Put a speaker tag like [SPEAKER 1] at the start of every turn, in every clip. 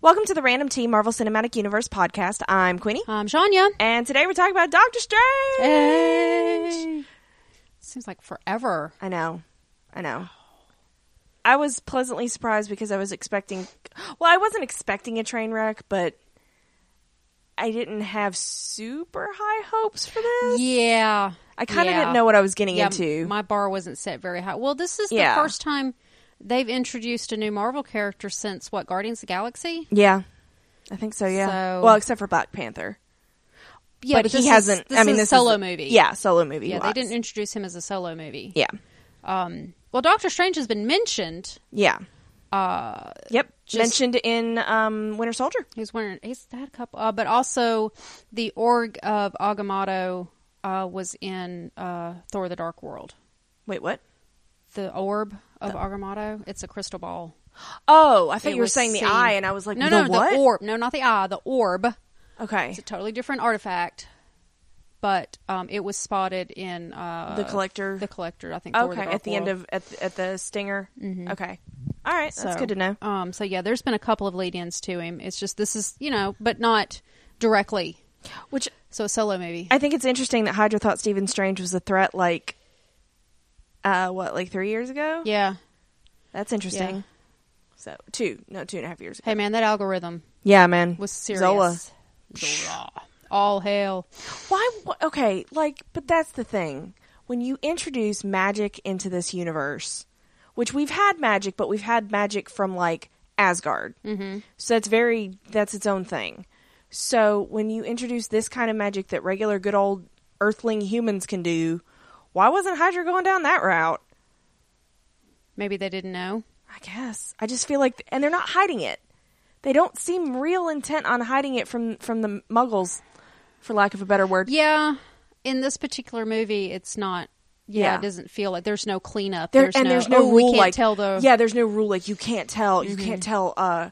[SPEAKER 1] Welcome to the Random T Marvel Cinematic Universe podcast. I'm Queenie,
[SPEAKER 2] I'm Um, Shania.
[SPEAKER 1] and today we're talking about Doctor Strange.
[SPEAKER 2] Hey. Seems like forever.
[SPEAKER 1] I know, I know. I was pleasantly surprised because I was expecting. Well, I wasn't expecting a train wreck, but I didn't have super high hopes for this.
[SPEAKER 2] Yeah.
[SPEAKER 1] I kind of
[SPEAKER 2] Yeah.
[SPEAKER 1] didn't know what I was getting
[SPEAKER 2] yeah,
[SPEAKER 1] into.
[SPEAKER 2] My bar wasn't set very high. Well, this is the
[SPEAKER 1] Yeah.
[SPEAKER 2] first time they've introduced a new Marvel character since what Guardians of the Galaxy.
[SPEAKER 1] yeah, I think so. Yeah.
[SPEAKER 2] So-
[SPEAKER 1] well, except for Black Panther.
[SPEAKER 2] Yeah,
[SPEAKER 1] but,
[SPEAKER 2] this
[SPEAKER 1] he
[SPEAKER 2] is-
[SPEAKER 1] hasn't.
[SPEAKER 2] this
[SPEAKER 1] I mean,
[SPEAKER 2] is a
[SPEAKER 1] this
[SPEAKER 2] solo
[SPEAKER 1] is,
[SPEAKER 2] movie.
[SPEAKER 1] Yeah, solo movie.
[SPEAKER 2] yeah.
[SPEAKER 1] wise.
[SPEAKER 2] They didn't introduce him as a solo movie.
[SPEAKER 1] Yeah,
[SPEAKER 2] Um. Well, Doctor Strange has been mentioned.
[SPEAKER 1] yeah.
[SPEAKER 2] Uh,
[SPEAKER 1] Yep.
[SPEAKER 2] Just-
[SPEAKER 1] Mentioned in um, Winter Soldier.
[SPEAKER 2] he's wearing he's had a couple, uh, but also the org of Agamotto uh, was in uh, Thor: The Dark World.
[SPEAKER 1] Wait, what?
[SPEAKER 2] The orb of Agamotto. It's a crystal ball.
[SPEAKER 1] Oh, I thought
[SPEAKER 2] It
[SPEAKER 1] you were
[SPEAKER 2] was
[SPEAKER 1] saying the
[SPEAKER 2] seen-
[SPEAKER 1] eye, and I was like,
[SPEAKER 2] no,
[SPEAKER 1] the
[SPEAKER 2] no,
[SPEAKER 1] what?
[SPEAKER 2] the orb. No, not the eye. The orb.
[SPEAKER 1] Okay,
[SPEAKER 2] It's a totally different artifact, but um, it was spotted in uh,
[SPEAKER 1] The Collector?
[SPEAKER 2] The collector, I think. Thor,
[SPEAKER 1] okay.
[SPEAKER 2] Dark
[SPEAKER 1] At the Mm-hmm. end
[SPEAKER 2] World.
[SPEAKER 1] of at the, at the stinger. Okay, all right, that's
[SPEAKER 2] So,
[SPEAKER 1] good to know.
[SPEAKER 2] Um, so yeah, there's been a couple of lead-ins to him. It's just this is you know, but not directly.
[SPEAKER 1] Which
[SPEAKER 2] So a solo movie.
[SPEAKER 1] I think it's interesting that Hydra thought Stephen Strange was a threat, like, uh, what, like three years ago?
[SPEAKER 2] yeah.
[SPEAKER 1] that's interesting. So two, no, two and a half years ago.
[SPEAKER 2] Hey man, that algorithm
[SPEAKER 1] yeah, man,
[SPEAKER 2] was serious.
[SPEAKER 1] Zola.
[SPEAKER 2] Zola. All hail.
[SPEAKER 1] Why? wh- Okay, like, but that's the thing. When you introduce magic into this universe, which we've had magic, but we've had magic from like Asgard, mm-hmm. so that's very that's its own thing. So when you introduce this kind of magic that regular good old Earthling humans can do, why wasn't Hydra going down that route?
[SPEAKER 2] Maybe they didn't know.
[SPEAKER 1] I guess I just feel like, and they're not hiding it. They don't seem real intent on hiding it from from the Muggles, for lack of a better word.
[SPEAKER 2] Yeah. In this particular movie, it's not. Yeah,
[SPEAKER 1] Yeah.
[SPEAKER 2] it doesn't feel like there's no cleanup.
[SPEAKER 1] There-
[SPEAKER 2] there's
[SPEAKER 1] and
[SPEAKER 2] no,
[SPEAKER 1] there's no
[SPEAKER 2] oh,
[SPEAKER 1] rule
[SPEAKER 2] we can't
[SPEAKER 1] like
[SPEAKER 2] tell the Mm-hmm.
[SPEAKER 1] yeah there's no rule like you can't tell you can't tell uh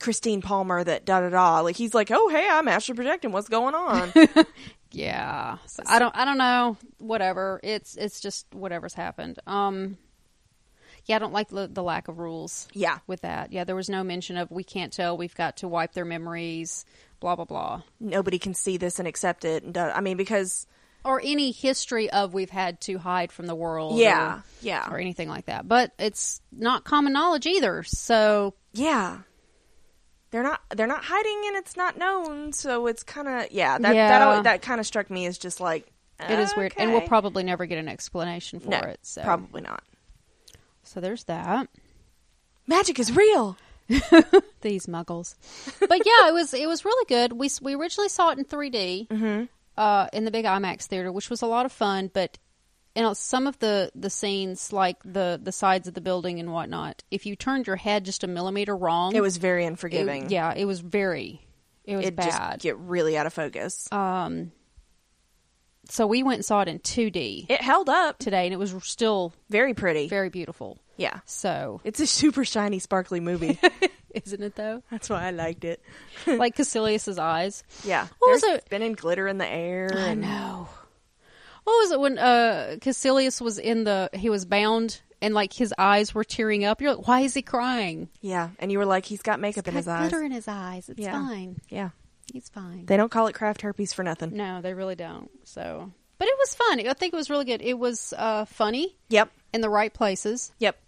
[SPEAKER 1] christine palmer that da da da like he's like oh hey i'm astral projecting what's going on
[SPEAKER 2] Yeah. So I don't I don't know. Whatever. It's it's just whatever's happened. Um Yeah, I don't like the, the lack of rules.
[SPEAKER 1] Yeah.
[SPEAKER 2] With that. Yeah, there was no mention of we can't tell, we've got to wipe their memories, blah blah blah.
[SPEAKER 1] nobody can see this and accept it and da- i mean because
[SPEAKER 2] Or any history of we've had to hide from the world.
[SPEAKER 1] Yeah,
[SPEAKER 2] or-
[SPEAKER 1] yeah.
[SPEAKER 2] Or anything like that. But it's not common knowledge either. So
[SPEAKER 1] yeah they're not they're not hiding and it's not known so it's kind of yeah that
[SPEAKER 2] Yeah.
[SPEAKER 1] that al- that kind of struck me as just like
[SPEAKER 2] it is weird. And we'll
[SPEAKER 1] okay.
[SPEAKER 2] probably never get an explanation for
[SPEAKER 1] no,
[SPEAKER 2] it. So
[SPEAKER 1] probably not
[SPEAKER 2] so there's that.
[SPEAKER 1] magic is real
[SPEAKER 2] these muggles but yeah it was it was really good we s- we originally saw it in 3d
[SPEAKER 1] Mm-hmm.
[SPEAKER 2] uh, in the big imax theater which was a lot of fun but you know some of the the scenes like the the sides of the building and whatnot if you turned your head just a millimeter wrong
[SPEAKER 1] it was very
[SPEAKER 2] it-
[SPEAKER 1] unforgiving
[SPEAKER 2] yeah it was very it was
[SPEAKER 1] it
[SPEAKER 2] bad
[SPEAKER 1] just get really out of focus
[SPEAKER 2] um so we went and saw it in 2d
[SPEAKER 1] it held up
[SPEAKER 2] today and it was still
[SPEAKER 1] very pretty
[SPEAKER 2] very beautiful
[SPEAKER 1] yeah
[SPEAKER 2] so
[SPEAKER 1] It's a super shiny, sparkly movie.
[SPEAKER 2] isn't it though
[SPEAKER 1] That's why I liked it.
[SPEAKER 2] like Cassilius's eyes
[SPEAKER 1] Yeah.
[SPEAKER 2] What was
[SPEAKER 1] They're
[SPEAKER 2] it?
[SPEAKER 1] Spinning glitter in the air.
[SPEAKER 2] I
[SPEAKER 1] And
[SPEAKER 2] know. Um, What was it when uh Cassilius was in the he was bound and like his eyes were tearing up? You're like, why is he crying?
[SPEAKER 1] yeah. And you were like, he's got makeup in his eyes.
[SPEAKER 2] glitter in his eyes. It's
[SPEAKER 1] Yeah.
[SPEAKER 2] fine.
[SPEAKER 1] Yeah.
[SPEAKER 2] He's fine.
[SPEAKER 1] They don't call it craft herpes for nothing.
[SPEAKER 2] no, they really don't. So, but it was fun. I think it was really good. It was uh funny
[SPEAKER 1] Yep.
[SPEAKER 2] in the right places.
[SPEAKER 1] Yep.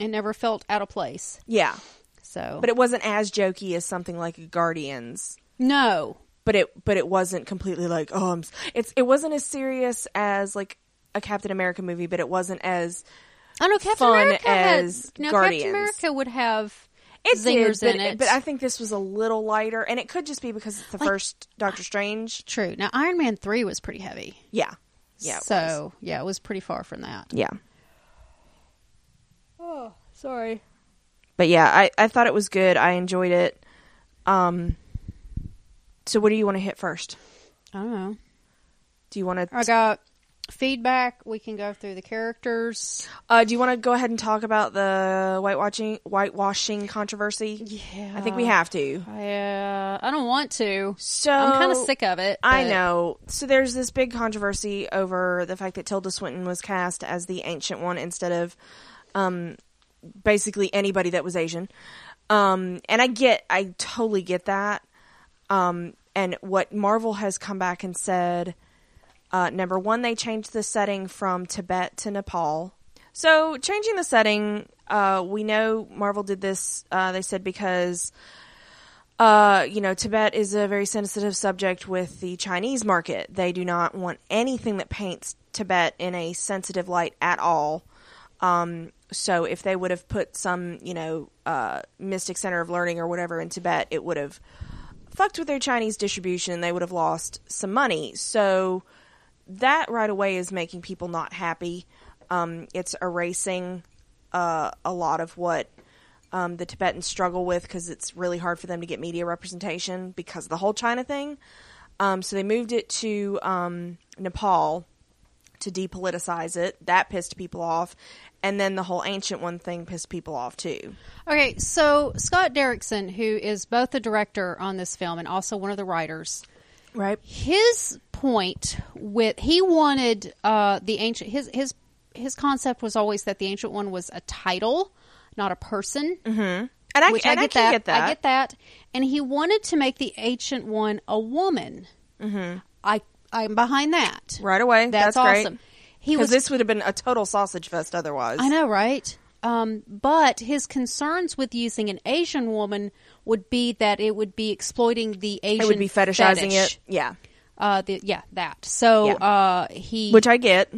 [SPEAKER 2] It never felt out of place.
[SPEAKER 1] Yeah.
[SPEAKER 2] So,
[SPEAKER 1] But it wasn't as jokey as something like Guardians.
[SPEAKER 2] no,
[SPEAKER 1] But it but it wasn't completely like, oh, I'm s- it's it wasn't as serious as like a Captain America movie, but it wasn't as
[SPEAKER 2] I know Captain
[SPEAKER 1] Fun
[SPEAKER 2] America had-
[SPEAKER 1] as
[SPEAKER 2] no,
[SPEAKER 1] Guardians.
[SPEAKER 2] Captain America would have
[SPEAKER 1] it
[SPEAKER 2] zingers
[SPEAKER 1] did, but,
[SPEAKER 2] in it.
[SPEAKER 1] But I think this was a little lighter, and it could just be because it's the
[SPEAKER 2] Like-
[SPEAKER 1] first Doctor Strange.
[SPEAKER 2] True. Now Iron Man three was pretty heavy.
[SPEAKER 1] Yeah, yeah. it
[SPEAKER 2] so
[SPEAKER 1] was.
[SPEAKER 2] yeah, it was pretty far from that.
[SPEAKER 1] yeah.
[SPEAKER 2] Oh, sorry.
[SPEAKER 1] but yeah, I, I thought it was good. I enjoyed it. Um, so what do you want to hit first?
[SPEAKER 2] I don't know.
[SPEAKER 1] Do you want
[SPEAKER 2] I
[SPEAKER 1] to?
[SPEAKER 2] got feedback. We can go through the characters.
[SPEAKER 1] Uh, do you want to go ahead and talk about the whitewashing whitewashing controversy?
[SPEAKER 2] Yeah.
[SPEAKER 1] I think we have to.
[SPEAKER 2] I, uh, I don't want to.
[SPEAKER 1] So
[SPEAKER 2] I'm kind of sick of it.
[SPEAKER 1] Oh, I
[SPEAKER 2] but-
[SPEAKER 1] know. So there's this big controversy over the fact that Tilda Swinton was cast as the ancient one instead of um, basically anybody that was Asian. Um, and I get, I totally get that. Um, and what Marvel has come back and said, uh, number one, they changed the setting from Tibet to Nepal. So changing the setting, uh, we know Marvel did this. Uh, they said because. Uh, you know, Tibet is a very sensitive subject with the Chinese market. They do not want anything that paints Tibet in a sensitive light at all. Um, so if they would have put some, you know, uh, Mystic Center of Learning or whatever in Tibet, it would have fucked with their Chinese distribution. They would have lost some money. So that right away is making people not happy. Um, it's erasing uh, a lot of what um, the Tibetans struggle with because it's really hard for them to get media representation because of the whole China thing. Um, so they moved it to um, Nepal to depoliticize it. That pissed people off. And then the whole ancient one thing pissed people off too.
[SPEAKER 2] Okay, so Scott Derrickson, who is both the director on this film and also one of the writers,
[SPEAKER 1] Right?
[SPEAKER 2] his point with he wanted uh, the ancient his his his concept was always that the ancient one was a title, not a person. Mm-hmm.
[SPEAKER 1] And I,
[SPEAKER 2] Which
[SPEAKER 1] and
[SPEAKER 2] I,
[SPEAKER 1] I
[SPEAKER 2] get,
[SPEAKER 1] can
[SPEAKER 2] that.
[SPEAKER 1] get that.
[SPEAKER 2] I get that. And he wanted to make the ancient one a woman. Mm-hmm. I I'm behind that.
[SPEAKER 1] Right away.
[SPEAKER 2] That's,
[SPEAKER 1] That's, great.
[SPEAKER 2] awesome. He
[SPEAKER 1] Because
[SPEAKER 2] was
[SPEAKER 1] this would have been a total sausage fest otherwise.
[SPEAKER 2] I know, right? Um, but his concerns with using an Asian woman would be that it would be exploiting the Asian.
[SPEAKER 1] It would be fetishizing
[SPEAKER 2] fetish.
[SPEAKER 1] it. Yeah.
[SPEAKER 2] Uh, the, yeah, that. So
[SPEAKER 1] Yeah.
[SPEAKER 2] uh, he.
[SPEAKER 1] Which I get.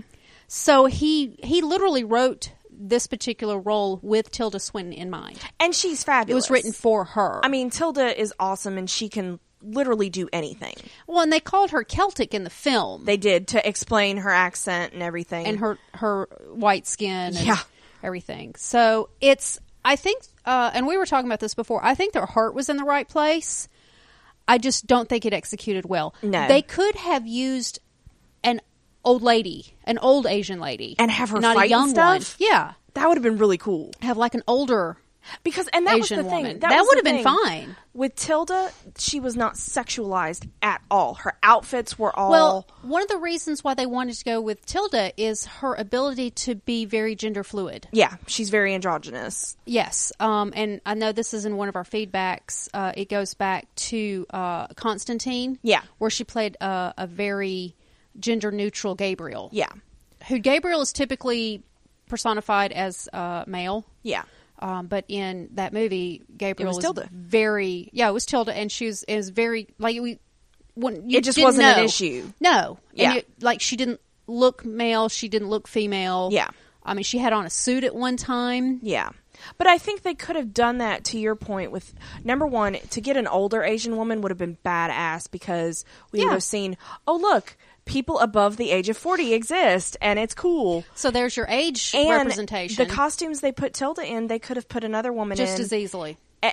[SPEAKER 2] so he he literally wrote this particular role with Tilda Swinton in mind.
[SPEAKER 1] And she's
[SPEAKER 2] It
[SPEAKER 1] fabulous.
[SPEAKER 2] was written for her.
[SPEAKER 1] I mean, Tilda is awesome and she can literally do anything.
[SPEAKER 2] well, and they called her Celtic in the film,
[SPEAKER 1] They did to explain her accent and everything.
[SPEAKER 2] and her her white skin, and
[SPEAKER 1] Yeah.
[SPEAKER 2] everything. So it's I think, uh, and we were talking about this before. I think their heart was in the right place. I just don't think it executed well.
[SPEAKER 1] No.
[SPEAKER 2] They could have used an old lady, an old Asian lady,
[SPEAKER 1] And have her
[SPEAKER 2] not a
[SPEAKER 1] fight and
[SPEAKER 2] young
[SPEAKER 1] stuff?
[SPEAKER 2] one. Yeah,
[SPEAKER 1] that would have been really cool.
[SPEAKER 2] have like an older.
[SPEAKER 1] Because and that was
[SPEAKER 2] Asian
[SPEAKER 1] the thing.
[SPEAKER 2] woman.
[SPEAKER 1] That,
[SPEAKER 2] That
[SPEAKER 1] was
[SPEAKER 2] would
[SPEAKER 1] the
[SPEAKER 2] have been
[SPEAKER 1] thing.
[SPEAKER 2] fine.
[SPEAKER 1] With Tilda, she was not sexualized at all. Her outfits were all
[SPEAKER 2] Well, one of the reasons why they wanted to go with Tilda is her ability to be very gender fluid.
[SPEAKER 1] Yeah, she's very androgynous.
[SPEAKER 2] Yes, um, and I know this is in one of our feedbacks. Uh, it goes back to uh, Constantine,
[SPEAKER 1] Yeah.
[SPEAKER 2] where she played uh, a very gender neutral Gabriel.
[SPEAKER 1] Yeah.
[SPEAKER 2] who Gabriel is typically personified as uh, male.
[SPEAKER 1] Yeah.
[SPEAKER 2] Um, but in that movie, Gabriel
[SPEAKER 1] was
[SPEAKER 2] was
[SPEAKER 1] Tilda.
[SPEAKER 2] very yeah, it was Tilda, and she was it was very like we when you
[SPEAKER 1] It just
[SPEAKER 2] didn't
[SPEAKER 1] wasn't an
[SPEAKER 2] know.
[SPEAKER 1] issue.
[SPEAKER 2] No, And
[SPEAKER 1] Yeah.
[SPEAKER 2] you- like she didn't look male, she didn't look female.
[SPEAKER 1] Yeah.
[SPEAKER 2] I mean, she had on a suit at one time.
[SPEAKER 1] Yeah. But I think they could have done that to your point with number one, to get an older Asian woman would have been badass because we
[SPEAKER 2] Yeah.
[SPEAKER 1] would have seen, oh, look, people above the age of 40 exist and it's cool.
[SPEAKER 2] So there's your age
[SPEAKER 1] And
[SPEAKER 2] representation,
[SPEAKER 1] the costumes they put Tilda in, they could have put another woman in.
[SPEAKER 2] just as easily.
[SPEAKER 1] Eh,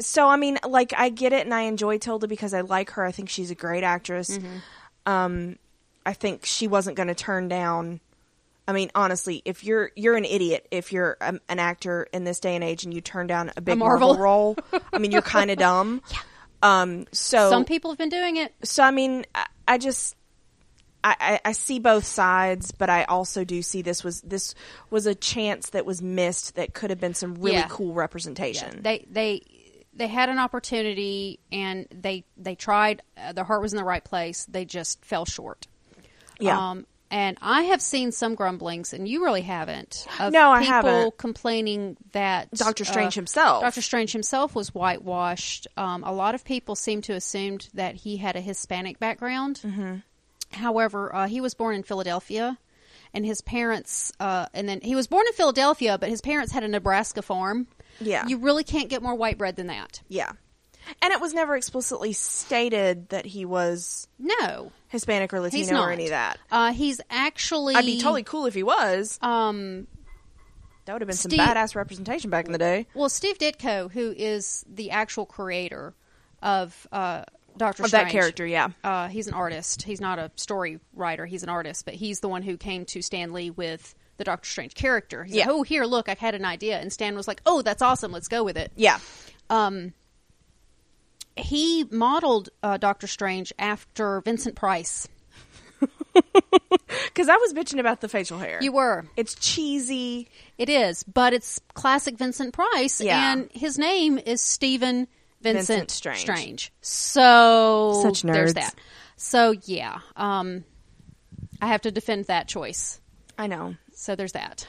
[SPEAKER 1] so I mean, like I get it, and I enjoy Tilda because I like her. I think she's a great actress.
[SPEAKER 2] Mm-hmm.
[SPEAKER 1] Um, I think she wasn't going to turn down. I mean, honestly, if you're you're an idiot if you're um, an actor in this day and age and you turn down a big
[SPEAKER 2] Marvel.
[SPEAKER 1] Marvel. role, I mean, you're kind of dumb. Um, so
[SPEAKER 2] Some people have been doing it.
[SPEAKER 1] so I mean, I, I just I, I, I see both sides, but I also do see this was this was a chance that was missed that could have been some really
[SPEAKER 2] Yeah.
[SPEAKER 1] cool representation.
[SPEAKER 2] They they they had an opportunity and they they tried. Uh, their heart was in the right place. They just fell short.
[SPEAKER 1] Yeah.
[SPEAKER 2] Um, and I have seen some grumblings, and you really haven't. Of
[SPEAKER 1] No, I
[SPEAKER 2] people
[SPEAKER 1] haven't.
[SPEAKER 2] Complaining that uh,
[SPEAKER 1] Dr. Strange himself.
[SPEAKER 2] Doctor Strange himself was whitewashed. Um, a lot of people seem to assumed that he had a Hispanic background. Mm-hmm. However, uh, he was born in Philadelphia, and his parents, uh, and then he was born in Philadelphia, but his parents had a Nebraska farm.
[SPEAKER 1] Yeah.
[SPEAKER 2] you really can't get more white bread than that.
[SPEAKER 1] Yeah. And it was never explicitly stated that he was
[SPEAKER 2] No,
[SPEAKER 1] Hispanic or Latino
[SPEAKER 2] he's not
[SPEAKER 1] or any of that.
[SPEAKER 2] Uh, he's actually.
[SPEAKER 1] I'd be totally cool if he was.
[SPEAKER 2] Um,
[SPEAKER 1] That would have been some
[SPEAKER 2] Steve-
[SPEAKER 1] badass representation back in the day.
[SPEAKER 2] Well, Steve Ditko, who is the actual creator of uh, Doctor
[SPEAKER 1] Of that
[SPEAKER 2] Strange,
[SPEAKER 1] character, yeah.
[SPEAKER 2] uh, he's an artist. He's not a story writer. He's an artist, but he's the one who came to Stan Lee with the Doctor Strange character. He's
[SPEAKER 1] Yeah.
[SPEAKER 2] like, "Oh, here, look, I've had an idea," and Stan was like, "Oh, that's awesome. Let's go with it."
[SPEAKER 1] Yeah.
[SPEAKER 2] Um, he modeled uh, Doctor Strange after Vincent Price.
[SPEAKER 1] Because I was bitching about the facial hair.
[SPEAKER 2] You were.
[SPEAKER 1] It's cheesy.
[SPEAKER 2] It is, but it's classic Vincent Price,
[SPEAKER 1] Yeah.
[SPEAKER 2] and his name is Stephen Vincent,
[SPEAKER 1] Vincent Strange.
[SPEAKER 2] Strange. So
[SPEAKER 1] Such nerds.
[SPEAKER 2] there's that. So yeah, um, I have to defend that choice.
[SPEAKER 1] I know.
[SPEAKER 2] So there's that.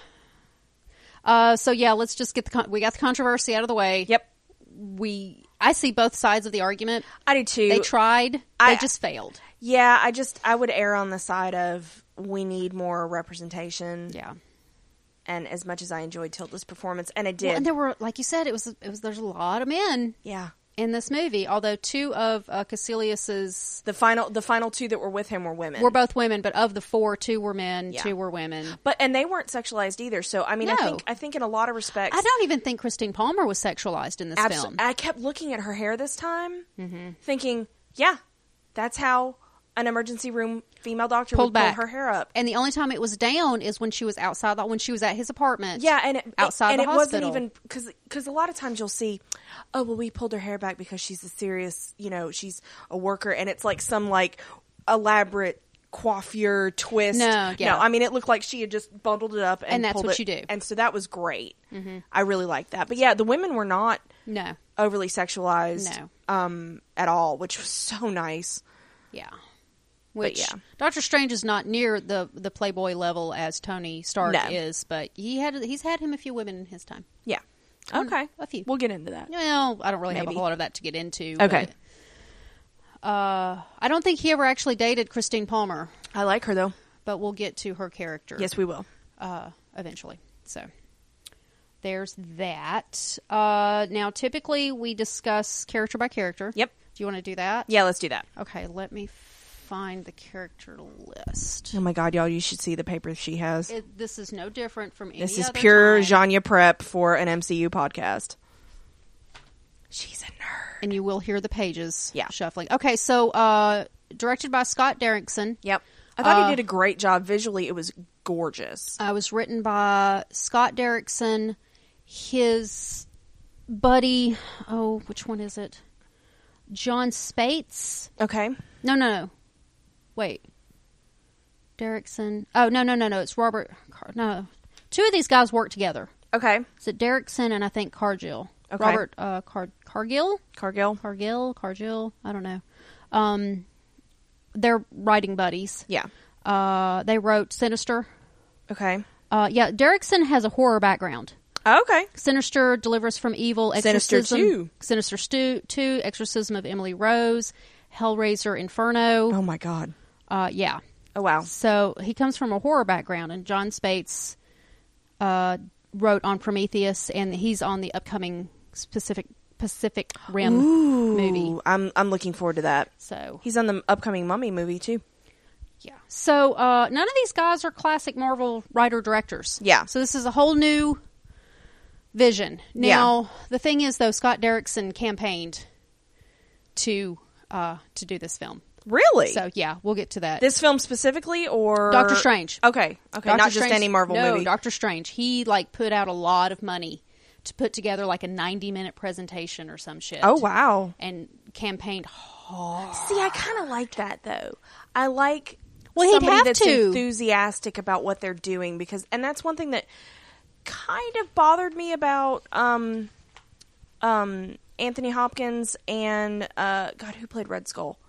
[SPEAKER 2] Uh, so yeah, let's just get the con- we got the controversy out of the way.
[SPEAKER 1] Yep.
[SPEAKER 2] We I see both sides of the argument.
[SPEAKER 1] I do too.
[SPEAKER 2] They tried.
[SPEAKER 1] I-
[SPEAKER 2] they just failed.
[SPEAKER 1] yeah, I just I would err on the side of we need more representation.
[SPEAKER 2] Yeah.
[SPEAKER 1] And as much as I enjoyed Tilda's performance, and I did.
[SPEAKER 2] Well, and there were like you said, it was it was there's a lot of men
[SPEAKER 1] yeah.
[SPEAKER 2] in this movie. Although two of uh, Cassilius's
[SPEAKER 1] The final the final two that were with him were women.
[SPEAKER 2] We're both women, but of the four, two were men,
[SPEAKER 1] Yeah.
[SPEAKER 2] two were women.
[SPEAKER 1] but and they weren't sexualized either. So I mean, I
[SPEAKER 2] No.
[SPEAKER 1] think I think in a lot of respects,
[SPEAKER 2] I don't even think Christine Palmer was sexualized in this
[SPEAKER 1] Abso-
[SPEAKER 2] film. Mm-hmm.
[SPEAKER 1] I kept looking at her hair this time, thinking, yeah, that's how an emergency room female doctor
[SPEAKER 2] Pulled
[SPEAKER 1] would
[SPEAKER 2] back
[SPEAKER 1] pull her hair up.
[SPEAKER 2] and the only time it was down is when she was outside, like when she was at his apartment.
[SPEAKER 1] yeah, and it,
[SPEAKER 2] outside
[SPEAKER 1] and
[SPEAKER 2] the
[SPEAKER 1] it
[SPEAKER 2] hospital.
[SPEAKER 1] wasn't even because a lot of times you'll see, oh well, we pulled her hair back because she's a serious, you know, she's a worker, and it's like some like elaborate coiffure twist.
[SPEAKER 2] No, yeah.
[SPEAKER 1] I mean it looked like she had just bundled it up, and,
[SPEAKER 2] And that's
[SPEAKER 1] pulled
[SPEAKER 2] what
[SPEAKER 1] it-
[SPEAKER 2] you do. Mm-hmm.
[SPEAKER 1] and so that was great. I really liked that, but yeah, the women were not
[SPEAKER 2] no,
[SPEAKER 1] overly sexualized
[SPEAKER 2] No.
[SPEAKER 1] um, at all, which was so nice.
[SPEAKER 2] yeah. Which
[SPEAKER 1] yeah.
[SPEAKER 2] Doctor Strange is not near the the Playboy level as Tony Stark
[SPEAKER 1] No.
[SPEAKER 2] is, but he had he's had him a few women in his time.
[SPEAKER 1] Yeah. Okay.
[SPEAKER 2] Mm. a few.
[SPEAKER 1] We'll get into that.
[SPEAKER 2] Well, I don't really have
[SPEAKER 1] Maybe.
[SPEAKER 2] a whole lot of that to get into.
[SPEAKER 1] Okay.
[SPEAKER 2] but, uh, I don't think he ever actually dated Christine Palmer,
[SPEAKER 1] I like her though.
[SPEAKER 2] but we'll get to her character.
[SPEAKER 1] Yes, we will.
[SPEAKER 2] uh, eventually. So there's that. Uh, now, typically we discuss character by character.
[SPEAKER 1] Yep.
[SPEAKER 2] Do you want to do that?
[SPEAKER 1] Yeah, let's do that.
[SPEAKER 2] Okay, let me find the character list.
[SPEAKER 1] Oh my god, y'all, you should see the paper she has.
[SPEAKER 2] It, this is no different from any
[SPEAKER 1] this is
[SPEAKER 2] other
[SPEAKER 1] pure
[SPEAKER 2] time.
[SPEAKER 1] genre prep for an MCU podcast. She's a nerd.
[SPEAKER 2] And you will hear the pages
[SPEAKER 1] Yeah.
[SPEAKER 2] shuffling. Okay, so uh, directed by Scott Derrickson.
[SPEAKER 1] Yep. I thought
[SPEAKER 2] Uh,
[SPEAKER 1] he did a great job visually. It was gorgeous.
[SPEAKER 2] Uh, was written by Scott Derrickson, his buddy. Oh, which one is it? John Spates.
[SPEAKER 1] Okay.
[SPEAKER 2] No, no, no. Wait. Derrickson. Oh, no, no, no, no. It's Robert. Car- no. Two of these guys work together.
[SPEAKER 1] Okay.
[SPEAKER 2] Is it Derrickson and I think Cargill?
[SPEAKER 1] Okay.
[SPEAKER 2] Robert uh, Car- Cargill?
[SPEAKER 1] Cargill.
[SPEAKER 2] Cargill? Cargill? I don't know. Um, they're writing buddies.
[SPEAKER 1] Yeah.
[SPEAKER 2] Uh, they wrote Sinister.
[SPEAKER 1] Okay.
[SPEAKER 2] Uh, yeah, Derrickson has a horror background.
[SPEAKER 1] Oh, Okay.
[SPEAKER 2] Sinister, Deliver Us from Evil,
[SPEAKER 1] Sinister
[SPEAKER 2] Exorcism,
[SPEAKER 1] Two.
[SPEAKER 2] Sinister Stu, 2, Exorcism of Emily Rose, Hellraiser, Inferno.
[SPEAKER 1] Oh my god.
[SPEAKER 2] Uh, yeah.
[SPEAKER 1] Oh wow.
[SPEAKER 2] So he comes from a horror background, and John Spates uh, wrote on Prometheus, and he's on the upcoming Pacific Pacific Rim movie.
[SPEAKER 1] Ooh, I'm I'm looking forward to that.
[SPEAKER 2] So
[SPEAKER 1] He's on the upcoming Mummy movie too.
[SPEAKER 2] yeah. So uh, none of these guys are classic Marvel writer directors.
[SPEAKER 1] Yeah.
[SPEAKER 2] So this is a whole new vision.
[SPEAKER 1] Yeah.
[SPEAKER 2] Now the thing is, though, Scott Derrickson campaigned to uh, to do this film.
[SPEAKER 1] Really?
[SPEAKER 2] So yeah, we'll get to that.
[SPEAKER 1] This film specifically, or
[SPEAKER 2] Doctor Strange.
[SPEAKER 1] Okay, okay,
[SPEAKER 2] Doctor
[SPEAKER 1] not just
[SPEAKER 2] Strange-
[SPEAKER 1] any Marvel
[SPEAKER 2] no,
[SPEAKER 1] movie.
[SPEAKER 2] Doctor Strange. He like put out a lot of money to put together like a ninety-minute presentation or some shit.
[SPEAKER 1] oh wow!
[SPEAKER 2] And campaigned hard.
[SPEAKER 1] See, I kind of like that though. I like
[SPEAKER 2] Well, he'd
[SPEAKER 1] somebody
[SPEAKER 2] have
[SPEAKER 1] that's
[SPEAKER 2] to.
[SPEAKER 1] enthusiastic about what they're doing because, and that's one thing that kind of bothered me about um, um, Anthony Hopkins and uh, God, who played Red Skull,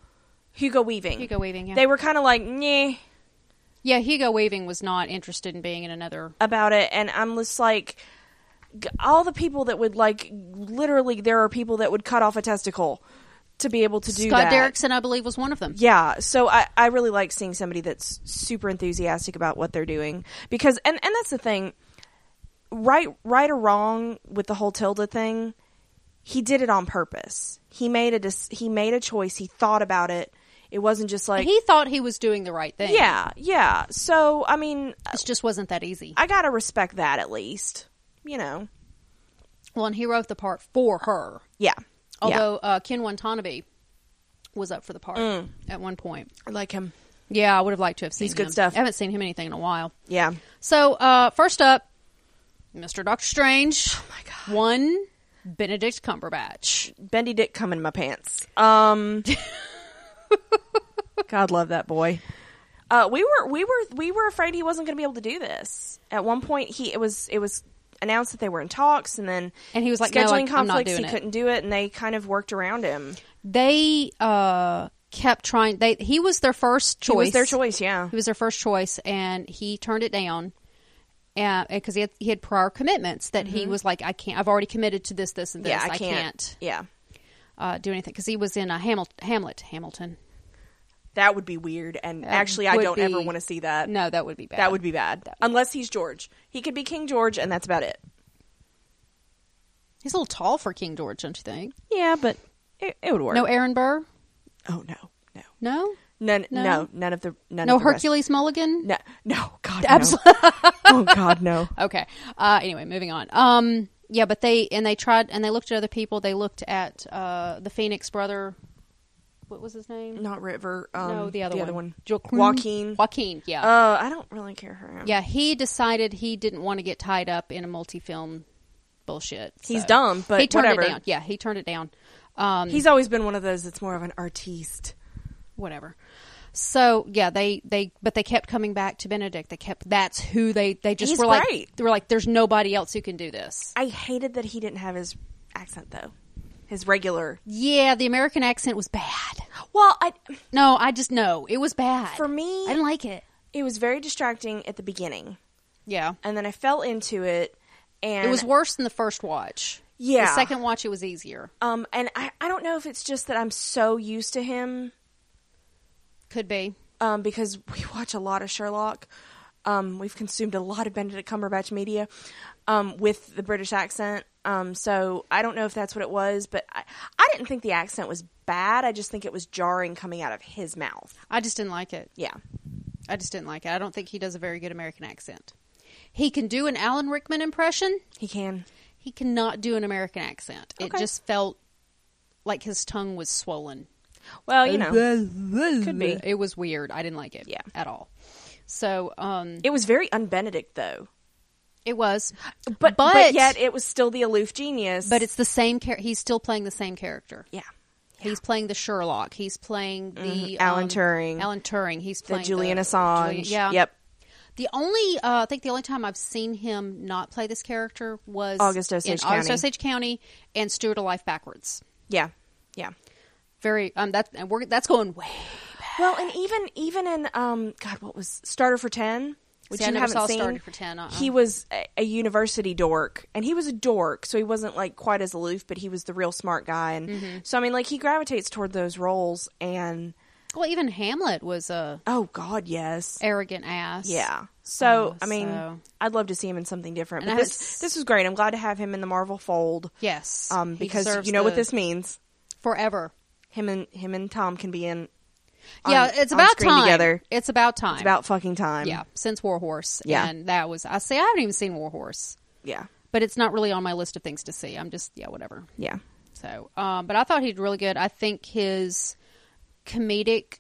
[SPEAKER 1] Hugo Weaving.
[SPEAKER 2] Hugo Weaving, yeah.
[SPEAKER 1] They were kind of like, nah,
[SPEAKER 2] Yeah, Hugo Weaving was not interested in being in another.
[SPEAKER 1] about it and i'm just like g- all the people that would like literally there are people that would cut off a testicle to be able to do
[SPEAKER 2] Scott
[SPEAKER 1] that
[SPEAKER 2] Derrickson, I believe, was one of them.
[SPEAKER 1] yeah so I, I really like seeing somebody that's super enthusiastic about what they're doing because and and that's the thing right right or wrong with the whole tilda thing he did it on purpose he made a dis- he made a choice he thought about it it wasn't just like
[SPEAKER 2] He thought he was doing the right thing.
[SPEAKER 1] yeah yeah so i mean
[SPEAKER 2] it just wasn't that easy.
[SPEAKER 1] i gotta respect that at least you know
[SPEAKER 2] well, and he wrote the part for her.
[SPEAKER 1] Yeah.
[SPEAKER 2] Although uh, Ken Watanabe was up for the part at one point.
[SPEAKER 1] I like him.
[SPEAKER 2] Yeah, I would have liked to have seen.
[SPEAKER 1] Mm. He's good
[SPEAKER 2] him.
[SPEAKER 1] stuff.
[SPEAKER 2] I haven't seen him anything in a while.
[SPEAKER 1] Yeah.
[SPEAKER 2] So, uh, first up, Mr. Doctor Strange. Oh
[SPEAKER 1] my God.
[SPEAKER 2] One, Benedict Cumberbatch.
[SPEAKER 1] Bendy Dick come in my pants. Um God love that boy. Uh, we were we were we were afraid he wasn't going to be able to do this. At one point, he it was it was announced that they were in talks, and then
[SPEAKER 2] And he was like, "No, I- I'm
[SPEAKER 1] scheduling
[SPEAKER 2] not
[SPEAKER 1] conflicts,
[SPEAKER 2] doing
[SPEAKER 1] he
[SPEAKER 2] it."
[SPEAKER 1] couldn't do it, and they kind of worked around him.
[SPEAKER 2] They uh, kept trying. They he was their first choice.
[SPEAKER 1] It was their choice, yeah.
[SPEAKER 2] He was their first choice, and he turned it down because he had, he had prior commitments that he was like, I can't. I've already committed to this, this, and this.
[SPEAKER 1] Mm-hmm. Yeah,
[SPEAKER 2] I, can't,
[SPEAKER 1] Yeah,
[SPEAKER 2] uh, do anything because he was in a Hamil- Hamlet. Hamilton.
[SPEAKER 1] that would be weird, and
[SPEAKER 2] That
[SPEAKER 1] actually, I
[SPEAKER 2] would
[SPEAKER 1] don't ever
[SPEAKER 2] be-
[SPEAKER 1] want to see that.
[SPEAKER 2] No, that would be bad.
[SPEAKER 1] Uh, That would be bad. Unless he's George, he could be King George, and that's about it.
[SPEAKER 2] He's a little tall for King George, don't you think?
[SPEAKER 1] Yeah, but it, it would work.
[SPEAKER 2] No Aaron Burr.
[SPEAKER 1] oh no, no,
[SPEAKER 2] No.
[SPEAKER 1] none, no,
[SPEAKER 2] No.
[SPEAKER 1] none of the none.
[SPEAKER 2] No
[SPEAKER 1] of the rest-
[SPEAKER 2] Hercules Mulligan.
[SPEAKER 1] No, no, God,
[SPEAKER 2] Absolutely.
[SPEAKER 1] no. Oh God, no.
[SPEAKER 2] Okay. Uh, anyway, moving on. Um, yeah, but they and they tried and they looked at other people. They looked at uh, the Phoenix brother. What was his name?
[SPEAKER 1] Not River. Um,
[SPEAKER 2] no, the other one. Joaquin. Um,
[SPEAKER 1] Joaquin.
[SPEAKER 2] Joaquin. Yeah.
[SPEAKER 1] Uh, I don't really care for him.
[SPEAKER 2] yeah. He decided he didn't want to get tied up in a multi-film bullshit.
[SPEAKER 1] He's
[SPEAKER 2] so-
[SPEAKER 1] dumb, but
[SPEAKER 2] he turned
[SPEAKER 1] whatever.
[SPEAKER 2] it down. Yeah, he turned it down. Um,
[SPEAKER 1] He's always been one of those that's more of an artiste.
[SPEAKER 2] whatever. So yeah, they they but they kept coming back to Benedict. They kept that's who they they just
[SPEAKER 1] He's
[SPEAKER 2] were like
[SPEAKER 1] great.
[SPEAKER 2] they were like there's nobody else who can do this.
[SPEAKER 1] I hated that he didn't have his accent though, his regular.
[SPEAKER 2] Yeah, the American accent was bad.
[SPEAKER 1] Well, I
[SPEAKER 2] No, I just no, it was bad
[SPEAKER 1] For me-
[SPEAKER 2] I didn't like it.
[SPEAKER 1] it was very distracting at the beginning,
[SPEAKER 2] Yeah,
[SPEAKER 1] and then I fell into it, and
[SPEAKER 2] it was worse than the first watch.
[SPEAKER 1] Yeah.
[SPEAKER 2] the second watch it was easier.
[SPEAKER 1] um, and I I don't know if it's just that I'm so used to him
[SPEAKER 2] Could be.
[SPEAKER 1] um, because we watch a lot of Sherlock. Um, we've consumed a lot of Benedict Cumberbatch media um, with the British accent. Um, so I don't know if that's what it was, but I, I didn't think the accent was bad. I just think it was jarring coming out of his mouth.
[SPEAKER 2] I just didn't like it.
[SPEAKER 1] Yeah.
[SPEAKER 2] I just didn't like it. I don't think he does a very good American accent. He can do an Alan Rickman impression.
[SPEAKER 1] He can.
[SPEAKER 2] He cannot do an American accent. It
[SPEAKER 1] Okay.
[SPEAKER 2] just felt like his tongue was swollen.
[SPEAKER 1] Well, you know,
[SPEAKER 2] could
[SPEAKER 1] be.
[SPEAKER 2] It was weird. I didn't like it.
[SPEAKER 1] Yeah.
[SPEAKER 2] at all. So um,
[SPEAKER 1] it was very unbenedict though.
[SPEAKER 2] it was,
[SPEAKER 1] But, but yet it was still the aloof genius.
[SPEAKER 2] but it's the same character. He's still playing the same character.
[SPEAKER 1] yeah, Mm-hmm.
[SPEAKER 2] He's playing the Sherlock. He's playing the
[SPEAKER 1] Alan
[SPEAKER 2] um,
[SPEAKER 1] Turing.
[SPEAKER 2] Alan Turing. He's
[SPEAKER 1] the
[SPEAKER 2] playing
[SPEAKER 1] Julian
[SPEAKER 2] the-
[SPEAKER 1] Assange.
[SPEAKER 2] Julian- yeah.
[SPEAKER 1] Yep.
[SPEAKER 2] The only uh, I think the only time I've seen him not play this character was
[SPEAKER 1] August Osage
[SPEAKER 2] in August
[SPEAKER 1] County.
[SPEAKER 2] Osage County and Stewart of Life Backwards.
[SPEAKER 1] Yeah. Yeah.
[SPEAKER 2] Very um that and we're that's going way.
[SPEAKER 1] Well, and even even in um God, what was Starter for Ten, which
[SPEAKER 2] See, I
[SPEAKER 1] you
[SPEAKER 2] never
[SPEAKER 1] haven't
[SPEAKER 2] saw
[SPEAKER 1] seen.
[SPEAKER 2] Starter for 10, uh-uh.
[SPEAKER 1] He was a, a university dork, and he was a dork, so he wasn't like quite as aloof, but he was the real smart guy. And
[SPEAKER 2] Mm-hmm.
[SPEAKER 1] so I mean, like he gravitates toward those roles. And
[SPEAKER 2] Well, even Hamlet was a
[SPEAKER 1] oh God, yes,
[SPEAKER 2] arrogant ass.
[SPEAKER 1] yeah. So
[SPEAKER 2] Oh,
[SPEAKER 1] I mean,
[SPEAKER 2] so-
[SPEAKER 1] I'd love to see him in something different.
[SPEAKER 2] And
[SPEAKER 1] But
[SPEAKER 2] I
[SPEAKER 1] this
[SPEAKER 2] haven't-
[SPEAKER 1] this was great. I'm glad to have him in the Marvel fold.
[SPEAKER 2] Yes.
[SPEAKER 1] Um,
[SPEAKER 2] He
[SPEAKER 1] because
[SPEAKER 2] deserves
[SPEAKER 1] you know what
[SPEAKER 2] the-
[SPEAKER 1] this means.
[SPEAKER 2] forever.
[SPEAKER 1] Him and him and Tom can be in. on-
[SPEAKER 2] yeah, it's
[SPEAKER 1] on
[SPEAKER 2] about
[SPEAKER 1] screen
[SPEAKER 2] time.
[SPEAKER 1] together.
[SPEAKER 2] It's about time.
[SPEAKER 1] It's about fucking time.
[SPEAKER 2] yeah, since War Horse.
[SPEAKER 1] Yeah.
[SPEAKER 2] and that was I say I haven't even seen War Horse,
[SPEAKER 1] yeah,
[SPEAKER 2] but it's not really on my list of things to see. I'm just yeah, whatever.
[SPEAKER 1] yeah.
[SPEAKER 2] So, um, but I thought he did really good. I think his comedic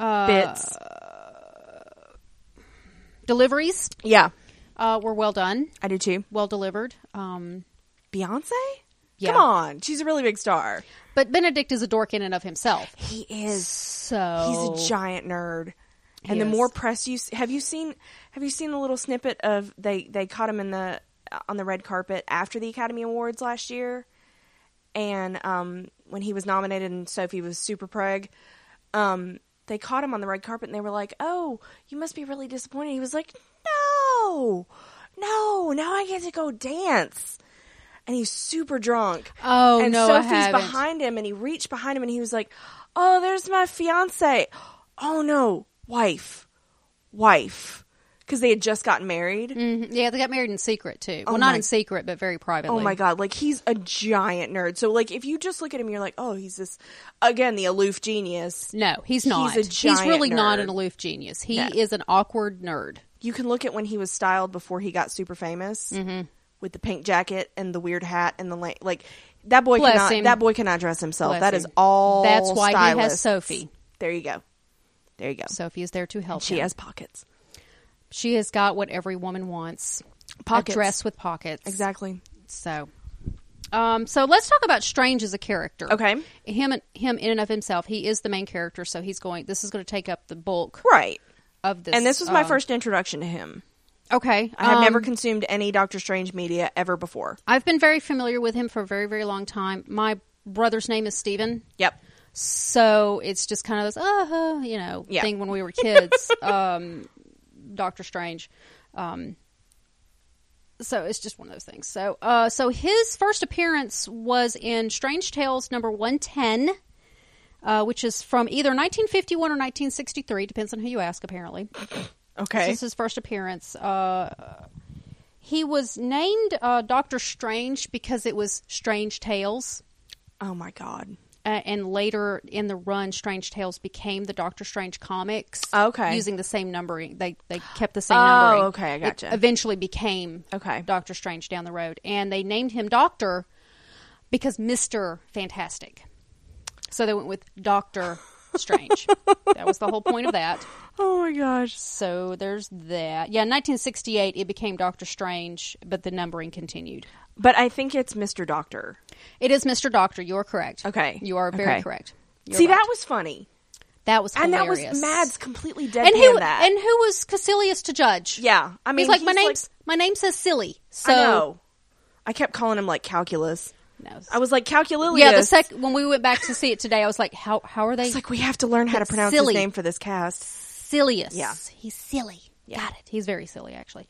[SPEAKER 2] uh,
[SPEAKER 1] Bits.
[SPEAKER 2] deliveries
[SPEAKER 1] yeah,
[SPEAKER 2] uh, were well done,
[SPEAKER 1] I do too.
[SPEAKER 2] well delivered. Um,
[SPEAKER 1] Beyonce?
[SPEAKER 2] Yeah.
[SPEAKER 1] Come on, she's a really big star.
[SPEAKER 2] but Benedict is a dork in and of himself.
[SPEAKER 1] He is.
[SPEAKER 2] So
[SPEAKER 1] He's a giant nerd. And
[SPEAKER 2] He
[SPEAKER 1] the
[SPEAKER 2] is.
[SPEAKER 1] more press you s- have you seen have you seen the little snippet of they they caught him in the uh, on the red carpet after the Academy Awards last year, and um when he was nominated and Sophie was super preg, um they caught him on the red carpet and they were like, "Oh, you must be really disappointed." He was like, "No, no, now I get to go dance." And he's super drunk.
[SPEAKER 2] Oh,
[SPEAKER 1] and
[SPEAKER 2] no, I
[SPEAKER 1] Sophie's
[SPEAKER 2] haven't.
[SPEAKER 1] behind him, and he reached behind him, and he was like, "Oh, there's my fiance. Oh no, wife, wife," because they had just gotten married.
[SPEAKER 2] Mhm. yeah, they got married in secret too. well,
[SPEAKER 1] Oh my-
[SPEAKER 2] not in secret, but very privately.
[SPEAKER 1] Oh my god, like he's a giant nerd. So like, if you just look at him, you're like, "Oh, he's this again, the aloof genius."
[SPEAKER 2] No, he's not.
[SPEAKER 1] a giant
[SPEAKER 2] really not
[SPEAKER 1] nerd.
[SPEAKER 2] an aloof genius. He
[SPEAKER 1] No.
[SPEAKER 2] is an awkward nerd.
[SPEAKER 1] You can look at when he was styled before he got super famous
[SPEAKER 2] Mm-hmm.
[SPEAKER 1] with the pink jacket and the weird hat and the la- like. That boy
[SPEAKER 2] Bless
[SPEAKER 1] cannot.
[SPEAKER 2] him.
[SPEAKER 1] That boy cannot dress himself.
[SPEAKER 2] Bless
[SPEAKER 1] That is
[SPEAKER 2] him.
[SPEAKER 1] all.
[SPEAKER 2] That's why he
[SPEAKER 1] stylists.
[SPEAKER 2] has Sophie.
[SPEAKER 1] There you go. There you go.
[SPEAKER 2] Sophie is there to help
[SPEAKER 1] she
[SPEAKER 2] him.
[SPEAKER 1] has pockets.
[SPEAKER 2] She has got what every woman wants.
[SPEAKER 1] Pockets.
[SPEAKER 2] A dress with pockets.
[SPEAKER 1] Exactly.
[SPEAKER 2] So, um, so let's talk about Strange as a character.
[SPEAKER 1] Okay.
[SPEAKER 2] him him in and of himself, he is the main character, so he's going. This is going to take up the bulk
[SPEAKER 1] Right.
[SPEAKER 2] of this.
[SPEAKER 1] and this was my
[SPEAKER 2] um,
[SPEAKER 1] first introduction to him.
[SPEAKER 2] Okay,
[SPEAKER 1] I had
[SPEAKER 2] um,
[SPEAKER 1] never consumed any Doctor Strange media ever before.
[SPEAKER 2] I've been very familiar with him for a very very long time. My brother's name is Steven.
[SPEAKER 1] Yep.
[SPEAKER 2] So it's just kind of this, oh, you know,
[SPEAKER 1] Yeah.
[SPEAKER 2] thing when we were kids. um, Doctor Strange. Um, so it's just one of those things. So, uh, so his first appearance was in Strange Tales number one ten, uh, which is from either 1951 or 1963, depends on who you ask. Apparently,
[SPEAKER 1] Okay.
[SPEAKER 2] this is his first appearance. Uh, he was named uh, Doctor Strange because it was Strange Tales
[SPEAKER 1] oh my god.
[SPEAKER 2] uh, and later in the run, Strange Tales became the Doctor Strange comics.
[SPEAKER 1] Oh, Okay.
[SPEAKER 2] using the same numbering, they they kept the same
[SPEAKER 1] Oh,
[SPEAKER 2] numbering.
[SPEAKER 1] okay, I
[SPEAKER 2] It
[SPEAKER 1] gotcha.
[SPEAKER 2] eventually became
[SPEAKER 1] Okay.
[SPEAKER 2] Doctor Strange down the road, and they named him Doctor because Mister Fantastic. So they went with Doctor Strange. that was the whole point of that.
[SPEAKER 1] Oh my gosh.
[SPEAKER 2] So there's that. Yeah, in 1968 it became Doctor Strange, but the numbering continued.
[SPEAKER 1] But I think it's Mr. Doctor.
[SPEAKER 2] It is Mister Doctor. You are correct.
[SPEAKER 1] Okay.
[SPEAKER 2] you are very
[SPEAKER 1] Okay.
[SPEAKER 2] correct. You're
[SPEAKER 1] See,
[SPEAKER 2] right.
[SPEAKER 1] that was funny.
[SPEAKER 2] that was
[SPEAKER 1] And
[SPEAKER 2] hilarious.
[SPEAKER 1] that was Mads completely deadpan
[SPEAKER 2] and who
[SPEAKER 1] that.
[SPEAKER 2] and who was Cassilius to judge?
[SPEAKER 1] yeah. I mean,
[SPEAKER 2] he's like my
[SPEAKER 1] he's
[SPEAKER 2] name's my name says silly. So
[SPEAKER 1] I know. I kept calling him like calculus.
[SPEAKER 2] No.
[SPEAKER 1] I was like calculus.
[SPEAKER 2] yeah, the sec when we went back to see it today, I was like, how how are they
[SPEAKER 1] It's like we have to learn how to pronounce
[SPEAKER 2] Silly.
[SPEAKER 1] his name for this cast.
[SPEAKER 2] Silius?
[SPEAKER 1] Yeah.
[SPEAKER 2] he's silly. Got it. He's very silly actually.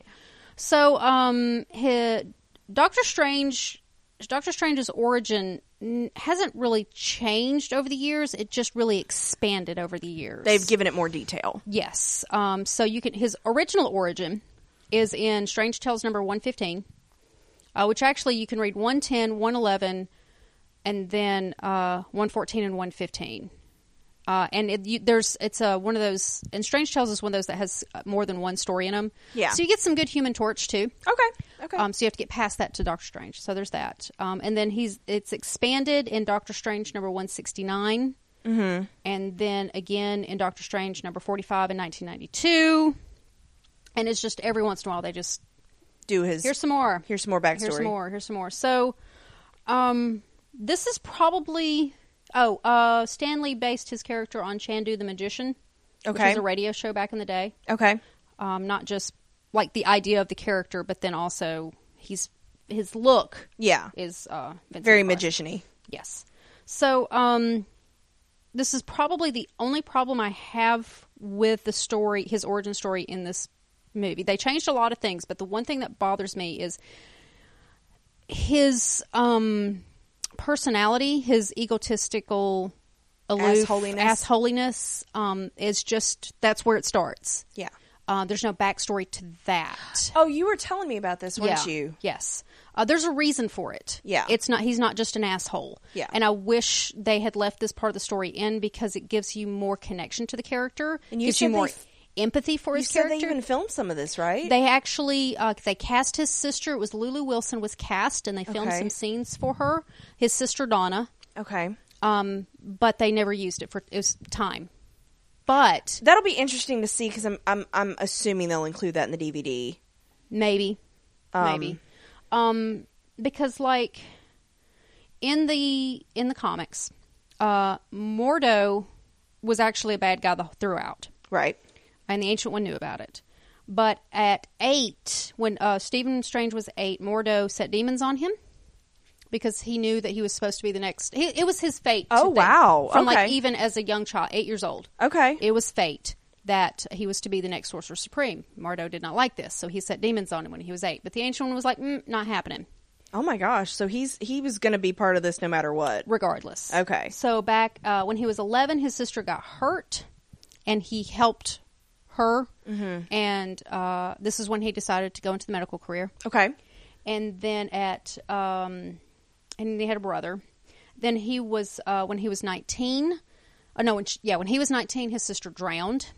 [SPEAKER 2] So um, his, Doctor Strange, Doctor Strange's origin n- hasn't really changed over the years. It just really expanded over the years.
[SPEAKER 1] They've given it more detail.
[SPEAKER 2] Yes. Um, so you can his original origin is in Strange Tales number 115, uh, which actually you can read 110, 111, and then uh, 114 and 115. Uh, and it, you, there's it's uh, one of those and Strange Tales is one of those that has uh, more than one story in them.
[SPEAKER 1] Yeah.
[SPEAKER 2] So you get some good Human Torch too.
[SPEAKER 1] Okay. Okay.
[SPEAKER 2] Um, so you have to get past that to Doctor Strange. So there's that. Um, and then he's it's expanded in Doctor Strange number 169. Mm-hmm. And then again in Doctor Strange number 45 in 1992. And it's just every once in a while they just,
[SPEAKER 1] Do his.
[SPEAKER 2] here's some more.
[SPEAKER 1] here's some more backstory.
[SPEAKER 2] Here's some more. Here's some more. So um, this is probably, oh, uh, Stanley based his character on Chandu the Magician, which
[SPEAKER 1] Okay.
[SPEAKER 2] was a radio show back in the day
[SPEAKER 1] Okay.
[SPEAKER 2] um, not just like the idea of the character, but then also he's his look
[SPEAKER 1] Yeah.
[SPEAKER 2] is uh, Vincent
[SPEAKER 1] Very
[SPEAKER 2] Price.
[SPEAKER 1] magician-y.
[SPEAKER 2] Yes. So um, this is probably the only problem I have with the story, his origin story in this movie. They changed a lot of things, but the one thing that bothers me is his um, personality, his egotistical. Aloof,
[SPEAKER 1] Assholiness.
[SPEAKER 2] assholiness, um, is just that's where it starts.
[SPEAKER 1] Yeah.
[SPEAKER 2] Uh, there's no backstory to that.
[SPEAKER 1] Oh, you were telling me about this, weren't
[SPEAKER 2] Yeah.
[SPEAKER 1] you?
[SPEAKER 2] Yes. Uh, there's a reason for it.
[SPEAKER 1] Yeah.
[SPEAKER 2] It's not. He's not just an asshole.
[SPEAKER 1] Yeah.
[SPEAKER 2] And I wish they had left this part of the story in because it gives you more connection to the character.
[SPEAKER 1] And you
[SPEAKER 2] gives
[SPEAKER 1] said
[SPEAKER 2] you
[SPEAKER 1] they-
[SPEAKER 2] more empathy for
[SPEAKER 1] You
[SPEAKER 2] his
[SPEAKER 1] said
[SPEAKER 2] character.
[SPEAKER 1] they even filmed some of this, right?
[SPEAKER 2] They actually uh, they cast his sister. It was Lulu Wilson was cast, and they filmed
[SPEAKER 1] Okay.
[SPEAKER 2] some scenes for her. His sister Donna.
[SPEAKER 1] okay.
[SPEAKER 2] Um, but they never used it for it was time. But
[SPEAKER 1] That'll be interesting to see because I'm I'm I'm assuming they'll include that in the DVD.
[SPEAKER 2] Maybe. Maybe. Um because like in the in the comics, uh Mordo was actually a bad guy the, throughout.
[SPEAKER 1] Right.
[SPEAKER 2] And the ancient one knew about it. But at 8 when uh Stephen Strange was 8, Mordo set demons on him because he knew that he was supposed to be the next he, it was his fate. to
[SPEAKER 1] Oh,
[SPEAKER 2] think.
[SPEAKER 1] wow.
[SPEAKER 2] From like
[SPEAKER 1] Okay.
[SPEAKER 2] even as a young child, 8 years old.
[SPEAKER 1] Okay.
[SPEAKER 2] It was fate that he was to be the next Sorcerer Supreme. Mardo did not like this, so he set demons on him when he was eight. But the Ancient One was like, mm, not happening,
[SPEAKER 1] oh my gosh. So he's he was going to be part of this no matter what.
[SPEAKER 2] regardless.
[SPEAKER 1] Okay.
[SPEAKER 2] So back uh, when he was 11, his sister got hurt, and he helped her. And uh, this is when he decided to go into the medical career.
[SPEAKER 1] Okay.
[SPEAKER 2] and then at um, and he had a brother. Then he was uh, when he was nineteen. Oh no, when she, yeah, when he was nineteen, his sister drowned.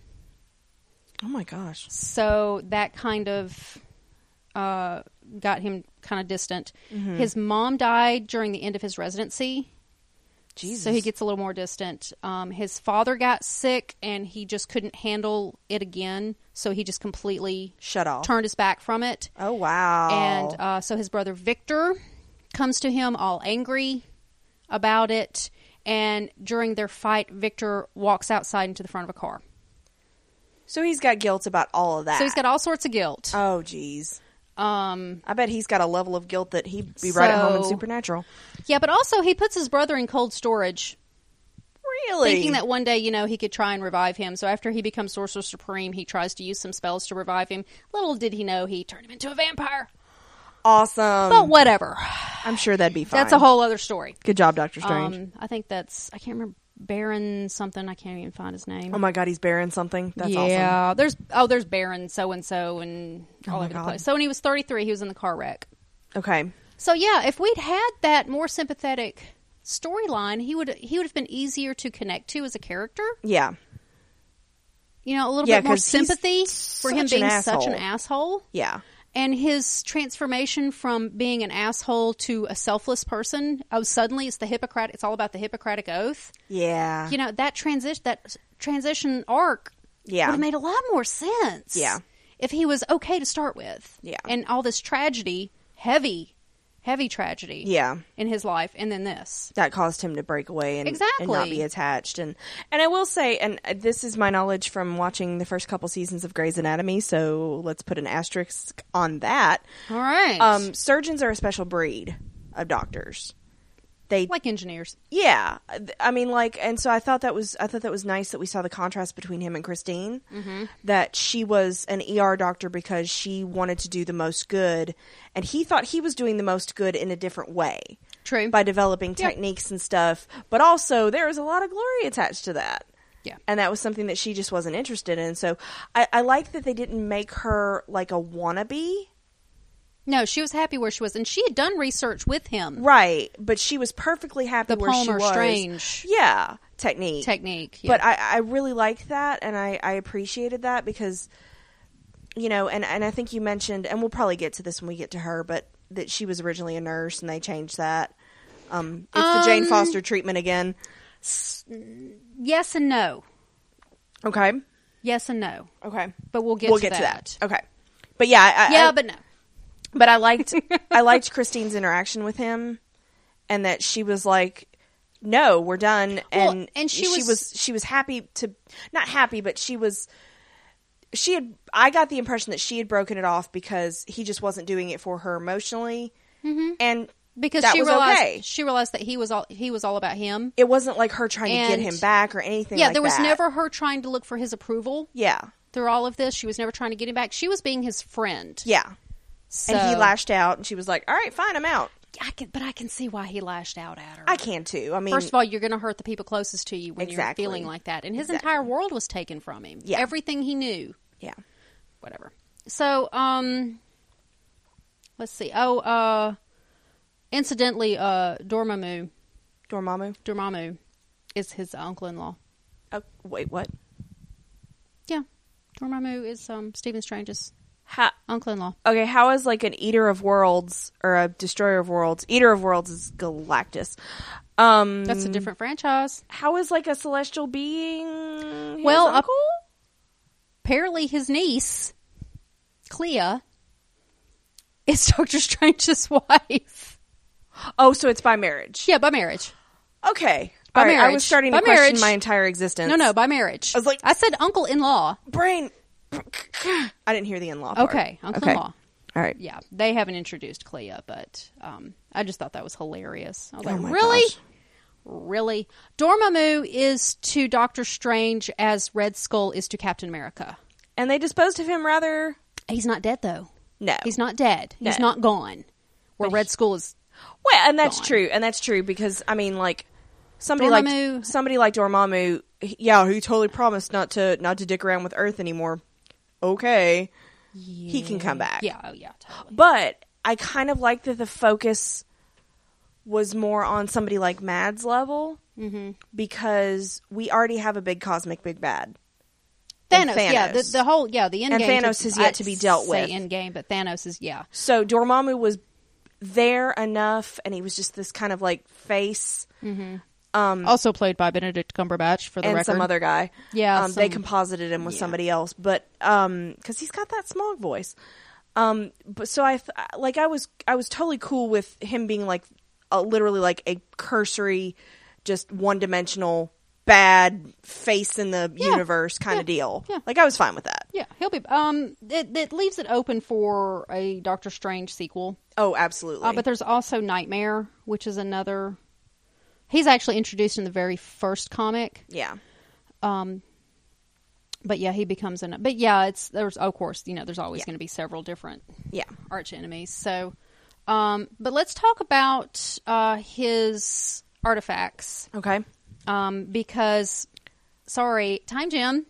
[SPEAKER 1] Oh my gosh.
[SPEAKER 2] So that kind of uh, got him kind of distant. His mom died during the end of his residency.
[SPEAKER 1] Jesus.
[SPEAKER 2] So he gets a little more distant. Um, his father got sick and he just couldn't handle it again. So he just completely
[SPEAKER 1] shut off.
[SPEAKER 2] turned his back from it.
[SPEAKER 1] oh wow.
[SPEAKER 2] And uh, so his brother Victor comes to him all angry about it. And during their fight, Victor walks outside into the front of a car.
[SPEAKER 1] So he's got guilt about all of that.
[SPEAKER 2] So he's got all sorts of guilt.
[SPEAKER 1] Oh, jeez.
[SPEAKER 2] Um,
[SPEAKER 1] I bet he's got a level of guilt that he'd be right at home in
[SPEAKER 2] So-
[SPEAKER 1] Supernatural.
[SPEAKER 2] yeah, but also he puts his brother in cold storage,
[SPEAKER 1] Really?
[SPEAKER 2] thinking that one day, you know, he could try and revive him. So after he becomes Sorcerer Supreme, he tries to use some spells to revive him. Little did he know he turned him into a vampire.
[SPEAKER 1] awesome.
[SPEAKER 2] But whatever.
[SPEAKER 1] I'm sure that'd be Hmm. fine.
[SPEAKER 2] Oh. That's a whole other story.
[SPEAKER 1] good job, Doctor Strange.
[SPEAKER 2] Um, I think that's I can't remember Baron something. I can't even find his name.
[SPEAKER 1] oh my God, he's bearing something. That's awesome. Oh
[SPEAKER 2] yeah, there's oh there's Baron so and so and all
[SPEAKER 1] my
[SPEAKER 2] over
[SPEAKER 1] God.
[SPEAKER 2] the place. So when he was 33, he was in the car wreck.
[SPEAKER 1] Okay.
[SPEAKER 2] So yeah, if we'd had that more sympathetic storyline, he would he would have been easier to connect to as a character.
[SPEAKER 1] Yeah.
[SPEAKER 2] You know, a little
[SPEAKER 1] Yeah,
[SPEAKER 2] bit more
[SPEAKER 1] 'cause he's
[SPEAKER 2] sympathy for him
[SPEAKER 1] such an
[SPEAKER 2] being such an
[SPEAKER 1] asshole.
[SPEAKER 2] asshole.
[SPEAKER 1] Yeah.
[SPEAKER 2] And his transformation from being an asshole to a selfless person, oh, suddenly it's the Hippocratic, it's all about the Hippocratic Oath.
[SPEAKER 1] Yeah.
[SPEAKER 2] you know that transition that s- transition arc
[SPEAKER 1] Yeah.
[SPEAKER 2] would have made a lot more sense
[SPEAKER 1] Yeah.
[SPEAKER 2] if he was okay to start with
[SPEAKER 1] Yeah.
[SPEAKER 2] and all this tragedy heavy heavy tragedy
[SPEAKER 1] Yeah.
[SPEAKER 2] in his life and then this
[SPEAKER 1] that caused him to break away and, and not
[SPEAKER 2] Exactly.
[SPEAKER 1] be attached. And and I will say, and uh, this is my knowledge from watching the first couple seasons of Grey's Anatomy, so let's put an asterisk on that.
[SPEAKER 2] all right
[SPEAKER 1] Um, surgeons are a special breed of doctors. They
[SPEAKER 2] like engineers
[SPEAKER 1] yeah, I mean, like, and so I thought that was I thought that was nice that we saw the contrast between him and Christine. Mm-hmm. That she was an ER doctor because she wanted to do the most good, and he thought he was doing the most good in a different way
[SPEAKER 2] true
[SPEAKER 1] by developing
[SPEAKER 2] Yeah.
[SPEAKER 1] techniques and stuff. But also, there was a lot of glory attached to that.
[SPEAKER 2] yeah
[SPEAKER 1] And that was something that she just wasn't interested in. So I, I like that they didn't make her like a wannabe.
[SPEAKER 2] no she was happy where she was and she had done research with him
[SPEAKER 1] Right. But she was perfectly happy
[SPEAKER 2] the
[SPEAKER 1] where she
[SPEAKER 2] palmer
[SPEAKER 1] was.
[SPEAKER 2] strange
[SPEAKER 1] Yeah. Technique.
[SPEAKER 2] technique yeah.
[SPEAKER 1] But I, I really liked that and I, I appreciated that because you know, and, and I think you mentioned and we'll probably get to this when we get to her, but that she was originally a nurse and they changed that. Um, it's the Jane Foster treatment again.
[SPEAKER 2] yes and no
[SPEAKER 1] Okay.
[SPEAKER 2] yes and no
[SPEAKER 1] Okay.
[SPEAKER 2] but we'll get
[SPEAKER 1] we'll
[SPEAKER 2] to
[SPEAKER 1] get
[SPEAKER 2] that.
[SPEAKER 1] to that. Okay. But yeah, I, I-
[SPEAKER 2] yeah
[SPEAKER 1] I-
[SPEAKER 2] but no
[SPEAKER 1] but I liked I liked Christine's interaction with him, and that she was like, "No, we're done,"
[SPEAKER 2] Well,
[SPEAKER 1] and
[SPEAKER 2] and she was-
[SPEAKER 1] she was happy to not happy, but she was she had I got the impression that she had broken it off because he just wasn't doing it for her emotionally,
[SPEAKER 2] Mm-hmm.
[SPEAKER 1] and
[SPEAKER 2] because
[SPEAKER 1] that
[SPEAKER 2] she
[SPEAKER 1] was
[SPEAKER 2] realized
[SPEAKER 1] okay.
[SPEAKER 2] she realized that he was all he was all about him
[SPEAKER 1] It wasn't like her trying to
[SPEAKER 2] And-
[SPEAKER 1] get him back or anything.
[SPEAKER 2] Yeah,
[SPEAKER 1] like
[SPEAKER 2] there was
[SPEAKER 1] that.
[SPEAKER 2] never her trying to look for his approval
[SPEAKER 1] Yeah,
[SPEAKER 2] through all of this. She was never trying to get him back. She was being his friend.
[SPEAKER 1] yeah.
[SPEAKER 2] so,
[SPEAKER 1] And he lashed out, and she was like, "All right, fine, I'm out.
[SPEAKER 2] I can, but I can see why he lashed out at her.
[SPEAKER 1] I can too." I mean,
[SPEAKER 2] First of all, you're going to hurt the people closest to you when
[SPEAKER 1] Exactly.
[SPEAKER 2] you're feeling like that, and his entire world was taken from him.
[SPEAKER 1] Yeah.
[SPEAKER 2] everything he knew,
[SPEAKER 1] yeah,
[SPEAKER 2] whatever. So, um, let's see. Oh, uh, incidentally, uh, Dormammu,
[SPEAKER 1] Dormammu.
[SPEAKER 2] Dormammu, is his uncle-in-law.
[SPEAKER 1] Oh, wait, what?
[SPEAKER 2] Yeah, Dormammu is um Stephen Strange's
[SPEAKER 1] How?
[SPEAKER 2] uncle-in-law.
[SPEAKER 1] Okay, how is like an eater of worlds or a destroyer of worlds? Eater of worlds is Galactus. Um,
[SPEAKER 2] That's a different franchise.
[SPEAKER 1] how is like a celestial being? his
[SPEAKER 2] Well, up-
[SPEAKER 1] uncle?
[SPEAKER 2] apparently his niece, Clea, is Doctor Strange's wife.
[SPEAKER 1] oh, so it's by marriage.
[SPEAKER 2] Yeah, by marriage.
[SPEAKER 1] Okay,
[SPEAKER 2] By
[SPEAKER 1] All right, I was
[SPEAKER 2] marriage.
[SPEAKER 1] starting to
[SPEAKER 2] By
[SPEAKER 1] question
[SPEAKER 2] marriage.
[SPEAKER 1] my entire existence.
[SPEAKER 2] No, no, by marriage.
[SPEAKER 1] I was like-
[SPEAKER 2] I said uncle in law.
[SPEAKER 1] brain. I didn't hear the in law.
[SPEAKER 2] Okay, uncle in law.
[SPEAKER 1] All right.
[SPEAKER 2] Yeah, they haven't introduced Clea, but um, I just thought that was hilarious. I was like,
[SPEAKER 1] my
[SPEAKER 2] really?
[SPEAKER 1] gosh.
[SPEAKER 2] Really? Dormammu is to Doctor Strange as Red Skull is to Captain America.
[SPEAKER 1] And they disposed of him rather.
[SPEAKER 2] He's not dead, though.
[SPEAKER 1] No.
[SPEAKER 2] He's not Oh. dead. He's
[SPEAKER 1] No.
[SPEAKER 2] not gone. Where Red Skull is
[SPEAKER 1] Well, and that's
[SPEAKER 2] gone.
[SPEAKER 1] true, and that's true because I mean, like somebody like
[SPEAKER 2] Dormammu-
[SPEAKER 1] somebody like Dormammu, he- yeah, he totally promised not to not to dick around with Earth anymore. Okay, he can come back,
[SPEAKER 2] Yeah, oh, yeah, totally.
[SPEAKER 1] But I kind of like that the focus was more on somebody like Mad's level
[SPEAKER 2] Mm-hmm.
[SPEAKER 1] because we already have a big cosmic big bad. And
[SPEAKER 2] Thanos, yeah, the,
[SPEAKER 1] Thanos.
[SPEAKER 2] the whole, yeah, the end
[SPEAKER 1] And
[SPEAKER 2] game.
[SPEAKER 1] Thanos has yet to be dealt with.
[SPEAKER 2] End game, but Thanos is, yeah,
[SPEAKER 1] So Dormammu was there enough, and he was just this kind of like face.
[SPEAKER 2] also played by Benedict Cumberbatch for the
[SPEAKER 1] Um, and
[SPEAKER 2] record.
[SPEAKER 1] some other guy.
[SPEAKER 2] Yeah,
[SPEAKER 1] um, they
[SPEAKER 2] some-
[SPEAKER 1] composited him with
[SPEAKER 2] yeah.
[SPEAKER 1] somebody else, but um, because he's got that smog voice. Um, but so I th- like I was I was totally cool with him being like uh, literally like a cursory, just one dimensional bad face in the universe kind
[SPEAKER 2] yeah,
[SPEAKER 1] of deal.
[SPEAKER 2] yeah.
[SPEAKER 1] Like I was fine with that.
[SPEAKER 2] Yeah, he'll be. Um, it, it leaves it open for a Doctor Strange sequel.
[SPEAKER 1] Oh, absolutely.
[SPEAKER 2] Uh, but there's also Nightmare, which is another. He's actually introduced in the very first comic.
[SPEAKER 1] yeah.
[SPEAKER 2] Um, but yeah, he becomes an. But yeah, it's there's of course you know there's always
[SPEAKER 1] Yeah.
[SPEAKER 2] going to be several different
[SPEAKER 1] Yeah.
[SPEAKER 2] arch enemies. So, um, but let's talk about uh, his artifacts
[SPEAKER 1] Okay.
[SPEAKER 2] um, because sorry, time Jim,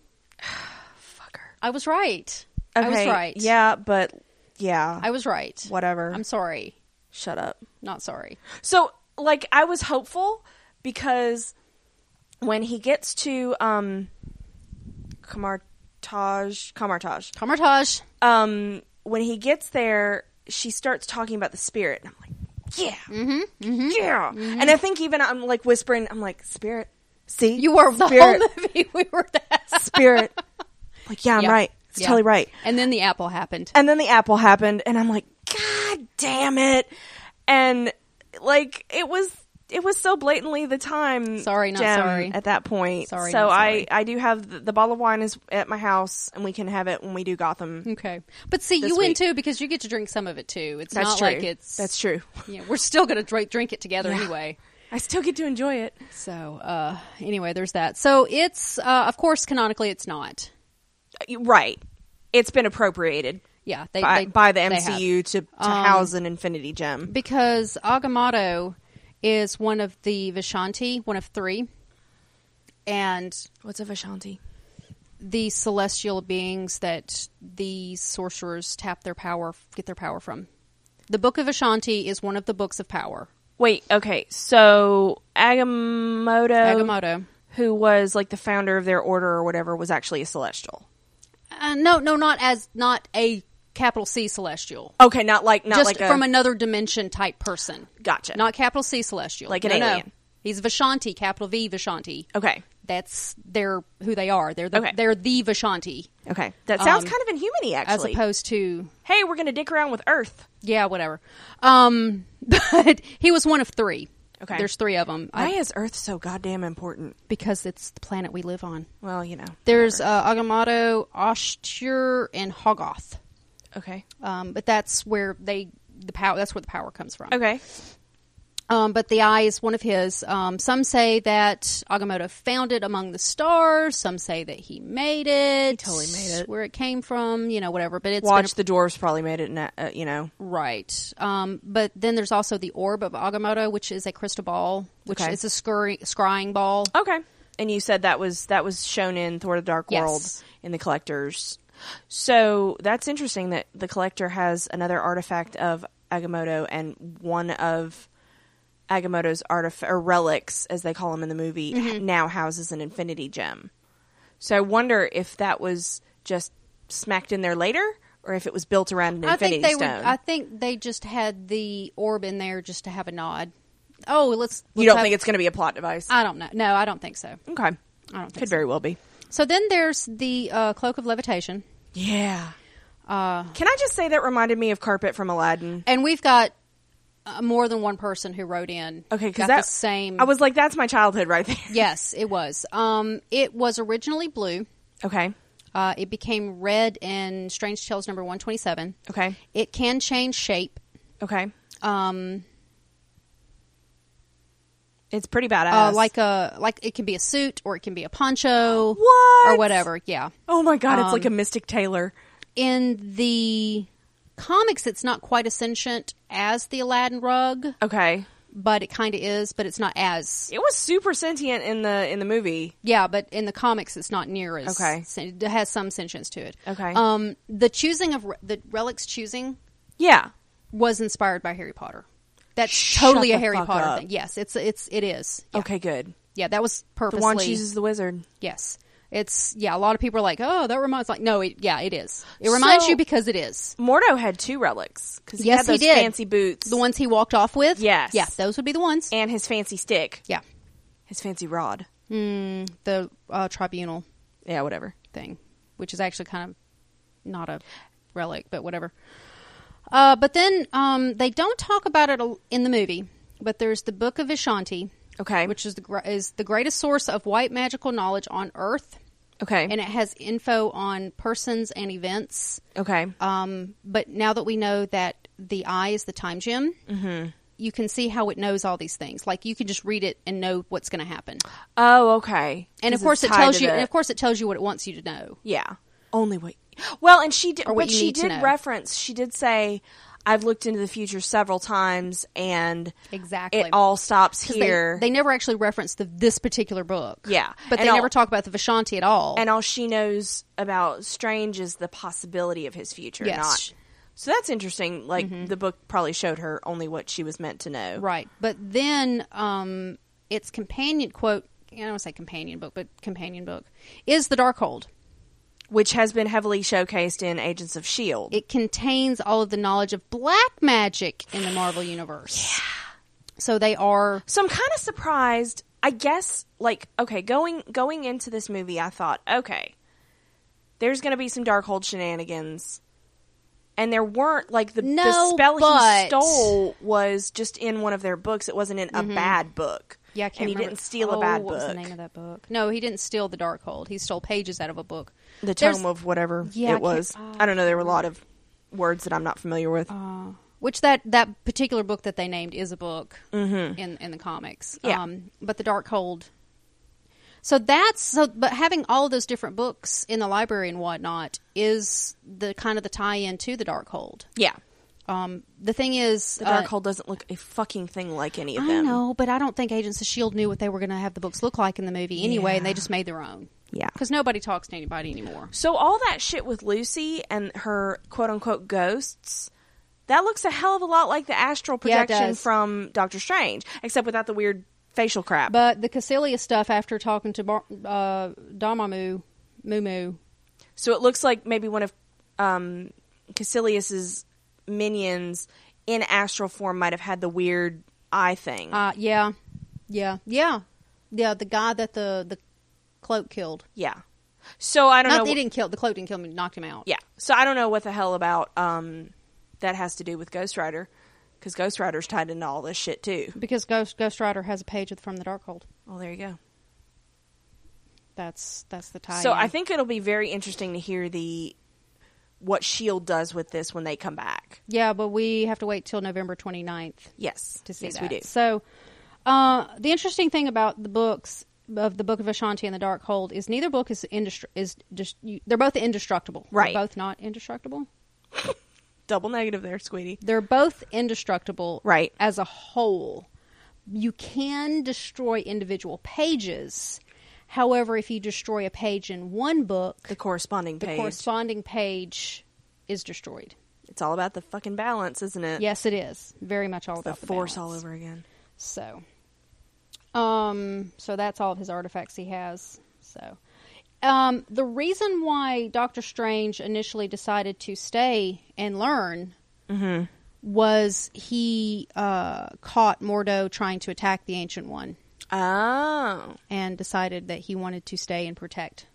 [SPEAKER 1] Fucker.
[SPEAKER 2] I was right.
[SPEAKER 1] Okay.
[SPEAKER 2] I was right.
[SPEAKER 1] Yeah, but yeah.
[SPEAKER 2] I was right.
[SPEAKER 1] whatever.
[SPEAKER 2] I'm sorry.
[SPEAKER 1] Shut up.
[SPEAKER 2] Not sorry.
[SPEAKER 1] So, like, I was hopeful because when he gets to um, Kamartage, Kamartage,
[SPEAKER 2] Kamartage.
[SPEAKER 1] um, when he gets there, she starts talking about the spirit. And I'm like, yeah, mm-hmm, yeah. And I think even I'm like whispering, I'm like, spirit, see,
[SPEAKER 2] You were the
[SPEAKER 1] spirit,
[SPEAKER 2] whole movie. We were that.
[SPEAKER 1] spirit. like, yeah, I'm
[SPEAKER 2] Yeah.
[SPEAKER 1] right. It's
[SPEAKER 2] Yeah.
[SPEAKER 1] totally right.
[SPEAKER 2] And then the apple happened.
[SPEAKER 1] And then the apple happened, and I'm like, God damn it! And like, it was it was so blatantly the time.
[SPEAKER 2] Sorry, not
[SPEAKER 1] gem
[SPEAKER 2] sorry.
[SPEAKER 1] At that point,
[SPEAKER 2] Sorry,
[SPEAKER 1] So
[SPEAKER 2] not
[SPEAKER 1] I
[SPEAKER 2] sorry.
[SPEAKER 1] I do have the, the bottle of wine is at my house, and we can have it when we do Gotham.
[SPEAKER 2] Okay, but see,
[SPEAKER 1] This
[SPEAKER 2] you win
[SPEAKER 1] week.
[SPEAKER 2] too because you get to drink some of it too. It's
[SPEAKER 1] That's
[SPEAKER 2] not
[SPEAKER 1] true.
[SPEAKER 2] like it's
[SPEAKER 1] That's true.
[SPEAKER 2] Yeah, we're still gonna drink drink it together
[SPEAKER 1] Yeah.
[SPEAKER 2] anyway.
[SPEAKER 1] I still get to enjoy it.
[SPEAKER 2] So uh, anyway, there's that. So it's uh, of course canonically it's not.
[SPEAKER 1] Right. It's been appropriated
[SPEAKER 2] Yeah, they,
[SPEAKER 1] by,
[SPEAKER 2] they-
[SPEAKER 1] by the
[SPEAKER 2] they have. Um,
[SPEAKER 1] MCU to, to house an Infinity Gem.
[SPEAKER 2] because Agamotto is one of the Vishanti, one of three, and
[SPEAKER 1] What's a Vishanti?
[SPEAKER 2] the celestial beings that these sorcerers tap their power, get their power from. The Book of Ashanti is one of the books of power.
[SPEAKER 1] Wait, okay. So Agamotto,
[SPEAKER 2] Agamotto.
[SPEAKER 1] who was like the founder of their order or whatever, was actually a celestial.
[SPEAKER 2] Uh, no, no, not as not a capital C celestial,
[SPEAKER 1] Okay, not like not
[SPEAKER 2] just
[SPEAKER 1] like a,
[SPEAKER 2] from another dimension type person.
[SPEAKER 1] gotcha.
[SPEAKER 2] Not capital C celestial,
[SPEAKER 1] Like an
[SPEAKER 2] No, no.
[SPEAKER 1] alien.
[SPEAKER 2] He's Vishanti, capital V Vishanti.
[SPEAKER 1] okay,
[SPEAKER 2] That's their who they are. They're the,
[SPEAKER 1] Okay.
[SPEAKER 2] they're the Vishanti.
[SPEAKER 1] okay. That sounds
[SPEAKER 2] Um,
[SPEAKER 1] kind of inhumany,
[SPEAKER 2] as
[SPEAKER 1] actually.
[SPEAKER 2] opposed to
[SPEAKER 1] hey, we're gonna dick around with Earth.
[SPEAKER 2] yeah, whatever. Um, but he was one of three.
[SPEAKER 1] Okay.
[SPEAKER 2] there's three of them
[SPEAKER 1] Why is Earth so goddamn important?
[SPEAKER 2] because it's the planet we live on.
[SPEAKER 1] Well, you know.
[SPEAKER 2] There's uh, Agamotto, Ashtur, and Hogoth,
[SPEAKER 1] Okay.
[SPEAKER 2] um, but that's where they the power. That's where the power comes from.
[SPEAKER 1] Okay.
[SPEAKER 2] Um, but the eye is one of his. Um, some say that Agamotto found it among the stars. Some say that he made it. He
[SPEAKER 1] totally made it.
[SPEAKER 2] Where it came from, you know, whatever. But it's been
[SPEAKER 1] Watch the dwarves probably made it. Na- uh, you know.
[SPEAKER 2] Right. Um, but then there's also the orb of Agamotto, which is a crystal ball, which
[SPEAKER 1] Okay.
[SPEAKER 2] is a scurry, scrying ball.
[SPEAKER 1] Okay. And you said that was that was shown in Thor: The Dark
[SPEAKER 2] Yes.
[SPEAKER 1] World in the collectors. So that's interesting that the collector has another artifact of Agamotto and one of Agamotto's artifact or relics, as they call them in the movie,
[SPEAKER 2] Mm-hmm.
[SPEAKER 1] now houses an Infinity Gem. So I wonder if that was just smacked in there later, or if it was built around an
[SPEAKER 2] I
[SPEAKER 1] Infinity
[SPEAKER 2] think they
[SPEAKER 1] Stone.
[SPEAKER 2] would. I think they just had the orb in there just to have a nod. Oh, let's.
[SPEAKER 1] you
[SPEAKER 2] let's
[SPEAKER 1] don't
[SPEAKER 2] have-
[SPEAKER 1] think it's going to be a plot device?
[SPEAKER 2] I don't know. No, I don't think so.
[SPEAKER 1] okay,
[SPEAKER 2] I don't think
[SPEAKER 1] could
[SPEAKER 2] so.
[SPEAKER 1] very well be.
[SPEAKER 2] So then there's the uh, cloak of levitation,
[SPEAKER 1] Yeah. Can I just say that reminded me of Carpet from Aladdin?
[SPEAKER 2] and we've got uh, more than one person who wrote in.
[SPEAKER 1] Okay, because
[SPEAKER 2] got
[SPEAKER 1] that
[SPEAKER 2] the same.
[SPEAKER 1] I was like, that's my childhood right there.
[SPEAKER 2] Yes, it was. Um, it was originally blue.
[SPEAKER 1] Okay.
[SPEAKER 2] Uh, it became red in Strange Tales number one twenty seven.
[SPEAKER 1] Okay.
[SPEAKER 2] It can change shape.
[SPEAKER 1] Okay.
[SPEAKER 2] Um,
[SPEAKER 1] It's pretty badass.
[SPEAKER 2] uh, like a like it can be a suit or it can be a poncho
[SPEAKER 1] What?
[SPEAKER 2] or whatever. Yeah.
[SPEAKER 1] oh my god, it's
[SPEAKER 2] um,
[SPEAKER 1] like a Mystic Taylor.
[SPEAKER 2] In the comics, it's not quite as sentient as the Aladdin rug,
[SPEAKER 1] Okay.
[SPEAKER 2] but it kind of is. But it's not as
[SPEAKER 1] It was super sentient in the in the movie.
[SPEAKER 2] yeah. But in the comics, it's not near as
[SPEAKER 1] Okay.
[SPEAKER 2] sen- It has some sentience to it.
[SPEAKER 1] Okay.
[SPEAKER 2] Um, the choosing of re- the relics choosing
[SPEAKER 1] Yeah.
[SPEAKER 2] was inspired by Harry Potter. That's
[SPEAKER 1] Shut
[SPEAKER 2] totally a
[SPEAKER 1] the
[SPEAKER 2] Harry
[SPEAKER 1] fuck
[SPEAKER 2] Potter
[SPEAKER 1] up.
[SPEAKER 2] thing. Yes, it's it's it is. Yeah,
[SPEAKER 1] Okay, good.
[SPEAKER 2] yeah that was
[SPEAKER 1] The
[SPEAKER 2] purposely.
[SPEAKER 1] wand chooses the wizard.
[SPEAKER 2] Yes. It's yeah, a lot of people are like, "Oh, that reminds like no, it, yeah, it is. It reminds
[SPEAKER 1] So-
[SPEAKER 2] you because it is.
[SPEAKER 1] Mordo had two relics because he
[SPEAKER 2] Yes,
[SPEAKER 1] had
[SPEAKER 2] he
[SPEAKER 1] those
[SPEAKER 2] did.
[SPEAKER 1] fancy boots
[SPEAKER 2] The ones he walked off with?
[SPEAKER 1] Yes.
[SPEAKER 2] Yeah, those would be the ones.
[SPEAKER 1] and his fancy stick,
[SPEAKER 2] yeah.
[SPEAKER 1] his fancy rod.
[SPEAKER 2] Mm, the uh, tribunal
[SPEAKER 1] Yeah, whatever.
[SPEAKER 2] thing, which is actually kind of not a relic, but whatever. Uh, but then um, they don't talk about it a- in the movie, but there's the Book of Vishanti,
[SPEAKER 1] Okay.
[SPEAKER 2] which is the gr- is the greatest source of white magical knowledge on Earth,
[SPEAKER 1] okay.
[SPEAKER 2] and it has info on persons and events.
[SPEAKER 1] okay.
[SPEAKER 2] Um, but now that we know that the eye is the time gem, you can see how it knows all these things. Like you can just read it and know what's going to happen.
[SPEAKER 1] Oh, okay.
[SPEAKER 2] And of
[SPEAKER 1] 'Cause
[SPEAKER 2] course,
[SPEAKER 1] it's
[SPEAKER 2] it
[SPEAKER 1] tied
[SPEAKER 2] tells
[SPEAKER 1] to
[SPEAKER 2] you.
[SPEAKER 1] the-
[SPEAKER 2] And of course, it tells you what it wants you to know.
[SPEAKER 1] yeah. Only what. Well, and she did,
[SPEAKER 2] Or what
[SPEAKER 1] but
[SPEAKER 2] you
[SPEAKER 1] she
[SPEAKER 2] need to
[SPEAKER 1] did
[SPEAKER 2] know.
[SPEAKER 1] reference. She did say, "I've looked into the future several times, and
[SPEAKER 2] Exactly.
[SPEAKER 1] it all stops
[SPEAKER 2] 'Cause they-
[SPEAKER 1] here."
[SPEAKER 2] They, never actually reference the, this particular book.
[SPEAKER 1] Yeah.
[SPEAKER 2] but
[SPEAKER 1] And
[SPEAKER 2] they
[SPEAKER 1] all-
[SPEAKER 2] never talk about the Vishanti at all.
[SPEAKER 1] and all she knows about Strange is the possibility of his future,
[SPEAKER 2] Yes. Mm-hmm.
[SPEAKER 1] not. So that's interesting. Like the book probably showed her only what she was meant to know.
[SPEAKER 2] Right. But then um, its companion quote, I don't want to say companion book, but companion book is the Darkhold.
[SPEAKER 1] which has been heavily showcased in Agents of Shield.
[SPEAKER 2] It contains all of the knowledge of black magic in the Marvel universe. Yeah. So they are
[SPEAKER 1] so I'm kind of surprised. I guess like okay, going going into this movie, I thought okay, there's going to be some Darkhold shenanigans, and there weren't. Like the, the
[SPEAKER 2] No,
[SPEAKER 1] spell
[SPEAKER 2] but-
[SPEAKER 1] he stole was just in one of their books. It wasn't in a bad book.
[SPEAKER 2] Mm-hmm. yeah, I can't
[SPEAKER 1] and he
[SPEAKER 2] remember-
[SPEAKER 1] didn't steal
[SPEAKER 2] oh,
[SPEAKER 1] a bad
[SPEAKER 2] what was the
[SPEAKER 1] book.
[SPEAKER 2] name of that book? No, he didn't steal the Darkhold. He stole pages out of a book.
[SPEAKER 1] The
[SPEAKER 2] There's-
[SPEAKER 1] tome of whatever
[SPEAKER 2] Yeah, I
[SPEAKER 1] it
[SPEAKER 2] can't-
[SPEAKER 1] was.
[SPEAKER 2] oh,
[SPEAKER 1] I don't know. There were a lot of words that I'm not familiar with.
[SPEAKER 2] Uh, which that that particular book that they named is a book in in the comics.
[SPEAKER 1] Mm-hmm. Yeah.
[SPEAKER 2] Um, but the Darkhold. So that's so, but having all those different books in the library and whatnot is the kind of the tie-in to the Darkhold.
[SPEAKER 1] yeah,
[SPEAKER 2] Um, the thing is,
[SPEAKER 1] the
[SPEAKER 2] uh,
[SPEAKER 1] Darkhold doesn't look a fucking thing like any of
[SPEAKER 2] I
[SPEAKER 1] them.
[SPEAKER 2] know, but I don't think Agents of Shield knew what they were going to have the books look like in the movie anyway, and they just made their own.
[SPEAKER 1] Yeah.
[SPEAKER 2] because nobody talks to anybody anymore.
[SPEAKER 1] So all that shit with Lucy and her quote unquote ghosts, that looks a hell of a lot like the astral
[SPEAKER 2] Yeah, it
[SPEAKER 1] projection
[SPEAKER 2] does.
[SPEAKER 1] from Doctor Strange, except without the weird facial crap.
[SPEAKER 2] But the Cassilia stuff after talking to Bar- uh, Damamu, Mumu,
[SPEAKER 1] so it looks like maybe one of um, Cassilius's minions in astral form might have had the weird eye thing.
[SPEAKER 2] Uh, yeah, yeah, yeah, yeah. The guy that the the cloak killed.
[SPEAKER 1] yeah. So I don't
[SPEAKER 2] Not
[SPEAKER 1] know.
[SPEAKER 2] that he didn't kill. The cloak didn't kill him. he Knocked him out.
[SPEAKER 1] yeah. So I don't know what the hell about um, that has to do with Ghost Rider, because Ghost Rider's tied into all this shit too.
[SPEAKER 2] because Ghost Ghost Rider has a page with- from the Darkhold.
[SPEAKER 1] Well, there you go.
[SPEAKER 2] That's that's the tie.
[SPEAKER 1] So I think it'll be very interesting to hear the what Shield E does with this when they come back.
[SPEAKER 2] yeah, but we have to wait till November 29th
[SPEAKER 1] Yes,
[SPEAKER 2] to see
[SPEAKER 1] yes,
[SPEAKER 2] that.
[SPEAKER 1] we do.
[SPEAKER 2] So uh, the interesting thing about the books of the Book of Ashanti and the Darkhold is neither book is indestru- is just you, they're both indestructible.
[SPEAKER 1] Right.
[SPEAKER 2] They're both not indestructible.
[SPEAKER 1] Double negative there, sweetie.
[SPEAKER 2] They're both indestructible
[SPEAKER 1] Right.
[SPEAKER 2] as a whole. You can destroy individual pages. However, if you destroy a page in one book,
[SPEAKER 1] The corresponding
[SPEAKER 2] the
[SPEAKER 1] page.
[SPEAKER 2] corresponding page is destroyed.
[SPEAKER 1] it's all about the fucking balance, isn't it?
[SPEAKER 2] Yes, it is. Very much all
[SPEAKER 1] the
[SPEAKER 2] about the
[SPEAKER 1] force all
[SPEAKER 2] balance.
[SPEAKER 1] over again.
[SPEAKER 2] So, um, so that's all of his artifacts he has. So, um, the reason why Doctor Strange initially decided to stay and learn was he uh, caught Mordo trying to attack the Ancient One
[SPEAKER 1] Oh
[SPEAKER 2] and decided that he wanted to stay and protect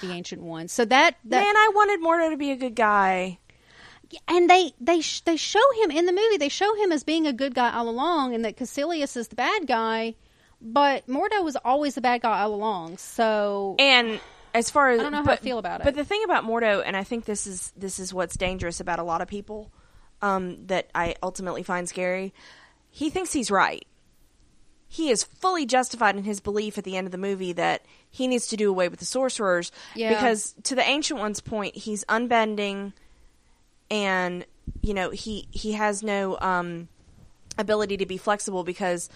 [SPEAKER 2] the Ancient One. So that that
[SPEAKER 1] man, I wanted Mordo to be a good guy.
[SPEAKER 2] and they they sh- they show him in the movie. They show him as being a good guy all along, and that Cassilius is the bad guy. But Mordo was always the bad guy all along. So
[SPEAKER 1] And as far as
[SPEAKER 2] I don't know how
[SPEAKER 1] but-
[SPEAKER 2] I feel about it.
[SPEAKER 1] But the thing about Mordo, and I think this is this is what's dangerous about a lot of people um, that I ultimately find scary. He thinks he's right. He is fully justified in his belief at the end of the movie that he needs to do away with the sorcerers
[SPEAKER 2] Yeah.
[SPEAKER 1] because, to the ancient one's point, he's unbending, and you know he he has no. Um, ability to be flexible because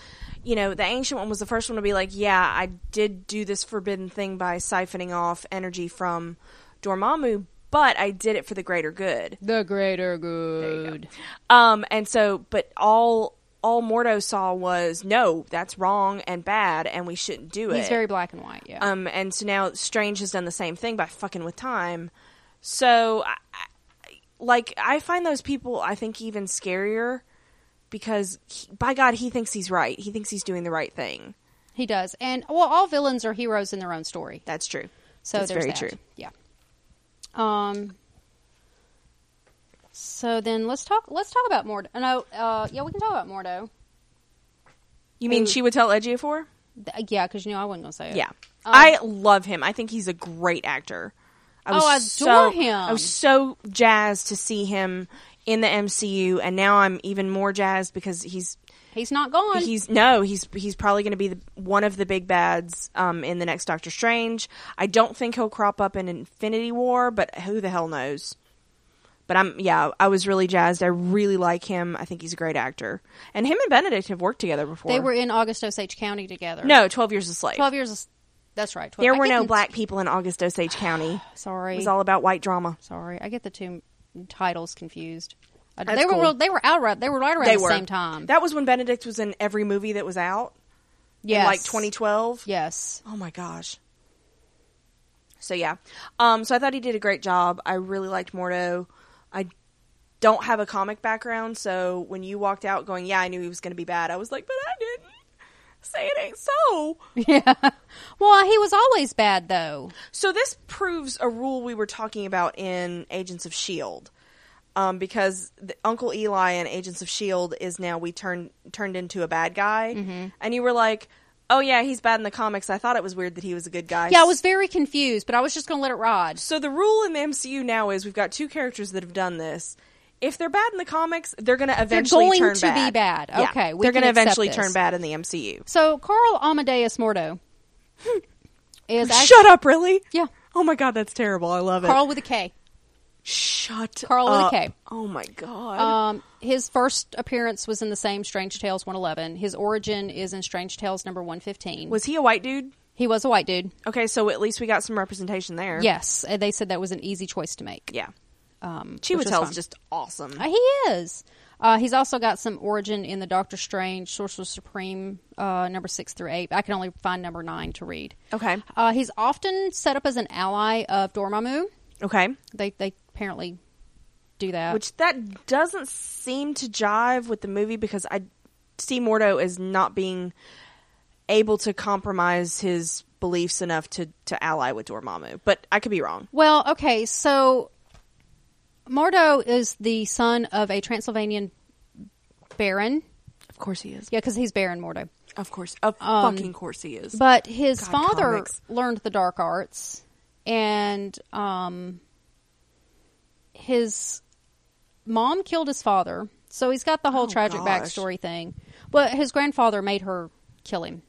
[SPEAKER 1] you know the ancient one was the first one to be like yeah i did do this forbidden thing by siphoning off energy from dormammu but i did it for the greater good
[SPEAKER 2] the greater good.
[SPEAKER 1] um and so but all all mordo saw was no that's wrong and bad and we shouldn't do it
[SPEAKER 2] He's very black and white. Yeah.
[SPEAKER 1] um and so now strange has done the same thing by fucking with time so I, I- like i find those people i think even scarier because he, by god he thinks he's right he thinks he's doing the right thing
[SPEAKER 2] he does. And well, all villains are heroes in their own story.
[SPEAKER 1] that's true
[SPEAKER 2] So
[SPEAKER 1] that's
[SPEAKER 2] there's
[SPEAKER 1] very
[SPEAKER 2] that.
[SPEAKER 1] true
[SPEAKER 2] Yeah. Um. So then let's talk. Let's talk about Mordo. No. Uh. Yeah, we can talk about Mordo.
[SPEAKER 1] You mean
[SPEAKER 2] Who-
[SPEAKER 1] she would tell Edgeofor?
[SPEAKER 2] Th- yeah, because you know I wasn't gonna say it. Oh.
[SPEAKER 1] Yeah. I love him. I think he's a great actor. I
[SPEAKER 2] Oh, I
[SPEAKER 1] so,
[SPEAKER 2] adore him.
[SPEAKER 1] I was so jazzed to see him in the MCU, and now I'm even more jazzed because he's
[SPEAKER 2] he's not gone.
[SPEAKER 1] he's no he's he's probably going to be the, one of the big bads um, in the next Doctor Strange. I don't think he'll crop up in Infinity War, but who the hell knows? But I'm yeah, I was really jazzed. I really like him. I think he's a great actor, and him and Benedict have worked together before.
[SPEAKER 2] they were in August Osage County together.
[SPEAKER 1] no Twelve Years a Slave.
[SPEAKER 2] twelve years. Is, that's right. 12,
[SPEAKER 1] there
[SPEAKER 2] I
[SPEAKER 1] were
[SPEAKER 2] get
[SPEAKER 1] no
[SPEAKER 2] them-
[SPEAKER 1] black people in August Osage County. It
[SPEAKER 2] Sorry,
[SPEAKER 1] was all about white drama.
[SPEAKER 2] sorry. I get the two titles confused. I-
[SPEAKER 1] That's
[SPEAKER 2] they were
[SPEAKER 1] cool.
[SPEAKER 2] real- they were out right. They were right around
[SPEAKER 1] They
[SPEAKER 2] the
[SPEAKER 1] were
[SPEAKER 2] same time.
[SPEAKER 1] That was when Benedict was in every movie that was out. Yeah,
[SPEAKER 2] Yes.
[SPEAKER 1] like 2012.
[SPEAKER 2] Yes.
[SPEAKER 1] Oh my gosh. So yeah. Um so I thought he did a great job. I really liked Mordo. I don't have a comic background, so when you walked out going, "Yeah, I knew he was going to be bad." I was like, "But I didn't." Say it ain't so.
[SPEAKER 2] Well, he was always bad though.
[SPEAKER 1] So this proves a rule we were talking about in Agents of Shield, E um, because the, Uncle Eli in Agents of Shield E is now we turned turned into a bad guy,
[SPEAKER 2] Mm-hmm.
[SPEAKER 1] and you were like, "Oh yeah, he's bad in the comics." I thought it was weird that he was a good guy.
[SPEAKER 2] Yeah, I was very confused, but I was just gonna let it ride.
[SPEAKER 1] So the rule in the MCU now is we've got two characters that have done this. If they're bad in the comics, they're going to eventually
[SPEAKER 2] going
[SPEAKER 1] turn
[SPEAKER 2] to
[SPEAKER 1] bad.
[SPEAKER 2] be bad.
[SPEAKER 1] Yeah.
[SPEAKER 2] Okay, we
[SPEAKER 1] they're
[SPEAKER 2] can
[SPEAKER 1] gonna
[SPEAKER 2] accept
[SPEAKER 1] eventually
[SPEAKER 2] this.
[SPEAKER 1] turn bad in the MCU.
[SPEAKER 2] So Carl Amadeus Mordo is actually,
[SPEAKER 1] Shut up, really?
[SPEAKER 2] yeah
[SPEAKER 1] Oh my god, that's terrible. I love it.
[SPEAKER 2] Carl with a K.
[SPEAKER 1] Shut
[SPEAKER 2] Carl with a
[SPEAKER 1] up.
[SPEAKER 2] K.
[SPEAKER 1] Oh my god.
[SPEAKER 2] Um, his first appearance was in the same Strange Tales 111. His origin is in Strange Tales number 115.
[SPEAKER 1] was he a white dude?
[SPEAKER 2] he was a white dude.
[SPEAKER 1] Okay, so at least we got some representation there.
[SPEAKER 2] Yes, and they said that was an easy choice to make.
[SPEAKER 1] Yeah.
[SPEAKER 2] Um, which was
[SPEAKER 1] Chiwetel's
[SPEAKER 2] fine.
[SPEAKER 1] just awesome.
[SPEAKER 2] Uh, he is. Uh, he's also got some origin in the Doctor Strange, Sorcerer Supreme, uh, number six through eight. I can only find number nine to read.
[SPEAKER 1] Okay.
[SPEAKER 2] Uh, he's often set up as an ally of Dormammu.
[SPEAKER 1] Okay.
[SPEAKER 2] They they apparently do that.
[SPEAKER 1] Which that doesn't seem to jive with the movie because I see Mordo as not being able to compromise his beliefs enough to, to ally with Dormammu. But I could be wrong.
[SPEAKER 2] Well, okay, so Mordo is the son of a Transylvanian baron.
[SPEAKER 1] Of course he is.
[SPEAKER 2] Yeah, because he's Baron Mordo.
[SPEAKER 1] Of course. Of fucking course he is.
[SPEAKER 2] But his
[SPEAKER 1] God,
[SPEAKER 2] father
[SPEAKER 1] comics.
[SPEAKER 2] learned the dark arts, and um, his mom killed his father. So he's got the whole
[SPEAKER 1] Oh,
[SPEAKER 2] tragic
[SPEAKER 1] gosh.
[SPEAKER 2] backstory thing. But his grandfather made her kill him.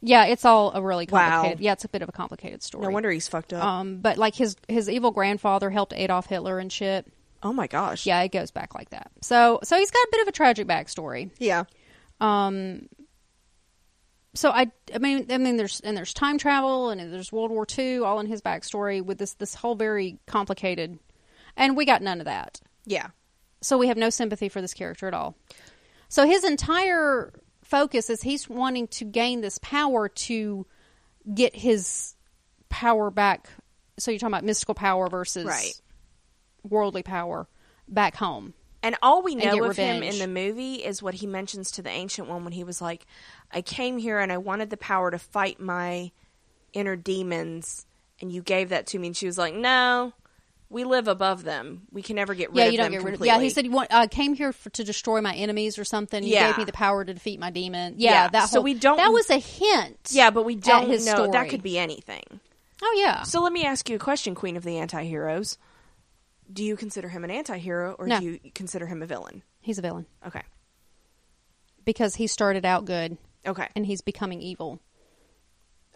[SPEAKER 2] Yeah, it's all a really
[SPEAKER 1] Wow.
[SPEAKER 2] complicated. Yeah, it's a bit of a complicated story.
[SPEAKER 1] no wonder he's fucked up.
[SPEAKER 2] Um, but like his his evil grandfather helped Adolf Hitler and shit.
[SPEAKER 1] oh my gosh.
[SPEAKER 2] Yeah, it goes back like that. So so he's got a bit of a tragic backstory.
[SPEAKER 1] Yeah.
[SPEAKER 2] Um, so I I mean I mean there's and there's time travel and there's World War II all in his backstory with this this whole very complicated, and we got none of that.
[SPEAKER 1] Yeah.
[SPEAKER 2] So we have no sympathy for this character at all. So his entire focus is he's wanting to gain this power to get his power back. So you're talking about mystical power versus
[SPEAKER 1] Right.
[SPEAKER 2] worldly power back home.
[SPEAKER 1] And all we
[SPEAKER 2] get
[SPEAKER 1] know of him
[SPEAKER 2] revenge.
[SPEAKER 1] in the movie is what he mentions to the ancient one when he was like, I came here and I wanted the power to fight my inner demons, and you gave that to me. And she was like, No, we live above them. We can never get rid
[SPEAKER 2] Yeah,
[SPEAKER 1] of
[SPEAKER 2] you don't
[SPEAKER 1] them
[SPEAKER 2] get rid of.
[SPEAKER 1] completely.
[SPEAKER 2] Yeah, he said you want. I came here for, to destroy my enemies or something. You
[SPEAKER 1] Yeah.
[SPEAKER 2] gave me the power to defeat my demon. Yeah,
[SPEAKER 1] Yeah,
[SPEAKER 2] that whole.
[SPEAKER 1] so we don't-
[SPEAKER 2] That was a hint.
[SPEAKER 1] Yeah, but we don't
[SPEAKER 2] his
[SPEAKER 1] know.
[SPEAKER 2] story.
[SPEAKER 1] That could be anything.
[SPEAKER 2] Oh yeah.
[SPEAKER 1] So let me ask you a question, Queen of the Anti Heroes. Do you consider him an anti hero or
[SPEAKER 2] No.
[SPEAKER 1] do you consider him a villain?
[SPEAKER 2] He's a villain
[SPEAKER 1] Okay.
[SPEAKER 2] because he started out good
[SPEAKER 1] Okay.
[SPEAKER 2] and he's becoming evil.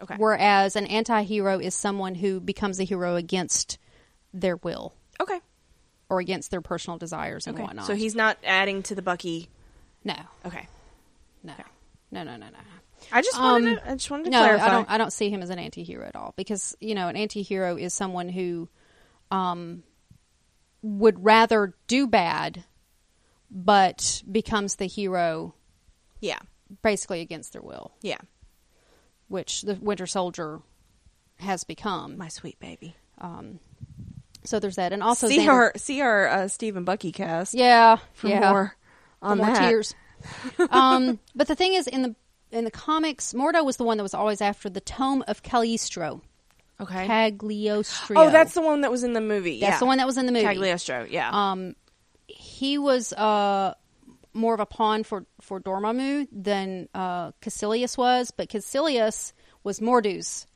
[SPEAKER 1] Okay.
[SPEAKER 2] Whereas an anti-hero is someone who becomes a hero against their will
[SPEAKER 1] Okay.
[SPEAKER 2] or against their personal desires and
[SPEAKER 1] Okay.
[SPEAKER 2] whatnot.
[SPEAKER 1] So he's not adding to the Bucky.
[SPEAKER 2] no,
[SPEAKER 1] Okay.
[SPEAKER 2] no, no, no, no, no.
[SPEAKER 1] I just wanted to, Um, I just wanted to
[SPEAKER 2] Um, no,
[SPEAKER 1] clarify.
[SPEAKER 2] I don't. I don't see him as an anti-hero at all because you know an anti-hero is someone who, um, would rather do bad, but becomes the hero
[SPEAKER 1] Yeah.
[SPEAKER 2] basically against their will,
[SPEAKER 1] Yeah.
[SPEAKER 2] which the Winter Soldier has become.
[SPEAKER 1] My sweet baby.
[SPEAKER 2] Um, so there's that, and also
[SPEAKER 1] see
[SPEAKER 2] Xander-
[SPEAKER 1] our see our uh, Steve and Bucky cast.
[SPEAKER 2] Yeah,
[SPEAKER 1] for
[SPEAKER 2] yeah.
[SPEAKER 1] more
[SPEAKER 2] For
[SPEAKER 1] on
[SPEAKER 2] more
[SPEAKER 1] that.
[SPEAKER 2] tears. um, but the thing is, in the in the comics, Mordo was the one that was always after the Tome of Cagliostro.
[SPEAKER 1] Okay.
[SPEAKER 2] Cagliostro.
[SPEAKER 1] oh, that's the one that was in the movie.
[SPEAKER 2] That's
[SPEAKER 1] yeah.
[SPEAKER 2] the one that Um, was in the movie.
[SPEAKER 1] Cagliostro. Yeah.
[SPEAKER 2] Um, he was uh, more of a pawn for for Dormammu than uh, Cassilius was, but Cassilius was Mordu's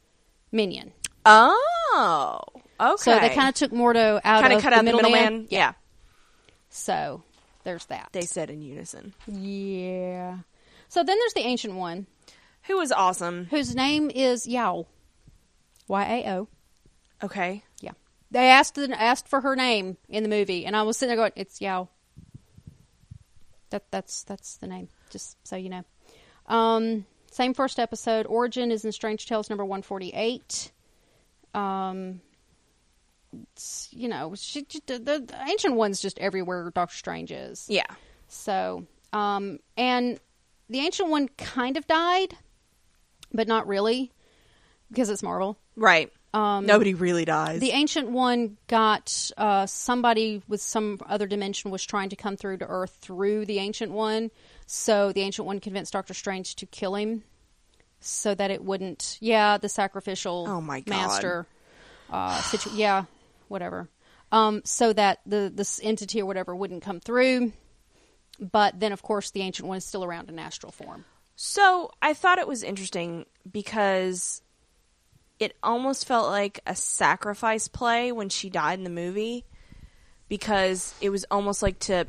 [SPEAKER 2] minion.
[SPEAKER 1] Oh, okay.
[SPEAKER 2] So they kind of took Mordo out
[SPEAKER 1] Kinda
[SPEAKER 2] of
[SPEAKER 1] cut
[SPEAKER 2] the
[SPEAKER 1] out the
[SPEAKER 2] middleman.
[SPEAKER 1] middleman. Yeah.
[SPEAKER 2] So there's that.
[SPEAKER 1] they said in unison.
[SPEAKER 2] yeah. So then there's the ancient one,
[SPEAKER 1] Who was awesome?
[SPEAKER 2] whose name is Yao. Y A O.
[SPEAKER 1] Okay,
[SPEAKER 2] Yeah. They asked asked for her name in the movie, and I was sitting there going, "It's Yao." That that's that's the name. Just so you know. Um, same first episode. Origin is in Strange Tales number one forty eight. Um, it's, you know, she, she- the, the ancient one's just everywhere. Doctor Strange is.
[SPEAKER 1] yeah,
[SPEAKER 2] So, um, and the ancient one kind of died, but not really, because it's Marvel.
[SPEAKER 1] right.
[SPEAKER 2] Um,
[SPEAKER 1] Nobody really dies.
[SPEAKER 2] the ancient one got uh, somebody with some other dimension was trying to come through to Earth through the ancient one. So the ancient one convinced Doctor Strange to kill him, so that it wouldn't. Yeah, the sacrificial.
[SPEAKER 1] Oh my God.
[SPEAKER 2] master. Uh, situ- yeah, whatever. Um, so that the this entity or whatever wouldn't come through. But then, of course, the ancient one is still around in astral form.
[SPEAKER 1] so I thought it was interesting because it almost felt like a sacrifice play when she died in the movie because it was almost like to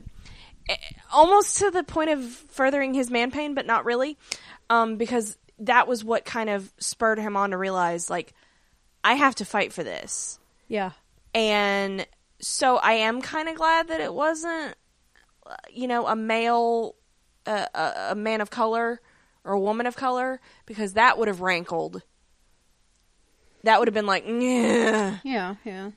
[SPEAKER 1] eh, almost to the point of furthering his man pain but not really um, because that was what kind of spurred him on to realize like i have to fight for this
[SPEAKER 2] Yeah.
[SPEAKER 1] and so I am kind of glad that it wasn't, uh, you know, a male, uh, a, a man of color or a woman of color, because that would have rankled. That would have been like, "Nyeh."
[SPEAKER 2] Yeah. Yeah.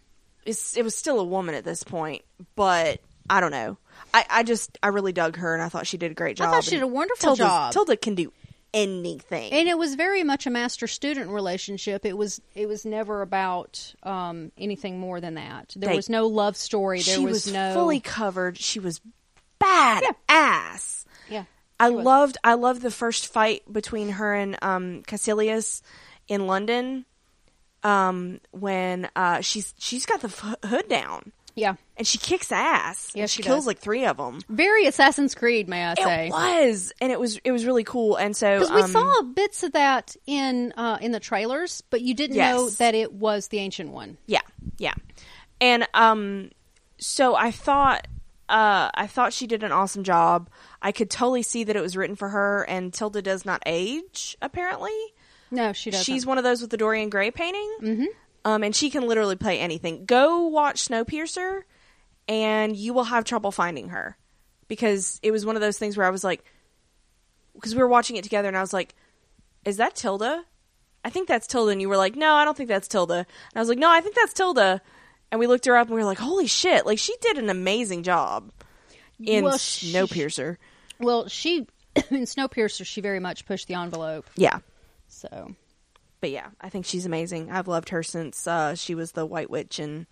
[SPEAKER 1] it's, it was still a woman at this point, but I don't know. I, I just, I really dug her and I thought she did a great job.
[SPEAKER 2] I thought she
[SPEAKER 1] and
[SPEAKER 2] did a wonderful
[SPEAKER 1] Tilda's-
[SPEAKER 2] job.
[SPEAKER 1] Tilda can do anything.
[SPEAKER 2] and it was very much a master student relationship it was it was never about um, anything more than that there
[SPEAKER 1] They-
[SPEAKER 2] was no love story there
[SPEAKER 1] she was,
[SPEAKER 2] was, no
[SPEAKER 1] fully covered. She was bad ass.
[SPEAKER 2] yeah
[SPEAKER 1] I
[SPEAKER 2] was.
[SPEAKER 1] loved I loved the first fight between her and um Cassilius in London um when uh she's she's got the f- hood down
[SPEAKER 2] yeah
[SPEAKER 1] and she kicks ass
[SPEAKER 2] Yeah,
[SPEAKER 1] and she,
[SPEAKER 2] she
[SPEAKER 1] kills
[SPEAKER 2] does.
[SPEAKER 1] like 3 of them.
[SPEAKER 2] very assassin's creed may i
[SPEAKER 1] It
[SPEAKER 2] say
[SPEAKER 1] was and it was it was really cool and so
[SPEAKER 2] because we
[SPEAKER 1] um,
[SPEAKER 2] saw bits of that in uh, in the trailers but you didn't know
[SPEAKER 1] Yes.
[SPEAKER 2] that it was the ancient one
[SPEAKER 1] Yeah, yeah, and um, so I thought, uh, I thought she did an awesome job. I could totally see that it was written for her, and Tilda does not age. Apparently,
[SPEAKER 2] no she doesn't
[SPEAKER 1] she's one of those with the Dorian Gray painting, mm-hmm. um, and she can literally play anything. Go watch Snowpiercer, and you will have trouble finding her because it was one of those things where I was like, because we were watching it together, and I was like, is that Tilda? I think that's Tilda. And you were like, no, I don't think that's Tilda. And I was like, no, I think that's Tilda. And we looked her up and we were like, holy shit. Like, she did an amazing job in
[SPEAKER 2] Well, she-
[SPEAKER 1] Snowpiercer.
[SPEAKER 2] well she in snowpiercer she very much pushed the envelope
[SPEAKER 1] Yeah.
[SPEAKER 2] so
[SPEAKER 1] But yeah, I think she's amazing. I've loved her since uh, she was the White Witch in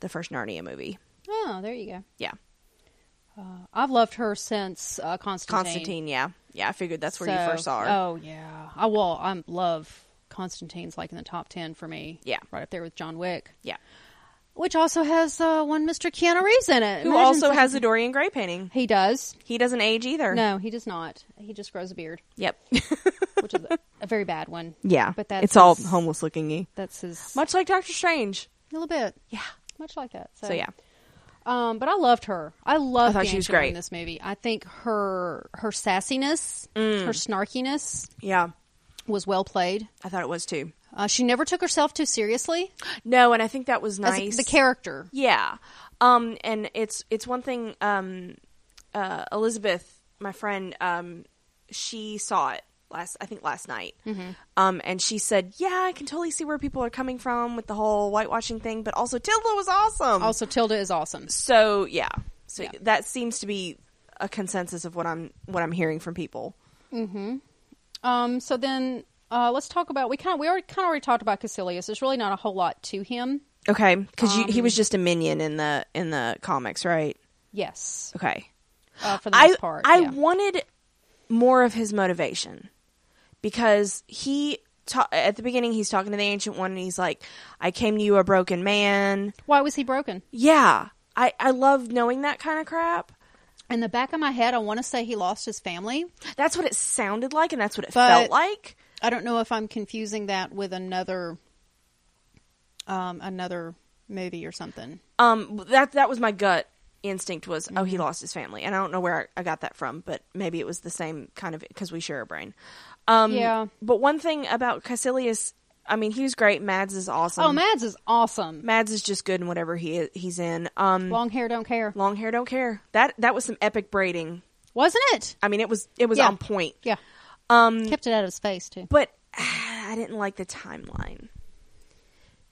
[SPEAKER 1] the first Narnia movie.
[SPEAKER 2] oh there you go
[SPEAKER 1] Yeah.
[SPEAKER 2] i've loved her since uh,
[SPEAKER 1] Constantine, yeah. Yeah, I figured that's where you
[SPEAKER 2] So-
[SPEAKER 1] first saw her.
[SPEAKER 2] Oh yeah, I well, I love Constantine's like in the top ten for me.
[SPEAKER 1] Yeah.
[SPEAKER 2] right up there with John Wick,
[SPEAKER 1] yeah.
[SPEAKER 2] which also has uh, one Mr. Keanu Reeves in it,
[SPEAKER 1] Who
[SPEAKER 2] Imagine
[SPEAKER 1] also
[SPEAKER 2] such-
[SPEAKER 1] has a Dorian Gray painting.
[SPEAKER 2] He does.
[SPEAKER 1] He doesn't age either.
[SPEAKER 2] No, he does not. He just grows a beard,
[SPEAKER 1] Yep.
[SPEAKER 2] which is a, a very bad one.
[SPEAKER 1] yeah.
[SPEAKER 2] but that's
[SPEAKER 1] it's all
[SPEAKER 2] his-
[SPEAKER 1] homeless looking
[SPEAKER 2] That's his
[SPEAKER 1] Much like Doctor Strange.
[SPEAKER 2] a little bit,
[SPEAKER 1] Yeah.
[SPEAKER 2] much like that. So,
[SPEAKER 1] So yeah.
[SPEAKER 2] um, but I loved her. I loved
[SPEAKER 1] I thought
[SPEAKER 2] the
[SPEAKER 1] she was
[SPEAKER 2] Angela
[SPEAKER 1] great.
[SPEAKER 2] in this movie. I think her her sassiness,
[SPEAKER 1] Mm.
[SPEAKER 2] her snarkiness
[SPEAKER 1] Yeah.
[SPEAKER 2] was well played.
[SPEAKER 1] I thought it was too.
[SPEAKER 2] Uh, she never took herself too seriously.
[SPEAKER 1] No, and I think that was
[SPEAKER 2] as a-
[SPEAKER 1] nice.
[SPEAKER 2] the character.
[SPEAKER 1] yeah. Um, and it's it's one thing. Um, uh, Elizabeth, my friend, um, she saw it last. I think last night.
[SPEAKER 2] Mm-hmm.
[SPEAKER 1] Um, and she said, "Yeah, I can totally see where people are coming from with the whole whitewashing thing, but also Tilda was awesome.
[SPEAKER 2] Also, Tilda is awesome.
[SPEAKER 1] so yeah, so
[SPEAKER 2] Yeah.
[SPEAKER 1] that seems to be a consensus of what I'm what I'm hearing from people.
[SPEAKER 2] Um, so then uh, let's talk about we kind of we already kind of already talked about Cassilius. There's really not a whole lot to him.
[SPEAKER 1] Okay, because
[SPEAKER 2] Um,
[SPEAKER 1] he was just a minion in the in the comics, right?
[SPEAKER 2] Yes,
[SPEAKER 1] Okay.
[SPEAKER 2] uh, for the most
[SPEAKER 1] I,
[SPEAKER 2] part.
[SPEAKER 1] I
[SPEAKER 2] yeah.
[SPEAKER 1] wanted more of his motivation because he ta- at the beginning he's talking to the ancient one and he's like, "I came to you a broken man."
[SPEAKER 2] Why was he broken?
[SPEAKER 1] Yeah, I I love knowing that kind of crap.
[SPEAKER 2] In the back of my head, I want to say he lost his family.
[SPEAKER 1] That's what it sounded like, and that's what it
[SPEAKER 2] But-
[SPEAKER 1] felt like.
[SPEAKER 2] I don't know if I'm confusing that with another, um, another movie or something.
[SPEAKER 1] Um, that that was my gut instinct was, oh,
[SPEAKER 2] Mm-hmm.
[SPEAKER 1] he lost his family, and I don't know where I, I got that from, but maybe it was the same kind of because we share a brain. Um,
[SPEAKER 2] Yeah.
[SPEAKER 1] But one thing about Cassilius, I mean, he was great. Mads is awesome.
[SPEAKER 2] Oh, Mads is awesome.
[SPEAKER 1] Mads is just good in whatever he is, he's in. Um,
[SPEAKER 2] Long hair, don't care,
[SPEAKER 1] long hair, don't care. That that was some epic braiding.
[SPEAKER 2] wasn't it?
[SPEAKER 1] I mean, it was it was
[SPEAKER 2] Yeah.
[SPEAKER 1] on point.
[SPEAKER 2] Yeah,
[SPEAKER 1] Um,
[SPEAKER 2] kept it out of space too.
[SPEAKER 1] but ah, I didn't like the timeline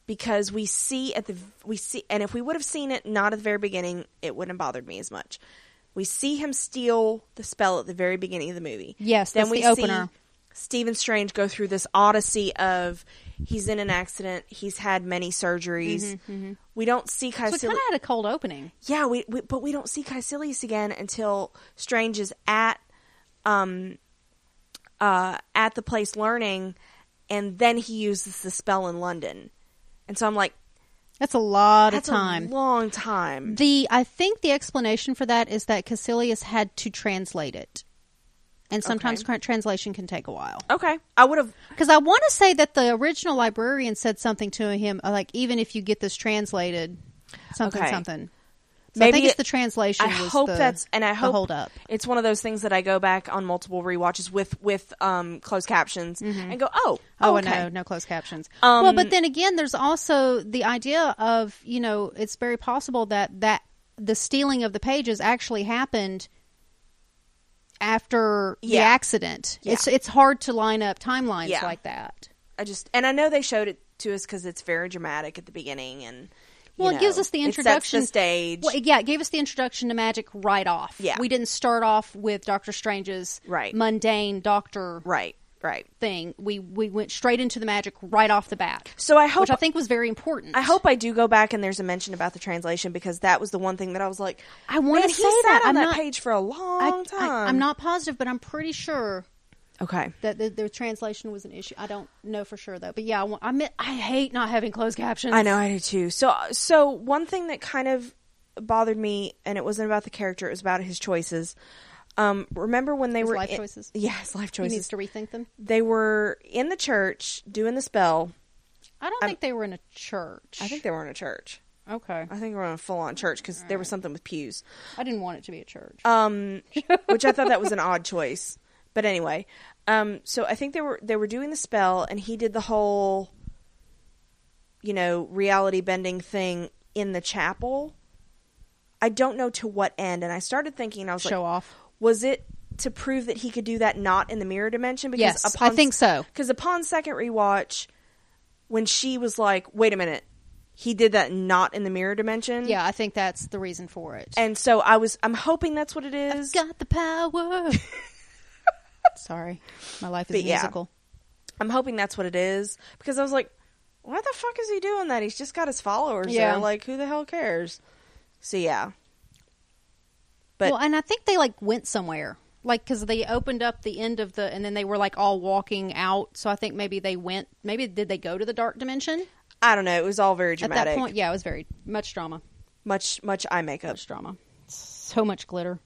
[SPEAKER 1] because we see at the we see and if we would have seen it not at the very beginning, it wouldn't have bothered me as much. We see him steal the spell at the very beginning of the movie.
[SPEAKER 2] Yes, that's
[SPEAKER 1] we
[SPEAKER 2] the opener.
[SPEAKER 1] see Stephen Strange go through this odyssey of he's in an accident, he's had many surgeries. We don't see
[SPEAKER 2] Mm-hmm, So it
[SPEAKER 1] Caecilius.
[SPEAKER 2] kind of had a cold opening.
[SPEAKER 1] yeah, we, we but we don't see Caecilius again until Strange is at um uh at the place learning and then he uses the spell in London. And so I'm like
[SPEAKER 2] That's a lot
[SPEAKER 1] that's
[SPEAKER 2] of time.
[SPEAKER 1] a long time.
[SPEAKER 2] the I think the explanation for that is that Cassilius had to translate it, and sometimes
[SPEAKER 1] Okay.
[SPEAKER 2] cr- translation can take a while.
[SPEAKER 1] Okay. I would have
[SPEAKER 2] Because I want to say that the original librarian said something to him, uh, like even if you get this translated, something
[SPEAKER 1] Okay.
[SPEAKER 2] something. So I
[SPEAKER 1] Maybe
[SPEAKER 2] think it's
[SPEAKER 1] it-
[SPEAKER 2] the translation.
[SPEAKER 1] I
[SPEAKER 2] was
[SPEAKER 1] hope
[SPEAKER 2] the-
[SPEAKER 1] that's and I
[SPEAKER 2] the
[SPEAKER 1] hope
[SPEAKER 2] hold up.
[SPEAKER 1] It's one of those things that I go back on multiple rewatches with with um closed captions and go, "Oh,
[SPEAKER 2] Oh,
[SPEAKER 1] oh okay.
[SPEAKER 2] no, no closed captions.
[SPEAKER 1] Um,
[SPEAKER 2] well, but then again, there's also the idea of you know it's very possible that that the stealing of the pages actually happened after
[SPEAKER 1] Yeah.
[SPEAKER 2] the accident.
[SPEAKER 1] Yeah.
[SPEAKER 2] It's it's hard to line up timelines
[SPEAKER 1] Yeah.
[SPEAKER 2] like that.
[SPEAKER 1] I just and I know they showed it to us cuz it's very dramatic at the beginning and you
[SPEAKER 2] Well, it gives
[SPEAKER 1] know,
[SPEAKER 2] us the
[SPEAKER 1] it sets
[SPEAKER 2] introduction
[SPEAKER 1] the stage.
[SPEAKER 2] Well, yeah, it gave us the introduction to magic right off.
[SPEAKER 1] Yeah.
[SPEAKER 2] we didn't start off with Doctor Strange's
[SPEAKER 1] Right.
[SPEAKER 2] mundane doctor
[SPEAKER 1] right, right.
[SPEAKER 2] thing. We we went straight into the magic right off the bat,
[SPEAKER 1] So I hope
[SPEAKER 2] which I think was very important.
[SPEAKER 1] I hope I do go back and there's a mention about the translation because that was the one thing that I was like,
[SPEAKER 2] I wanna
[SPEAKER 1] "Man, he
[SPEAKER 2] say
[SPEAKER 1] sat
[SPEAKER 2] that.
[SPEAKER 1] on
[SPEAKER 2] I'm
[SPEAKER 1] that
[SPEAKER 2] not-
[SPEAKER 1] page for a long
[SPEAKER 2] I,
[SPEAKER 1] time.
[SPEAKER 2] am not positive, but I'm pretty sure
[SPEAKER 1] okay.
[SPEAKER 2] that the, the translation was an issue. I don't know for sure though. But yeah, I, want- I, meant, I hate not having closed captions.
[SPEAKER 1] I know I do too. So so one thing that kind of bothered me, and it wasn't about the character, it was about his choices. Um, remember when they
[SPEAKER 2] His
[SPEAKER 1] were
[SPEAKER 2] life
[SPEAKER 1] in-
[SPEAKER 2] choices?
[SPEAKER 1] Yes, life
[SPEAKER 2] He
[SPEAKER 1] choices.
[SPEAKER 2] needs to rethink them.
[SPEAKER 1] they were in the church doing the spell.
[SPEAKER 2] I don't think they were in a church.
[SPEAKER 1] I think they were in a church.
[SPEAKER 2] okay.
[SPEAKER 1] I think they were in a full on church because there was something with pews.
[SPEAKER 2] I didn't want it to be a church.
[SPEAKER 1] um, which I thought that was an odd choice. But anyway, um, so I think they were they were doing the spell, and he did the whole, you know, reality bending thing in the chapel. I don't know to what end, and I started thinking, and I was
[SPEAKER 2] Show
[SPEAKER 1] like,
[SPEAKER 2] off.
[SPEAKER 1] was it to prove that he could do that not in the mirror dimension? Because
[SPEAKER 2] Yes, I think so.
[SPEAKER 1] Because upon second rewatch, when she was like, "Wait a minute, he did that not in the mirror dimension,"
[SPEAKER 2] Yeah, I think that's the reason for it.
[SPEAKER 1] And so I was, I'm hoping that's what it is.
[SPEAKER 2] Got the power. Sorry, my life is
[SPEAKER 1] But yeah.
[SPEAKER 2] musical.
[SPEAKER 1] I'm hoping that's what it is because I was like, why the fuck is he doing that? He's just got his followers
[SPEAKER 2] Yeah.
[SPEAKER 1] there. Like, who the hell cares? So yeah, but
[SPEAKER 2] well, and I think they like went somewhere, like because they opened up the end of the, and then they were like all walking out. So I think maybe they went. Maybe did they go to the dark dimension
[SPEAKER 1] I don't know. It was all very
[SPEAKER 2] at
[SPEAKER 1] dramatic.
[SPEAKER 2] that point? Yeah, it was very much drama,
[SPEAKER 1] much much eye makeup.
[SPEAKER 2] much drama, so much glitter.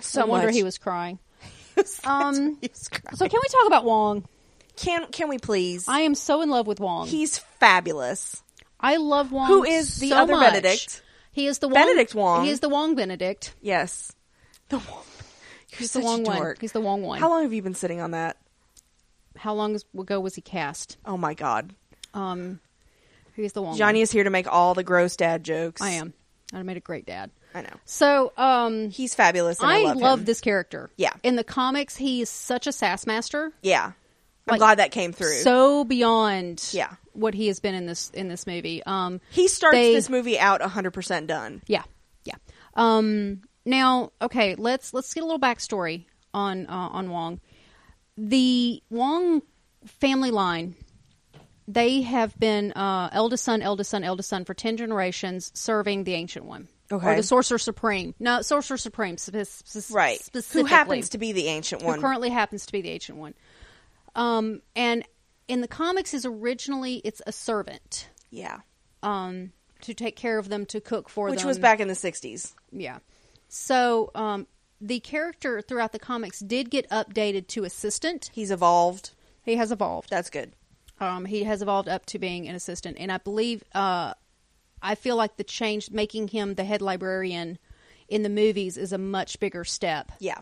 [SPEAKER 1] So
[SPEAKER 2] no wonder
[SPEAKER 1] much.
[SPEAKER 2] he was crying.
[SPEAKER 1] That's
[SPEAKER 2] Um,
[SPEAKER 1] what he was crying.
[SPEAKER 2] So can we talk about Wong?
[SPEAKER 1] can can we please?
[SPEAKER 2] I am so in love with Wong.
[SPEAKER 1] He's fabulous.
[SPEAKER 2] I love Wong.
[SPEAKER 1] Who is the
[SPEAKER 2] so
[SPEAKER 1] other
[SPEAKER 2] much.
[SPEAKER 1] Benedict?
[SPEAKER 2] He is the Wong,
[SPEAKER 1] Benedict Wong.
[SPEAKER 2] He is the Wong Benedict.
[SPEAKER 1] Yes, the one. You're
[SPEAKER 2] He's
[SPEAKER 1] such
[SPEAKER 2] the Wong
[SPEAKER 1] a
[SPEAKER 2] one.
[SPEAKER 1] dork.
[SPEAKER 2] He's the Wong one.
[SPEAKER 1] How long have you been sitting on that?
[SPEAKER 2] how long is- ago was he cast?
[SPEAKER 1] Oh my god,
[SPEAKER 2] Um, he's the one.
[SPEAKER 1] Johnny is here to make all the gross dad jokes.
[SPEAKER 2] I am. I made a great dad.
[SPEAKER 1] I know.
[SPEAKER 2] So, um,
[SPEAKER 1] He's fabulous. And I,
[SPEAKER 2] I,
[SPEAKER 1] love,
[SPEAKER 2] love,
[SPEAKER 1] him.
[SPEAKER 2] this character.
[SPEAKER 1] Yeah.
[SPEAKER 2] In the comics, he is such a sass master.
[SPEAKER 1] Yeah, I'm
[SPEAKER 2] Like,
[SPEAKER 1] glad that came through.
[SPEAKER 2] So beyond
[SPEAKER 1] Yeah.
[SPEAKER 2] what he has been in this in this movie. Um,
[SPEAKER 1] He starts
[SPEAKER 2] They-
[SPEAKER 1] this movie out 100% done.
[SPEAKER 2] yeah, yeah. Um, now, okay, let's let's get a little backstory on uh, on Wong. The Wong family line. They have been uh, eldest son, eldest son, eldest son for ten generations, serving the ancient one,
[SPEAKER 1] Okay.
[SPEAKER 2] or the sorcerer supreme. No, sorcerer supreme, spe- spe- Specifically,
[SPEAKER 1] Who happens to be the ancient
[SPEAKER 2] who
[SPEAKER 1] one.
[SPEAKER 2] currently happens to be the ancient one. Um, and in the comics, is originally it's a servant
[SPEAKER 1] yeah.
[SPEAKER 2] um, to take care of them, to cook for
[SPEAKER 1] Which
[SPEAKER 2] them,
[SPEAKER 1] was back in the 60s.
[SPEAKER 2] Yeah. So um, the character throughout the comics did get updated to assistant.
[SPEAKER 1] He's evolved.
[SPEAKER 2] He has evolved.
[SPEAKER 1] That's good.
[SPEAKER 2] Um, he has evolved up to being an assistant, and I believe uh, I feel like the change making him the head librarian in the movies is a much bigger step
[SPEAKER 1] Yeah.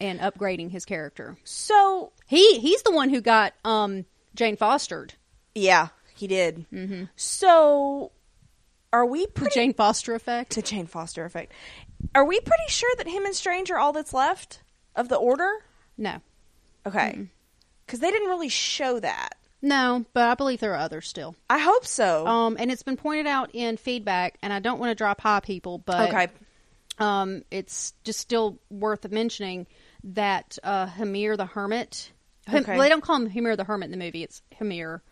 [SPEAKER 2] and upgrading his character.
[SPEAKER 1] So
[SPEAKER 2] He he's the one who got um, Jane Fostered.
[SPEAKER 1] yeah, he did. Mm-hmm. So are we
[SPEAKER 2] The
[SPEAKER 1] pretty
[SPEAKER 2] Jane Foster effect.
[SPEAKER 1] to Jane Foster effect? Are we pretty sure that him and Strange are all that's left of the order?
[SPEAKER 2] No.
[SPEAKER 1] Okay, because they didn't really show that.
[SPEAKER 2] No, but I believe there are others still.
[SPEAKER 1] I hope so.
[SPEAKER 2] Um, and it's been pointed out in feedback, and I don't want to drop high people, but
[SPEAKER 1] okay.
[SPEAKER 2] um, it's just still worth mentioning that uh, Hamir the Hermit. Him,
[SPEAKER 1] Okay.
[SPEAKER 2] well, they don't call him Hamir the Hermit in the movie. It's Hamir,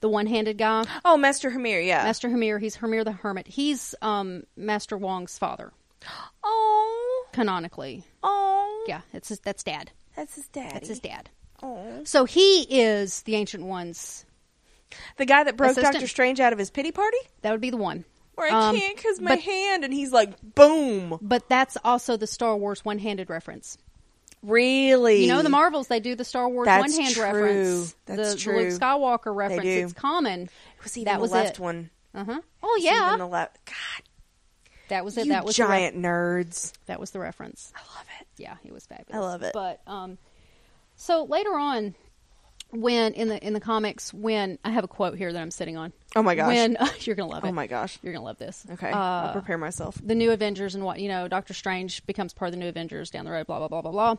[SPEAKER 2] the one-handed guy.
[SPEAKER 1] Oh, Master Hamir. Yeah.
[SPEAKER 2] Master Hamir. He's Hamir the Hermit. He's um, Master Wong's father,
[SPEAKER 1] oh,
[SPEAKER 2] canonically.
[SPEAKER 1] oh,
[SPEAKER 2] Yeah, it's his, that's dad.
[SPEAKER 1] that's his daddy.
[SPEAKER 2] That's his dad.
[SPEAKER 1] Aw.
[SPEAKER 2] So he is the ancient one's.
[SPEAKER 1] The guy that broke
[SPEAKER 2] Assistant.
[SPEAKER 1] Doctor Strange out of his pity party,
[SPEAKER 2] That would be the one.
[SPEAKER 1] where I
[SPEAKER 2] Um,
[SPEAKER 1] can't because my
[SPEAKER 2] but-
[SPEAKER 1] hand, and he's like, boom.
[SPEAKER 2] But that's also the Star Wars one-handed reference.
[SPEAKER 1] Really?
[SPEAKER 2] You know, the Marvels, they do the Star Wars
[SPEAKER 1] That's
[SPEAKER 2] one hand
[SPEAKER 1] true.
[SPEAKER 2] reference.
[SPEAKER 1] That's
[SPEAKER 2] the,
[SPEAKER 1] true.
[SPEAKER 2] The Luke Skywalker reference.
[SPEAKER 1] do.
[SPEAKER 2] It's common.
[SPEAKER 1] was even
[SPEAKER 2] that
[SPEAKER 1] the
[SPEAKER 2] was
[SPEAKER 1] left
[SPEAKER 2] it.
[SPEAKER 1] one.
[SPEAKER 2] Uh huh. Oh,
[SPEAKER 1] It's
[SPEAKER 2] yeah.
[SPEAKER 1] even the left. God,
[SPEAKER 2] that was it.
[SPEAKER 1] you
[SPEAKER 2] That was, The re-
[SPEAKER 1] giant nerds.
[SPEAKER 2] that was the reference.
[SPEAKER 1] I love it.
[SPEAKER 2] Yeah, it was fabulous.
[SPEAKER 1] I love it.
[SPEAKER 2] But, um, so later on, when in the in the comics, when I have a quote here that I'm sitting on.
[SPEAKER 1] Oh my gosh.
[SPEAKER 2] When you're gonna love it.
[SPEAKER 1] Oh my gosh.
[SPEAKER 2] You're gonna love this.
[SPEAKER 1] Okay, I'll
[SPEAKER 2] Uh,
[SPEAKER 1] prepare myself.
[SPEAKER 2] the new Avengers and what you know, Doctor Strange becomes part of the new Avengers down the road, blah blah blah blah blah.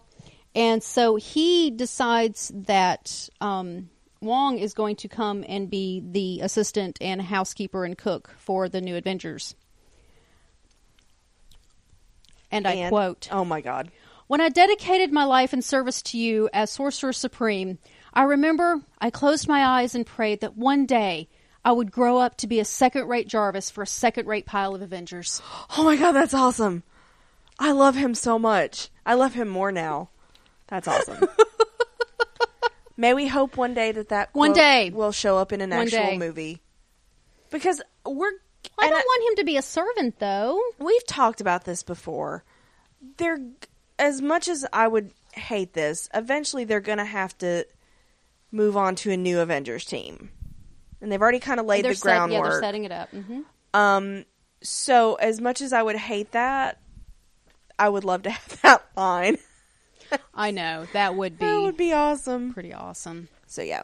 [SPEAKER 2] And so he decides that um, Wong is going to come and be the assistant and housekeeper and cook for the new Avengers. And I
[SPEAKER 1] And-
[SPEAKER 2] quote
[SPEAKER 1] Oh my god.
[SPEAKER 2] when I dedicated my life in service to you as Sorcerer Supreme, I remember I closed my eyes and prayed that one day I would grow up to be a second rate Jarvis for a second rate pile of Avengers.
[SPEAKER 1] Oh my god, that's awesome. I love him so much. I love him more now. That's awesome. May we hope one day that that
[SPEAKER 2] One
[SPEAKER 1] quote
[SPEAKER 2] day.
[SPEAKER 1] will show up in an
[SPEAKER 2] One
[SPEAKER 1] actual
[SPEAKER 2] day.
[SPEAKER 1] movie. Because we're
[SPEAKER 2] I
[SPEAKER 1] and
[SPEAKER 2] don't want him to be a servant, though.
[SPEAKER 1] we've talked about this before. They're as much as I would hate this, eventually they're going to have to move on to a new Avengers team. And they've already kind of laid
[SPEAKER 2] they're
[SPEAKER 1] the
[SPEAKER 2] set- yeah,
[SPEAKER 1] groundwork.
[SPEAKER 2] they're setting it up. hmm
[SPEAKER 1] Um, so as much as I would hate that, I would love to have that line.
[SPEAKER 2] I know that would be,
[SPEAKER 1] That would be awesome.
[SPEAKER 2] pretty awesome.
[SPEAKER 1] So yeah,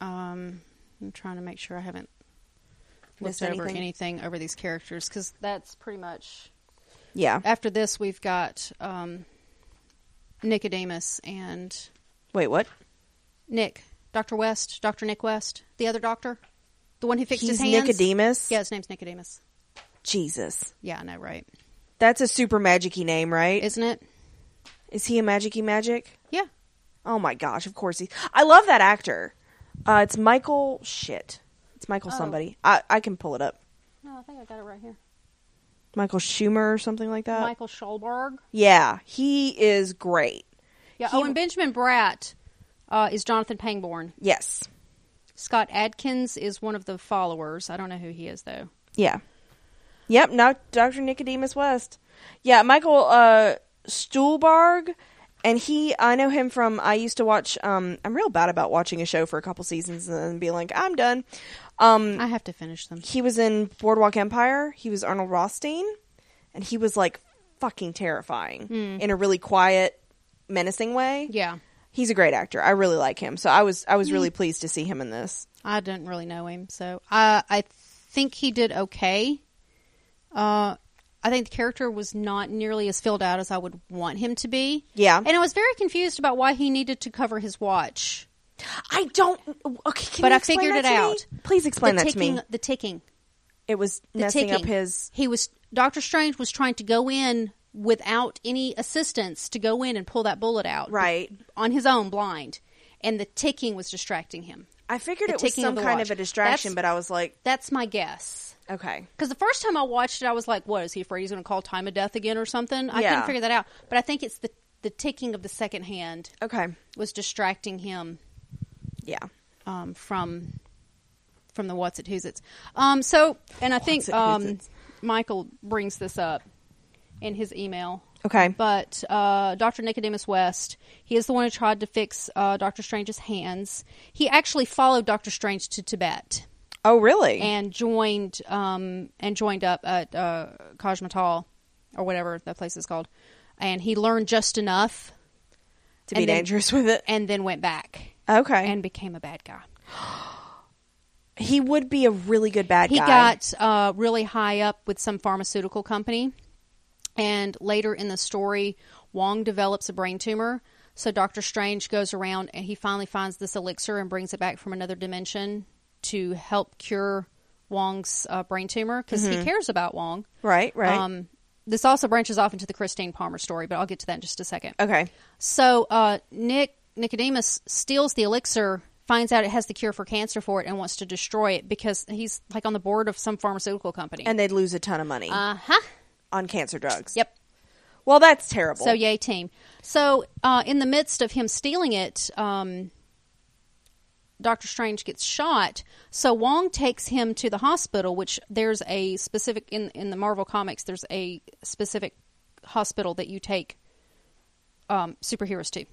[SPEAKER 2] Um, I'm trying to make sure I haven't
[SPEAKER 1] Missed
[SPEAKER 2] looked over
[SPEAKER 1] anything?
[SPEAKER 2] anything over these characters because that's pretty much
[SPEAKER 1] yeah.
[SPEAKER 2] after this we've got um, Nicodemus and
[SPEAKER 1] Wait, what?
[SPEAKER 2] Nick, Doctor West, Doctor Nick West, the other doctor, the one who fixed
[SPEAKER 1] He's
[SPEAKER 2] his hands.
[SPEAKER 1] Nicodemus.
[SPEAKER 2] Yeah, his name's Nicodemus.
[SPEAKER 1] Jesus,
[SPEAKER 2] Yeah, I know, right?
[SPEAKER 1] that's a super magicy name, right? Is,
[SPEAKER 2] Isn't it?
[SPEAKER 1] he a magicy magic?
[SPEAKER 2] Yeah,
[SPEAKER 1] Oh my gosh, of course he. I love that actor. Uh, it's Michael. Shit, it's Michael
[SPEAKER 2] Oh.
[SPEAKER 1] somebody. I I can pull it up.
[SPEAKER 2] no, I think I got it right here.
[SPEAKER 1] Michael Schumer or something like that.
[SPEAKER 2] Michael Schulberg.
[SPEAKER 1] yeah, he is great.
[SPEAKER 2] Yeah.
[SPEAKER 1] He-
[SPEAKER 2] oh, and Benjamin Bratt uh, is Jonathan Pangborn.
[SPEAKER 1] Yes.
[SPEAKER 2] Scott Adkins is one of the followers. I don't know who he is though.
[SPEAKER 1] Yeah. Yep, now Dr. Nicodemus West. Yeah, Michael uh Stuhlbarg and he I know him from I used to watch um I'm real bad about watching a show for a couple seasons and then being like, I'm done. Um
[SPEAKER 2] I have to finish them.
[SPEAKER 1] he was in Boardwalk Empire, he was Arnold Rothstein, and he was like fucking terrifying in a really quiet, menacing way.
[SPEAKER 2] Yeah,
[SPEAKER 1] He's a great actor. I really like him. So I was I was really pleased to see him in this.
[SPEAKER 2] I didn't really know him, so I I think he did okay. Uh, I think the character was not nearly as filled out as I would want him to be.
[SPEAKER 1] Yeah.
[SPEAKER 2] and I was very confused about why he needed to cover his watch.
[SPEAKER 1] I don't okay, can
[SPEAKER 2] But
[SPEAKER 1] you
[SPEAKER 2] I
[SPEAKER 1] explain
[SPEAKER 2] figured
[SPEAKER 1] that
[SPEAKER 2] it
[SPEAKER 1] to me?
[SPEAKER 2] out.
[SPEAKER 1] Please explain
[SPEAKER 2] the
[SPEAKER 1] that to
[SPEAKER 2] ticking,
[SPEAKER 1] me.
[SPEAKER 2] The ticking,
[SPEAKER 1] it was
[SPEAKER 2] the
[SPEAKER 1] messing
[SPEAKER 2] ticking.
[SPEAKER 1] up his
[SPEAKER 2] He was Doctor Strange was trying to go in without any assistance to go in and pull that bullet out
[SPEAKER 1] right.
[SPEAKER 2] on his own, blind, and the ticking was distracting him.
[SPEAKER 1] I figured
[SPEAKER 2] The
[SPEAKER 1] it was
[SPEAKER 2] ticking
[SPEAKER 1] some
[SPEAKER 2] of the
[SPEAKER 1] kind
[SPEAKER 2] watch.
[SPEAKER 1] of a distraction,
[SPEAKER 2] That's-
[SPEAKER 1] but I was like,
[SPEAKER 2] That's my guess.
[SPEAKER 1] okay,
[SPEAKER 2] Because the first time I watched it, I was like, "What is he afraid he's going to call time of death again or something?" I
[SPEAKER 1] Yeah.
[SPEAKER 2] couldn't figure that out. But I think it's the the ticking of the second hand
[SPEAKER 1] okay,
[SPEAKER 2] was distracting him
[SPEAKER 1] yeah.
[SPEAKER 2] um, from from the what's it who's it's. Um, so, and I
[SPEAKER 1] What's
[SPEAKER 2] think
[SPEAKER 1] it, who's
[SPEAKER 2] um,
[SPEAKER 1] it's?
[SPEAKER 2] Michael brings this up in his email
[SPEAKER 1] Okay.
[SPEAKER 2] But uh, Dr. Nicodemus West, he is the one who tried to fix uh, Doctor Strange's hands. He actually followed Doctor Strange to Tibet
[SPEAKER 1] Oh, really?
[SPEAKER 2] and joined um, and joined up at uh, Kajmatal or whatever that place is called. And he learned just enough
[SPEAKER 1] to be
[SPEAKER 2] and then-
[SPEAKER 1] dangerous with it.
[SPEAKER 2] and then went back
[SPEAKER 1] Okay.
[SPEAKER 2] and became a bad guy.
[SPEAKER 1] he would be a really good bad
[SPEAKER 2] He
[SPEAKER 1] guy.
[SPEAKER 2] got uh, really high up with some pharmaceutical company. And later in the story, Wong develops a brain tumor. So Doctor Strange goes around and he finally finds this elixir and brings it back from another dimension to help cure Wong's uh, brain tumor because he cares about Wong.
[SPEAKER 1] Mm-hmm. right, right.
[SPEAKER 2] Um, this also branches off into the Christine Palmer story, but I'll get to that in just a second.
[SPEAKER 1] okay.
[SPEAKER 2] So uh, Nick Nicodemus steals the elixir, finds out it has the cure for cancer for it, and wants to destroy it because he's like on the board of some pharmaceutical company.
[SPEAKER 1] And they'd lose a ton of money
[SPEAKER 2] uh huh.
[SPEAKER 1] on cancer drugs.
[SPEAKER 2] Yep.
[SPEAKER 1] Well, that's terrible.
[SPEAKER 2] So yay team. So uh, in the midst of him stealing it, um, Doctor Strange gets shot. So Wong takes him to the hospital, which there's a specific in in the Marvel comics. There's a specific hospital that you take um, superheroes to.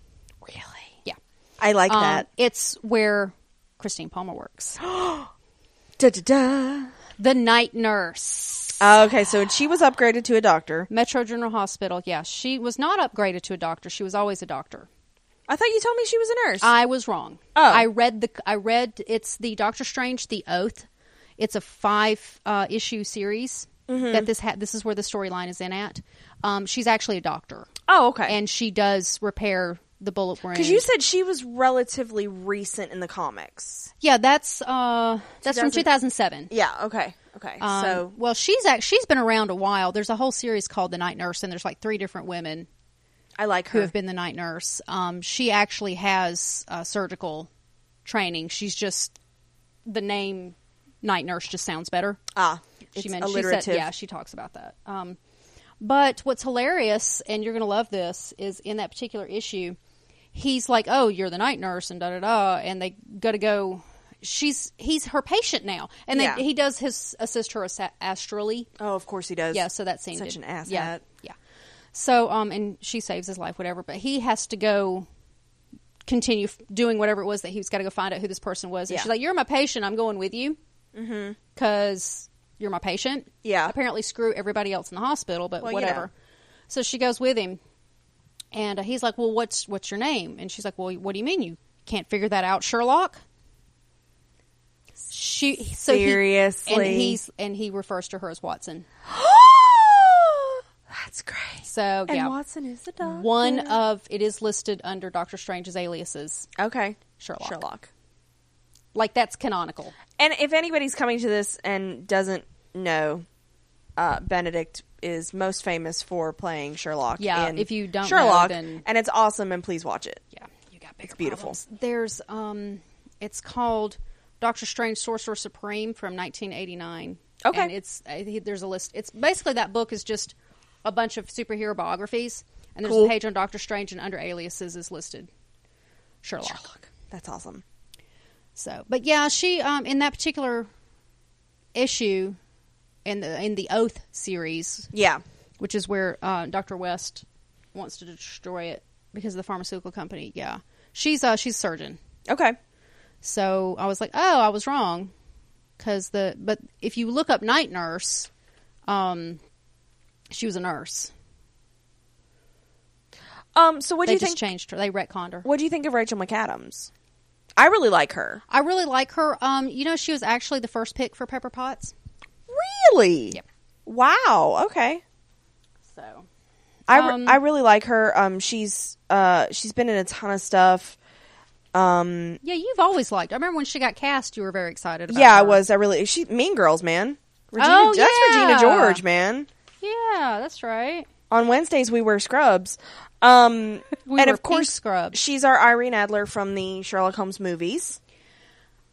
[SPEAKER 1] really?
[SPEAKER 2] Yeah.
[SPEAKER 1] I like
[SPEAKER 2] Um,
[SPEAKER 1] that.
[SPEAKER 2] It's where Christine Palmer works.
[SPEAKER 1] Da, da, da.
[SPEAKER 2] the night nurse.
[SPEAKER 1] okay, so she was upgraded to a doctor.
[SPEAKER 2] Metro General Hospital. Yeah, she was not upgraded to a doctor. She was always a doctor.
[SPEAKER 1] I thought you told me she was a nurse.
[SPEAKER 2] I was wrong.
[SPEAKER 1] Oh.
[SPEAKER 2] I read the I read it's the Doctor Strange the Oath. It's a five uh, issue series
[SPEAKER 1] Mm-hmm.
[SPEAKER 2] that this ha- this is where the storyline is in at. Um, she's actually a doctor
[SPEAKER 1] oh, okay.
[SPEAKER 2] and she does repair the bullet wound.
[SPEAKER 1] Because you said she was relatively recent in the comics.
[SPEAKER 2] yeah, that's uh that's from
[SPEAKER 1] 2000
[SPEAKER 2] two thousand seven.
[SPEAKER 1] Yeah, okay. Okay.
[SPEAKER 2] Um,
[SPEAKER 1] so,
[SPEAKER 2] well, she's act- she's been around a while. There's a whole series called The Night Nurse, and there's like three different women
[SPEAKER 1] I like
[SPEAKER 2] who
[SPEAKER 1] her.
[SPEAKER 2] have been the night nurse. Um, she actually has uh, surgical training. She's just the name night nurse just sounds better.
[SPEAKER 1] ah, it's
[SPEAKER 2] men-
[SPEAKER 1] alliterative.
[SPEAKER 2] She said, yeah, she talks about that. Um, but what's hilarious, and you're going to love this, is in that particular issue, he's like, "Oh, you're the night nurse," and da da da, and they got to go. She's he's her patient now, and they,
[SPEAKER 1] Yeah.
[SPEAKER 2] he does his assist her asa- astrally.
[SPEAKER 1] Oh, of course he does.
[SPEAKER 2] Yeah, so that scene
[SPEAKER 1] Such
[SPEAKER 2] did-
[SPEAKER 1] an asshat.
[SPEAKER 2] Yeah, yeah. So um, and she saves his life, whatever. But he has to go continue f- doing whatever it was that he was got to go find out who this person was. And
[SPEAKER 1] Yeah. Mm-hmm.
[SPEAKER 2] she's like, "You're my patient. I'm going with you because you're my patient."
[SPEAKER 1] Yeah.
[SPEAKER 2] Apparently, screw everybody else in the hospital, but
[SPEAKER 1] Well, you know.
[SPEAKER 2] whatever. So she goes with him, and uh, he's like, "Well, what's what's your name?" And she's like, "Well, what do you mean you can't figure that out, Sherlock?" She so he- and
[SPEAKER 1] Seriously?
[SPEAKER 2] he's and he refers to her as Watson.
[SPEAKER 1] That's great.
[SPEAKER 2] So
[SPEAKER 1] And
[SPEAKER 2] yeah,
[SPEAKER 1] Watson is the doctor.
[SPEAKER 2] one of it is listed under Doctor Strange's aliases.
[SPEAKER 1] Okay.
[SPEAKER 2] Sherlock.
[SPEAKER 1] Sherlock.
[SPEAKER 2] Like that's canonical.
[SPEAKER 1] And if anybody's coming to this and doesn't know, uh, Benedict is most famous for playing Sherlock.
[SPEAKER 2] Yeah,
[SPEAKER 1] in
[SPEAKER 2] if you don't know,
[SPEAKER 1] Sherlock,
[SPEAKER 2] then-
[SPEAKER 1] and it's awesome. And please watch it.
[SPEAKER 2] Yeah, you got bigger.
[SPEAKER 1] beautiful.
[SPEAKER 2] problems. There's um, it's called Doctor Strange Sorcerer Supreme from 1989.
[SPEAKER 1] Okay.
[SPEAKER 2] and it's I think there's a list. It's basically that book is just a bunch of superhero biographies, and there's
[SPEAKER 1] Cool.
[SPEAKER 2] a page on Doctor Strange and under aliases is listed Sherlock.
[SPEAKER 1] Sherlock, that's awesome.
[SPEAKER 2] So, but yeah, she um, in that particular issue in the in the Oath series,
[SPEAKER 1] Yeah,
[SPEAKER 2] which is where uh, Doctor West wants to destroy it because of the pharmaceutical company. Yeah, she's uh, she's a surgeon.
[SPEAKER 1] okay,
[SPEAKER 2] So I was like, oh, I was wrong, because the but if you look up night nurse, um, she was a nurse.
[SPEAKER 1] um, so what do
[SPEAKER 2] they
[SPEAKER 1] you
[SPEAKER 2] just
[SPEAKER 1] think?
[SPEAKER 2] changed her. They retconned her.
[SPEAKER 1] What do you think of Rachel McAdams? I really like her.
[SPEAKER 2] I really like her. Um, you know, she was actually the first pick for Pepper Potts.
[SPEAKER 1] Really?
[SPEAKER 2] Yep.
[SPEAKER 1] Wow. Okay.
[SPEAKER 2] So
[SPEAKER 1] I, re-
[SPEAKER 2] Um,
[SPEAKER 1] I really like her. Um, she's uh, she's been in a ton of stuff. Um,
[SPEAKER 2] yeah, you've always liked. I remember when she got cast, you were very excited. about
[SPEAKER 1] yeah, I
[SPEAKER 2] her.
[SPEAKER 1] was. I really she Mean Girls, man. Regina,
[SPEAKER 2] Oh,
[SPEAKER 1] that's Regina
[SPEAKER 2] yeah.
[SPEAKER 1] George, man.
[SPEAKER 2] Yeah, that's right.
[SPEAKER 1] on Wednesdays we wear scrubs. Um,
[SPEAKER 2] We
[SPEAKER 1] and
[SPEAKER 2] wear
[SPEAKER 1] of course,
[SPEAKER 2] pink scrubs.
[SPEAKER 1] She's our Irene Adler from the Sherlock Holmes movies.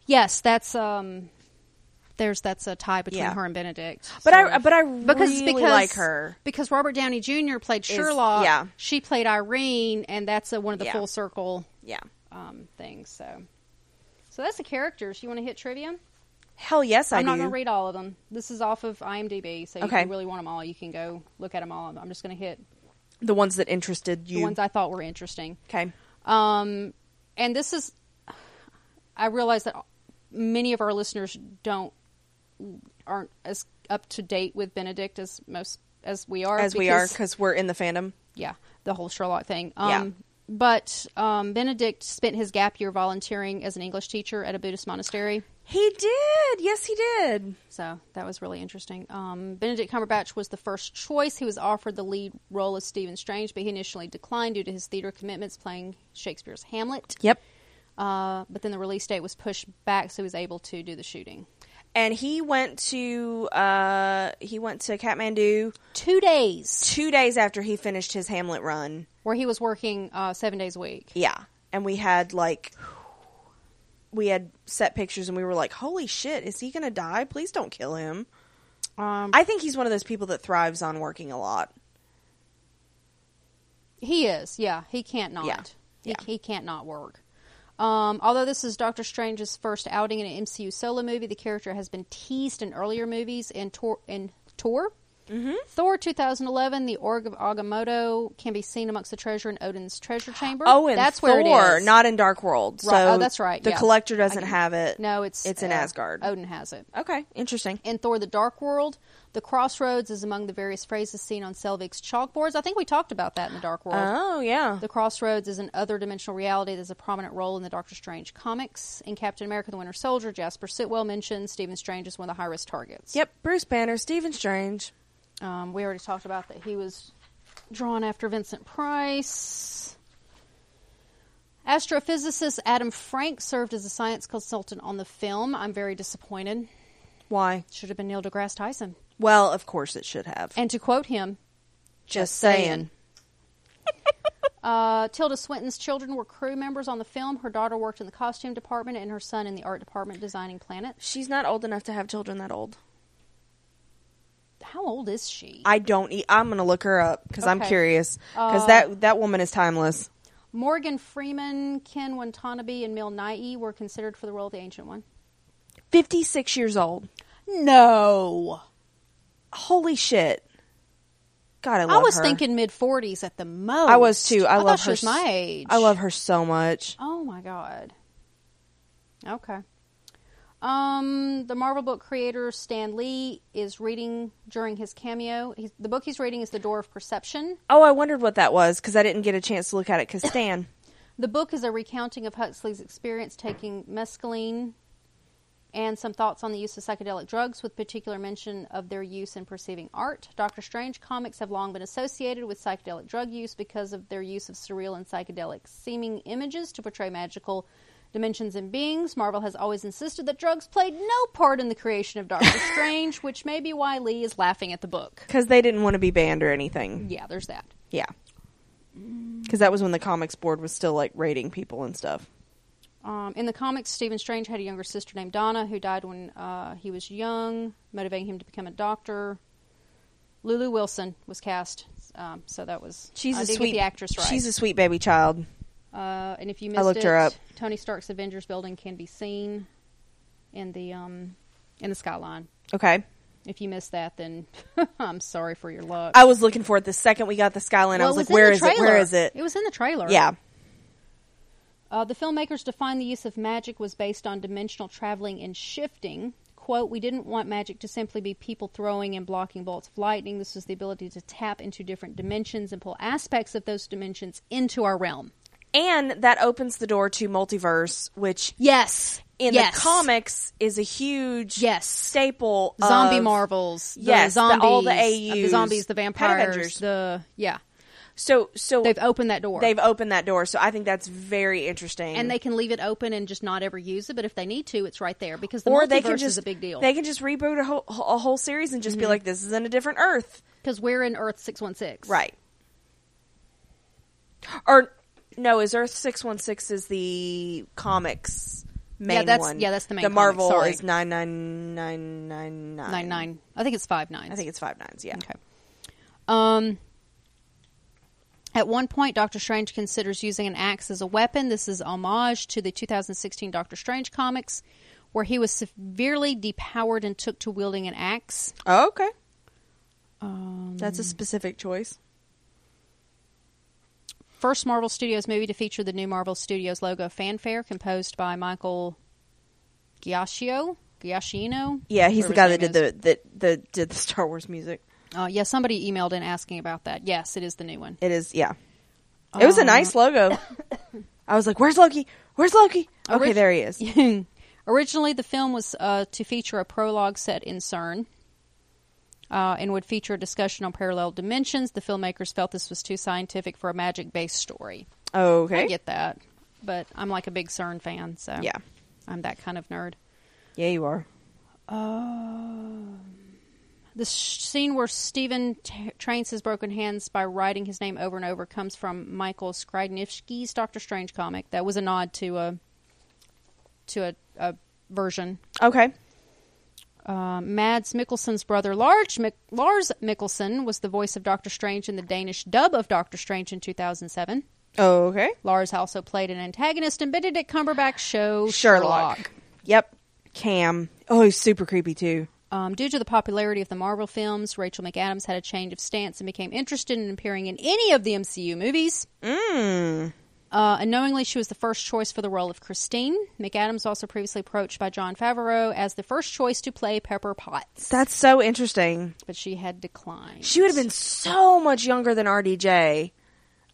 [SPEAKER 2] Yes, that's um. There's that's a tie between
[SPEAKER 1] Yeah.
[SPEAKER 2] her and Benedict.
[SPEAKER 1] But
[SPEAKER 2] sort
[SPEAKER 1] I,
[SPEAKER 2] of.
[SPEAKER 1] but I
[SPEAKER 2] because
[SPEAKER 1] really
[SPEAKER 2] because
[SPEAKER 1] like her.
[SPEAKER 2] because Robert Downey Jr. played Sherlock.
[SPEAKER 1] yeah.
[SPEAKER 2] she played Irene, and that's a, one of the
[SPEAKER 1] Yeah.
[SPEAKER 2] full circle
[SPEAKER 1] Yeah,
[SPEAKER 2] um, things. So, so that's the characters. You want to hit trivia?
[SPEAKER 1] hell yes, I
[SPEAKER 2] I'm
[SPEAKER 1] do.
[SPEAKER 2] not going to read all of them. This is off of IMDb, so if
[SPEAKER 1] Okay.
[SPEAKER 2] you really want them all, you can go look at them all. I'm just going to hit
[SPEAKER 1] The ones that interested you.
[SPEAKER 2] the ones I thought were interesting.
[SPEAKER 1] okay.
[SPEAKER 2] Um, and this is, I realize that many of our listeners don't aren't as up to date with Benedict as most as we are.
[SPEAKER 1] As we are,
[SPEAKER 2] because-
[SPEAKER 1] because we're in the fandom.
[SPEAKER 2] yeah, the whole Sherlock thing. Um,
[SPEAKER 1] Yeah.
[SPEAKER 2] But um, Benedict spent his gap year volunteering as an English teacher at a Buddhist monastery.
[SPEAKER 1] He did. Yes, he did.
[SPEAKER 2] So that was really interesting. Um, Benedict Cumberbatch was the first choice. He was offered the lead role of Stephen Strange, but he initially declined due to his theater commitments playing Shakespeare's Hamlet.
[SPEAKER 1] Yep.
[SPEAKER 2] Uh, but then the release date was pushed back, so he was able to do the shooting.
[SPEAKER 1] And he went to uh, he went to Kathmandu
[SPEAKER 2] Two days
[SPEAKER 1] two days after he finished his Hamlet run.
[SPEAKER 2] where he was working uh, seven days a week.
[SPEAKER 1] Yeah. And we had like we had set pictures and we were like, "Holy shit, is he going to die? Please don't kill him."
[SPEAKER 2] Um,
[SPEAKER 1] I think he's one of those people that thrives on working a lot.
[SPEAKER 2] He is, yeah. He can't not.
[SPEAKER 1] Yeah.
[SPEAKER 2] He,
[SPEAKER 1] Yeah.
[SPEAKER 2] he can't not work. Um, although this is Doctor Strange's first outing in an MCU solo movie, the character has been teased in earlier movies in Tor. In Tor. Mm-hmm. Thor 2011, the Org of Agamotto can be seen amongst the treasure in Odin's treasure chamber.
[SPEAKER 1] Oh, and
[SPEAKER 2] Mm,
[SPEAKER 1] that's
[SPEAKER 2] that's
[SPEAKER 1] Thor,
[SPEAKER 2] where it is.
[SPEAKER 1] not in Dark World.
[SPEAKER 2] Right.
[SPEAKER 1] So
[SPEAKER 2] Oh, that's right.
[SPEAKER 1] The
[SPEAKER 2] Yeah.
[SPEAKER 1] collector
[SPEAKER 2] I
[SPEAKER 1] doesn't
[SPEAKER 2] can-
[SPEAKER 1] have it.
[SPEAKER 2] no, it's
[SPEAKER 1] it's in
[SPEAKER 2] uh,
[SPEAKER 1] Asgard.
[SPEAKER 2] Odin has it.
[SPEAKER 1] Okay, interesting.
[SPEAKER 2] In Thor: The Dark World, the crossroads is among the various phrases seen on Selvig's chalkboards. I think we talked about that in the Dark World.
[SPEAKER 1] Oh, yeah.
[SPEAKER 2] The Crossroads is an other dimensional reality that's a prominent role in the Doctor Strange comics. In Captain America the Winter Soldier, Jasper Sitwell mentions Stephen Strange is one of the high risk targets.
[SPEAKER 1] Yep, Bruce Banner, Stephen Strange.
[SPEAKER 2] Um, we already talked about that he was drawn after Vincent Price. Astrophysicist Adam Frank served as a science consultant on the film. I'm very disappointed.
[SPEAKER 1] Why?
[SPEAKER 2] Should have been Neil deGrasse Tyson.
[SPEAKER 1] Well, of course it should have.
[SPEAKER 2] And to quote him,
[SPEAKER 1] Just
[SPEAKER 2] saying. Uh, Tilda Swinton's children were crew members on the film. Her daughter worked in the costume department and her son in the art department designing planets.
[SPEAKER 1] She's not old enough to have children that old.
[SPEAKER 2] How old is she?
[SPEAKER 1] I don't. E- I'm gonna look her up because I'm
[SPEAKER 2] Okay.
[SPEAKER 1] curious. Because
[SPEAKER 2] Uh,
[SPEAKER 1] that that woman is timeless.
[SPEAKER 2] Morgan Freeman, Ken Watanabe, and Mil Nye were considered for the role of the Ancient One.
[SPEAKER 1] Fifty six years old.
[SPEAKER 2] No.
[SPEAKER 1] Holy shit! God, I
[SPEAKER 2] I
[SPEAKER 1] love
[SPEAKER 2] was
[SPEAKER 1] her.
[SPEAKER 2] thinking mid 40s at the most.
[SPEAKER 1] I was too. I,
[SPEAKER 2] I
[SPEAKER 1] love
[SPEAKER 2] thought
[SPEAKER 1] her.
[SPEAKER 2] she
[SPEAKER 1] s-
[SPEAKER 2] was my age.
[SPEAKER 1] I love her so much.
[SPEAKER 2] Oh my god. Okay. Um, the Marvel book creator Stan Lee is reading during his cameo. He's, the book he's reading is The Door of Perception.
[SPEAKER 1] Oh, I wondered what that was because I didn't get a chance to look at it. Because Stan,
[SPEAKER 2] The book is a recounting of Huxley's experience taking mescaline and some thoughts on the use of psychedelic drugs, with particular mention of their use in perceiving art. Doctor Strange comics have long been associated with psychedelic drug use because of their use of surreal and psychedelic seeming images to portray magical dimensions and beings. Marvel has always insisted that drugs played no part in the creation of Doctor Strange, which may be why Lee is laughing at the book.
[SPEAKER 1] because they didn't want to be banned or anything.
[SPEAKER 2] Yeah, there's that.
[SPEAKER 1] Yeah. Because that was when the comics board was still like rating people and stuff.
[SPEAKER 2] Um, in the comics, Stephen Strange had a younger sister named Donna who died when uh, he was young, motivating him to become a doctor. Lulu Wilson was cast, um, so that was
[SPEAKER 1] She's
[SPEAKER 2] I
[SPEAKER 1] a
[SPEAKER 2] did get
[SPEAKER 1] sweet
[SPEAKER 2] the actress right.
[SPEAKER 1] She's a sweet baby child.
[SPEAKER 2] uh, and if you missed
[SPEAKER 1] looked
[SPEAKER 2] it,
[SPEAKER 1] her up.
[SPEAKER 2] Tony Stark's Avengers building can be seen in the um, in the skyline.
[SPEAKER 1] Okay.
[SPEAKER 2] If you missed that, then I'm sorry for your luck.
[SPEAKER 1] I was looking for it the second we got the skyline. I
[SPEAKER 2] Well,
[SPEAKER 1] was like,
[SPEAKER 2] it in
[SPEAKER 1] "Where
[SPEAKER 2] the
[SPEAKER 1] is it? Where
[SPEAKER 2] trailer.
[SPEAKER 1] is it?"
[SPEAKER 2] It was in the trailer.
[SPEAKER 1] Yeah.
[SPEAKER 2] Uh, the filmmakers defined the use of magic was based on dimensional traveling and shifting. Quote, we didn't want magic to simply be people throwing and blocking bolts of lightning. This was the ability to tap into different dimensions and pull aspects of those dimensions into our realm.
[SPEAKER 1] And that opens the door to multiverse, which
[SPEAKER 2] Yes.
[SPEAKER 1] in the comics is a huge
[SPEAKER 2] Yes.
[SPEAKER 1] staple.
[SPEAKER 2] Zombie
[SPEAKER 1] of-
[SPEAKER 2] marvels.
[SPEAKER 1] Yes,
[SPEAKER 2] the
[SPEAKER 1] the-
[SPEAKER 2] zombies.
[SPEAKER 1] all the
[SPEAKER 2] uh, The
[SPEAKER 1] AUs,
[SPEAKER 2] zombies, the
[SPEAKER 1] Pet
[SPEAKER 2] vampires.
[SPEAKER 1] Avengers.
[SPEAKER 2] The, yeah.
[SPEAKER 1] So so
[SPEAKER 2] They've
[SPEAKER 1] they've,
[SPEAKER 2] opened that door.
[SPEAKER 1] opened that door. So I think that's very interesting.
[SPEAKER 2] and they can leave it open and just not ever use it, but if they need to, it's right there because the
[SPEAKER 1] or
[SPEAKER 2] multiverse
[SPEAKER 1] they can just
[SPEAKER 2] is a big deal. Mm-hmm.
[SPEAKER 1] They can just reboot a whole a whole series and just be like, "This is in a different Earth,"
[SPEAKER 2] Because we're in Earth 616.
[SPEAKER 1] right? Or no, is Earth six one six is the comics. Main
[SPEAKER 2] that's-
[SPEAKER 1] one.
[SPEAKER 2] yeah, that's the main
[SPEAKER 1] The
[SPEAKER 2] comic,
[SPEAKER 1] Marvel
[SPEAKER 2] sorry.
[SPEAKER 1] is nine nine nine nine nine
[SPEAKER 2] Nine nine. I think it's five nines.
[SPEAKER 1] I think it's five nines. Yeah.
[SPEAKER 2] Okay. Um, at one point, Doctor Strange considers using an axe as a weapon. This is homage to the 2016 Doctor Strange comics, where he was severely depowered and took to wielding an axe.
[SPEAKER 1] Oh, okay.
[SPEAKER 2] Um,
[SPEAKER 1] That's a specific choice.
[SPEAKER 2] first Marvel Studios movie to feature the new Marvel Studios logo fanfare composed by Michael Giacchio. Giacchino.
[SPEAKER 1] Yeah, he's the
[SPEAKER 2] Whatever
[SPEAKER 1] guy
[SPEAKER 2] his
[SPEAKER 1] that did
[SPEAKER 2] name
[SPEAKER 1] the that that did the Star Wars music.
[SPEAKER 2] is. Uh, yeah, somebody emailed in asking about that. Yes, it is the new one.
[SPEAKER 1] It is, yeah. It
[SPEAKER 2] Um,
[SPEAKER 1] was a nice logo. I was like, "Where's Loki? Where's Loki?" Okay,
[SPEAKER 2] Orig-
[SPEAKER 1] there he is.
[SPEAKER 2] Originally, the film was uh, to feature a prologue set in CERN uh, and would feature a discussion on parallel dimensions. The filmmakers felt this was too scientific for a magic based story. I
[SPEAKER 1] Okay.
[SPEAKER 2] get that, but I'm like a big CERN fan, so
[SPEAKER 1] Yeah.
[SPEAKER 2] I'm that kind of nerd.
[SPEAKER 1] Yeah, you are.
[SPEAKER 2] The sh- scene where Stephen t- trains his broken hands by writing his name over and over comes from Michael Skrydnevsky's Doctor Strange comic. That was a nod to a to a, a version
[SPEAKER 1] Okay.
[SPEAKER 2] Uh, Mads Mikkelsen's brother Lars, Mik- Lars Mikkelsen was the voice of Doctor Strange in the Danish dub of Doctor Strange in 2007.
[SPEAKER 1] Okay.
[SPEAKER 2] Lars also played an antagonist in Benedict Cumberbatch's show
[SPEAKER 1] Sherlock.
[SPEAKER 2] Sherlock.
[SPEAKER 1] Yep. Cam. Oh, he's super creepy too.
[SPEAKER 2] Um, due to the popularity of the Marvel films, Rachel McAdams had a change of stance and became interested in appearing in any of the MCU movies.
[SPEAKER 1] Mm.
[SPEAKER 2] Uh, unknowingly, she was the first choice for the role of Christine. McAdams was also previously approached by John Favreau as the first choice to play Pepper Potts,
[SPEAKER 1] That's so interesting.
[SPEAKER 2] but she had declined.
[SPEAKER 1] She would have been so much younger than RDJ.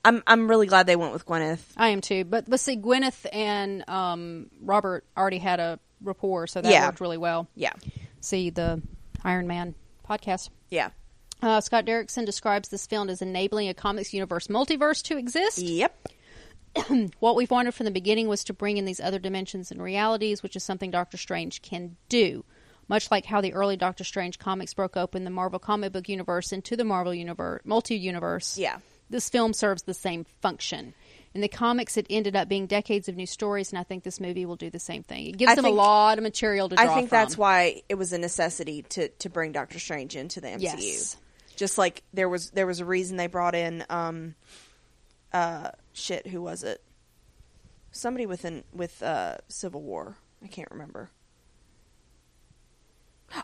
[SPEAKER 1] I'm I'm really glad they went with Gwyneth.
[SPEAKER 2] I am too. But but see, Gwyneth and um, Robert already had a rapport, so that
[SPEAKER 1] Yeah.
[SPEAKER 2] worked really well.
[SPEAKER 1] Yeah.
[SPEAKER 2] See the Iron Man podcast.
[SPEAKER 1] Yeah.
[SPEAKER 2] Uh, Scott Derrickson describes this film as enabling a comics universe multiverse to exist.
[SPEAKER 1] Yep.
[SPEAKER 2] What we've wanted from the beginning was to bring in these other dimensions and realities, which is something Doctor Strange can do. Much like how the early Doctor Strange comics broke open the Marvel comic book universe into the Marvel universe, multi-universe.
[SPEAKER 1] Yeah.
[SPEAKER 2] This film serves the same function. In the comics, it ended up being decades of new stories, and I think this movie will do the same thing. It gives
[SPEAKER 1] I
[SPEAKER 2] them
[SPEAKER 1] think-
[SPEAKER 2] a lot of material to draw
[SPEAKER 1] I think that's
[SPEAKER 2] from.
[SPEAKER 1] why it was a necessity to to bring Doctor Strange into the MCU.
[SPEAKER 2] Yes.
[SPEAKER 1] Just like there was there was a reason they brought in um uh shit, who was it? Somebody with an with uh Civil War. I can't remember.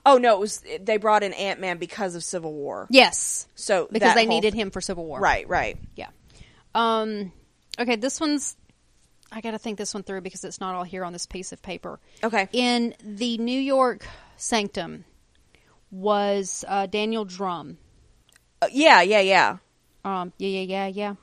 [SPEAKER 1] Oh no, it was they brought in Ant Man because of Civil War.
[SPEAKER 2] Yes,
[SPEAKER 1] So
[SPEAKER 2] because
[SPEAKER 1] that
[SPEAKER 2] they
[SPEAKER 1] whole-
[SPEAKER 2] needed him for Civil War.
[SPEAKER 1] Right, right.
[SPEAKER 2] Yeah. Um, okay, this one's. I got to think this one through because it's not all here on this piece of paper.
[SPEAKER 1] Okay.
[SPEAKER 2] In the New York Sanctum was uh, Daniel Drum.
[SPEAKER 1] Uh, yeah, yeah, yeah.
[SPEAKER 2] Um, yeah, yeah, yeah, yeah.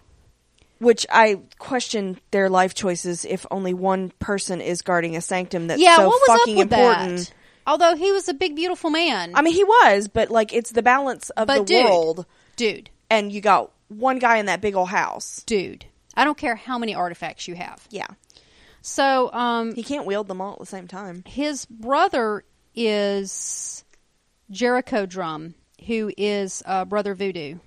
[SPEAKER 1] Which I question their life choices if only one person is guarding a sanctum that's
[SPEAKER 2] yeah,
[SPEAKER 1] so
[SPEAKER 2] what was up
[SPEAKER 1] fucking
[SPEAKER 2] with
[SPEAKER 1] important.
[SPEAKER 2] that? Although he was a big, beautiful man.
[SPEAKER 1] I mean, he was, but like it's the balance of
[SPEAKER 2] But
[SPEAKER 1] the
[SPEAKER 2] dude.
[SPEAKER 1] world,
[SPEAKER 2] dude,
[SPEAKER 1] and you got one guy in that big old house.
[SPEAKER 2] dude. I don't care how many artifacts you have.
[SPEAKER 1] Yeah,
[SPEAKER 2] So, um,
[SPEAKER 1] he can't wield them all at the same time.
[SPEAKER 2] his brother is Jericho Drum, who is uh, Brother Voodoo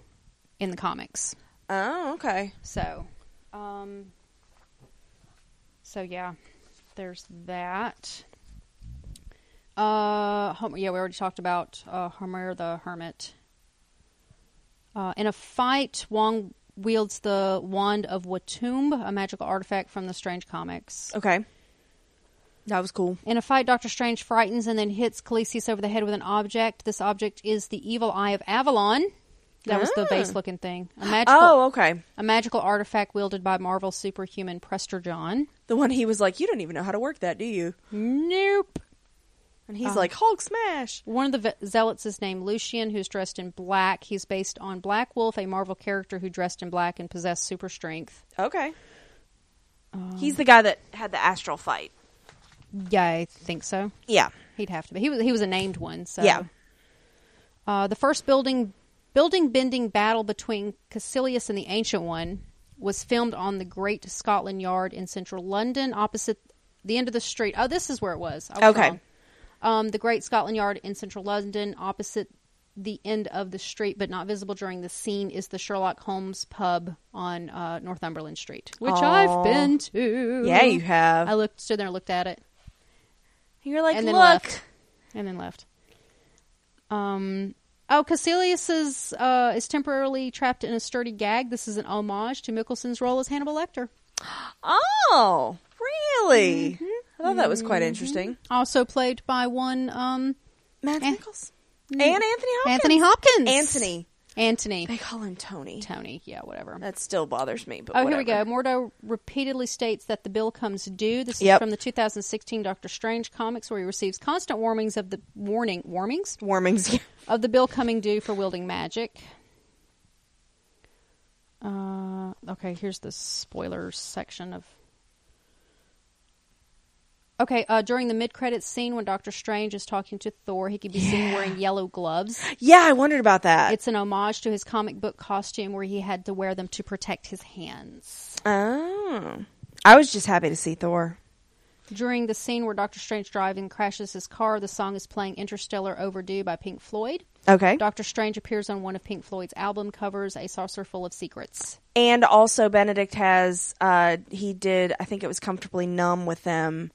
[SPEAKER 2] in the comics.
[SPEAKER 1] Oh, okay.
[SPEAKER 2] So, um, so yeah, there's that. Uh, Hom- yeah, we already talked about uh, Homer the Hermit. Uh, in a fight, Wong wields the wand of Watum, a magical artifact from the Strange comics.
[SPEAKER 1] Okay, that was cool.
[SPEAKER 2] In a fight, Doctor Strange frightens and then hits Khaleesi's over the head with an object. This object is the evil eye of Avalon. That was the vase looking thing. A magical,
[SPEAKER 1] Ah. Oh, okay.
[SPEAKER 2] a magical artifact wielded by Marvel superhuman Prester John.
[SPEAKER 1] The one he was like, "You don't even know how to work that, do you?"
[SPEAKER 2] Nope.
[SPEAKER 1] And he's like, "Hulk smash."
[SPEAKER 2] One of the ve- zealots is named Lucian, who's dressed in black. He's based on Black Wolf, a Marvel character who dressed in black and possessed super strength.
[SPEAKER 1] Okay. he's the guy that had the astral fight.
[SPEAKER 2] Yeah, I think so.
[SPEAKER 1] Yeah.
[SPEAKER 2] He'd have to be. He was he was a named one. So
[SPEAKER 1] Yeah.
[SPEAKER 2] Uh, the first building building bending battle between Cassilius and the Ancient One was filmed on the Great Scotland Yard in central London, opposite the end of the street. Oh, this is where it was. I was
[SPEAKER 1] Okay.
[SPEAKER 2] wrong. Um, the Great Scotland Yard in central London, opposite the end of the street, but not visible during the scene, is the Sherlock Holmes pub on uh, Northumberland Street, which
[SPEAKER 1] Aw.
[SPEAKER 2] I've been to.
[SPEAKER 1] Yeah, you have.
[SPEAKER 2] I looked stood there, and looked at it,
[SPEAKER 1] You're like,
[SPEAKER 2] and then
[SPEAKER 1] look.
[SPEAKER 2] left. And then left. Um. Oh, Cassilius is uh, is temporarily trapped in a sturdy gag. This is an homage to Mickelson's role as Hannibal Lecter.
[SPEAKER 1] Oh, really? I thought that was quite interesting.
[SPEAKER 2] Also played by one um,
[SPEAKER 1] Matt
[SPEAKER 2] Eh.
[SPEAKER 1] Nichols and Anthony Hopkins.
[SPEAKER 2] Anthony Hopkins.
[SPEAKER 1] Anthony.
[SPEAKER 2] Antony.
[SPEAKER 1] They call him Tony.
[SPEAKER 2] Tony, yeah, whatever.
[SPEAKER 1] That still bothers me. But
[SPEAKER 2] Oh,
[SPEAKER 1] whatever.
[SPEAKER 2] here we go. Mordo repeatedly states that the bill comes due. This is
[SPEAKER 1] Yep.
[SPEAKER 2] from the 2016 Doctor Strange comics, where he receives constant warnings of the warning warnings
[SPEAKER 1] Warmings.
[SPEAKER 2] of the bill coming due for wielding magic. Uh, okay, here's the spoiler section of. Okay, uh, during the mid-credits scene when Doctor Strange is talking to Thor, he can be seen wearing yellow gloves.
[SPEAKER 1] yeah, I wondered about that.
[SPEAKER 2] It's an homage to his comic book costume where he had to wear them to protect his hands.
[SPEAKER 1] oh. I was just happy to see Thor.
[SPEAKER 2] During the scene where Doctor Strange drives and crashes his car, the song is playing Interstellar Overdue by Pink Floyd.
[SPEAKER 1] Okay.
[SPEAKER 2] Doctor Strange appears on one of Pink Floyd's album covers, A Saucer Full of Secrets.
[SPEAKER 1] and also Benedict has uh he did I think it was comfortably numb with them.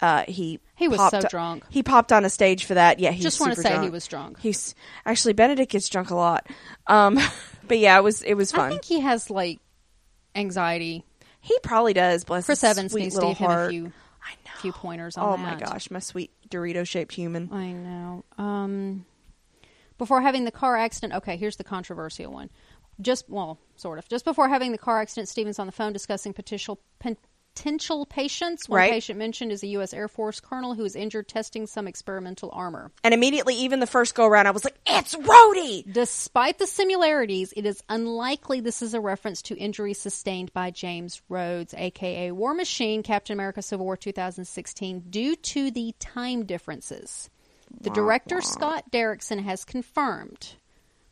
[SPEAKER 1] Uh he
[SPEAKER 2] He was
[SPEAKER 1] popped
[SPEAKER 2] so
[SPEAKER 1] o-
[SPEAKER 2] drunk.
[SPEAKER 1] He popped on a stage for that. Yeah, he
[SPEAKER 2] Just wanna
[SPEAKER 1] super
[SPEAKER 2] say he
[SPEAKER 1] drunk.
[SPEAKER 2] was drunk.
[SPEAKER 1] He's actually Benedict gets drunk a lot. Um but yeah, it was it was
[SPEAKER 2] I
[SPEAKER 1] fun.
[SPEAKER 2] think he has, like, anxiety.
[SPEAKER 1] He probably does. Bless
[SPEAKER 2] Chris
[SPEAKER 1] his
[SPEAKER 2] Evans
[SPEAKER 1] sweet
[SPEAKER 2] needs to
[SPEAKER 1] little
[SPEAKER 2] give him a
[SPEAKER 1] heart.
[SPEAKER 2] few,
[SPEAKER 1] I know.
[SPEAKER 2] few pointers on
[SPEAKER 1] Oh
[SPEAKER 2] that.
[SPEAKER 1] my gosh, my sweet Dorito shaped human.
[SPEAKER 2] I know. Um, before having the car accident, okay, here's the controversial one. Just well, sort of. Just before having the car accident, Stevens on the phone discussing potential potential patients. One
[SPEAKER 1] Right.
[SPEAKER 2] patient mentioned is a U.S. Air Force colonel who is injured testing some experimental armor.
[SPEAKER 1] And immediately, even the first go around, I was like, "It's Rhodey."
[SPEAKER 2] Despite the similarities, it is unlikely this is a reference to injuries sustained by James Rhodes, aka War Machine, Captain America Civil War 2016, due to the time differences. The director, Scott Derrickson, has confirmed,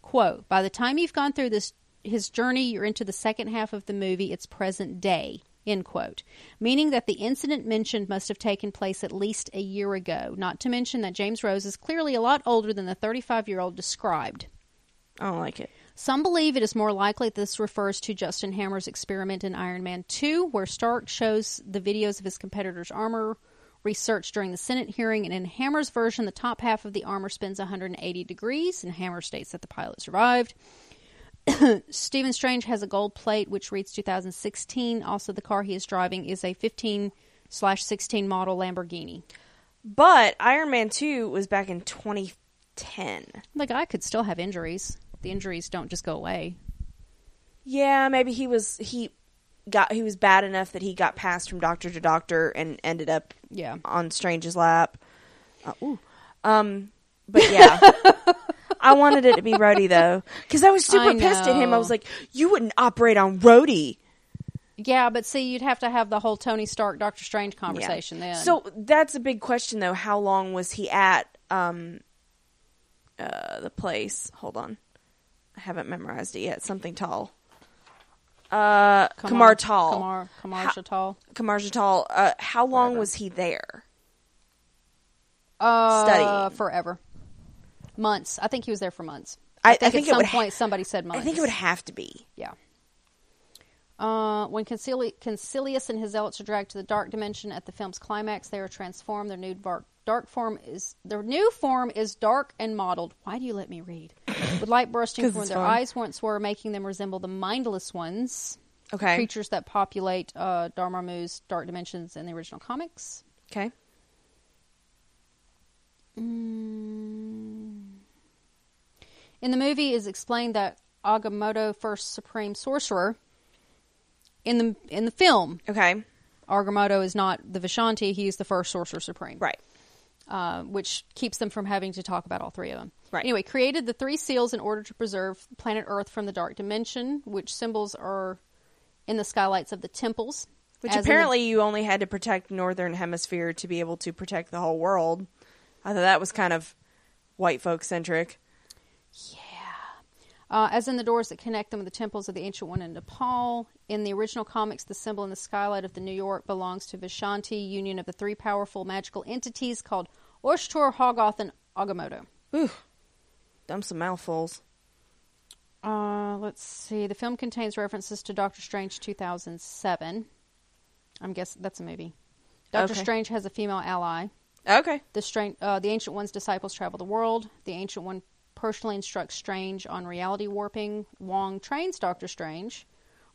[SPEAKER 2] quote, by the time you've gone through this his journey, you're into the second half of the movie, it's present day, end quote. Meaning that the incident mentioned must have taken place at least a year ago, not to mention that James Rose is clearly a lot older than the 35 year old described.
[SPEAKER 1] I don't like it.
[SPEAKER 2] Some believe it is more likely this refers to Justin Hammer's experiment in Iron Man 2, where Stark shows the videos of his competitor's armor research during the Senate hearing, and in Hammer's version, the top half of the armor spins 180 degrees, and Hammer states that the pilot survived. Stephen Strange has a gold plate which reads 2016. Also, the car he is driving is a 15 slash 16 model Lamborghini.
[SPEAKER 1] But Iron Man Two was back in 2010.
[SPEAKER 2] The guy could still have injuries. The injuries don't just go away.
[SPEAKER 1] Yeah, maybe he was he got he was bad enough that he got passed from doctor to doctor and ended up
[SPEAKER 2] Yeah.
[SPEAKER 1] on Strange's lap. Uh, ooh. Um, but yeah. I wanted it to be Rhodey though, because I was super
[SPEAKER 2] I
[SPEAKER 1] pissed at him. I
[SPEAKER 2] know.
[SPEAKER 1] was like, "You wouldn't operate on Rhodey."
[SPEAKER 2] Yeah, but see, you'd have to have the whole Tony Stark, Doctor Strange conversation then.
[SPEAKER 1] So that's a big question, though. How long was he at um, uh, the place? Hold on, I haven't memorized it yet. Something tall. Uh, Kamar Tall.
[SPEAKER 2] Kamar, Kamar
[SPEAKER 1] How-
[SPEAKER 2] Shatal.
[SPEAKER 1] Kamar Jatal. Uh, how long was he there?
[SPEAKER 2] Uh,
[SPEAKER 1] Studying.
[SPEAKER 2] forever, months. I think he was there for months.
[SPEAKER 1] I- I
[SPEAKER 2] think,
[SPEAKER 1] think it
[SPEAKER 2] at some
[SPEAKER 1] would ha-
[SPEAKER 2] point somebody said months.
[SPEAKER 1] I think it would have to be.
[SPEAKER 2] Yeah. Uh, when Concili- Concilius and his zealots are dragged to the dark dimension at the film's climax, they are transformed. Their new dark, dark form is their new form is dark and mottled. Why do you let me read? With light bursting
[SPEAKER 1] 'Cause
[SPEAKER 2] from where
[SPEAKER 1] it's
[SPEAKER 2] their
[SPEAKER 1] fun.
[SPEAKER 2] eyes once were, making them resemble the mindless ones.
[SPEAKER 1] Okay.
[SPEAKER 2] Creatures that populate uh, Dormammu's dark dimensions in the original comics.
[SPEAKER 1] Okay.
[SPEAKER 2] In the movie, it is explained that Agamotto, first supreme sorcerer, in the in the film,
[SPEAKER 1] Okay.
[SPEAKER 2] Agamotto is not the Vishanti; he is the first sorcerer supreme,
[SPEAKER 1] Right.
[SPEAKER 2] Uh, which keeps them from having to talk about all three of them.
[SPEAKER 1] Right.
[SPEAKER 2] Anyway, created the three seals in order to preserve planet Earth from the dark dimension, which symbols are in the skylights of the temples.
[SPEAKER 1] Which
[SPEAKER 2] As in the-
[SPEAKER 1] apparently you only had to protect northern hemisphere to be able to protect the whole world. I thought that was kind of white folk centric.
[SPEAKER 2] Uh, as in the doors that connect them with the temples of the Ancient One in Nepal. In the original comics, the symbol in the skylight of the New York belongs to Vishanti, union of the three powerful magical entities called Oshtur, Hoggoth, and Agamotto.
[SPEAKER 1] Dump some mouthfuls.
[SPEAKER 2] Uh, let's see. The film contains references to Doctor Strange 2007. I'm guessing that's a movie. Doctor
[SPEAKER 1] Okay.
[SPEAKER 2] Strange has a female ally.
[SPEAKER 1] Okay.
[SPEAKER 2] The, Strange, uh, the Ancient One's disciples travel the world. The Ancient One personally instructs Strange on reality warping. Wong trains Doctor Strange.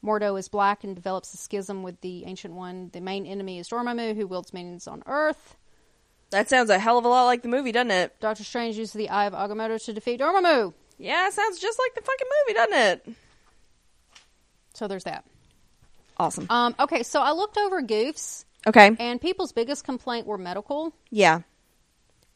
[SPEAKER 2] Mordo is black and develops a schism with the Ancient One. The main enemy is Dormammu, who wields minions on Earth.
[SPEAKER 1] That sounds a hell of a lot like the movie, doesn't it?
[SPEAKER 2] Doctor Strange uses the Eye of Agamotto to defeat Dormammu.
[SPEAKER 1] Yeah, it sounds just like the fucking movie, doesn't it?
[SPEAKER 2] So there's that.
[SPEAKER 1] Awesome.
[SPEAKER 2] Um, okay, so I looked over goofs,
[SPEAKER 1] Okay.
[SPEAKER 2] and people's biggest complaint were medical
[SPEAKER 1] Yeah.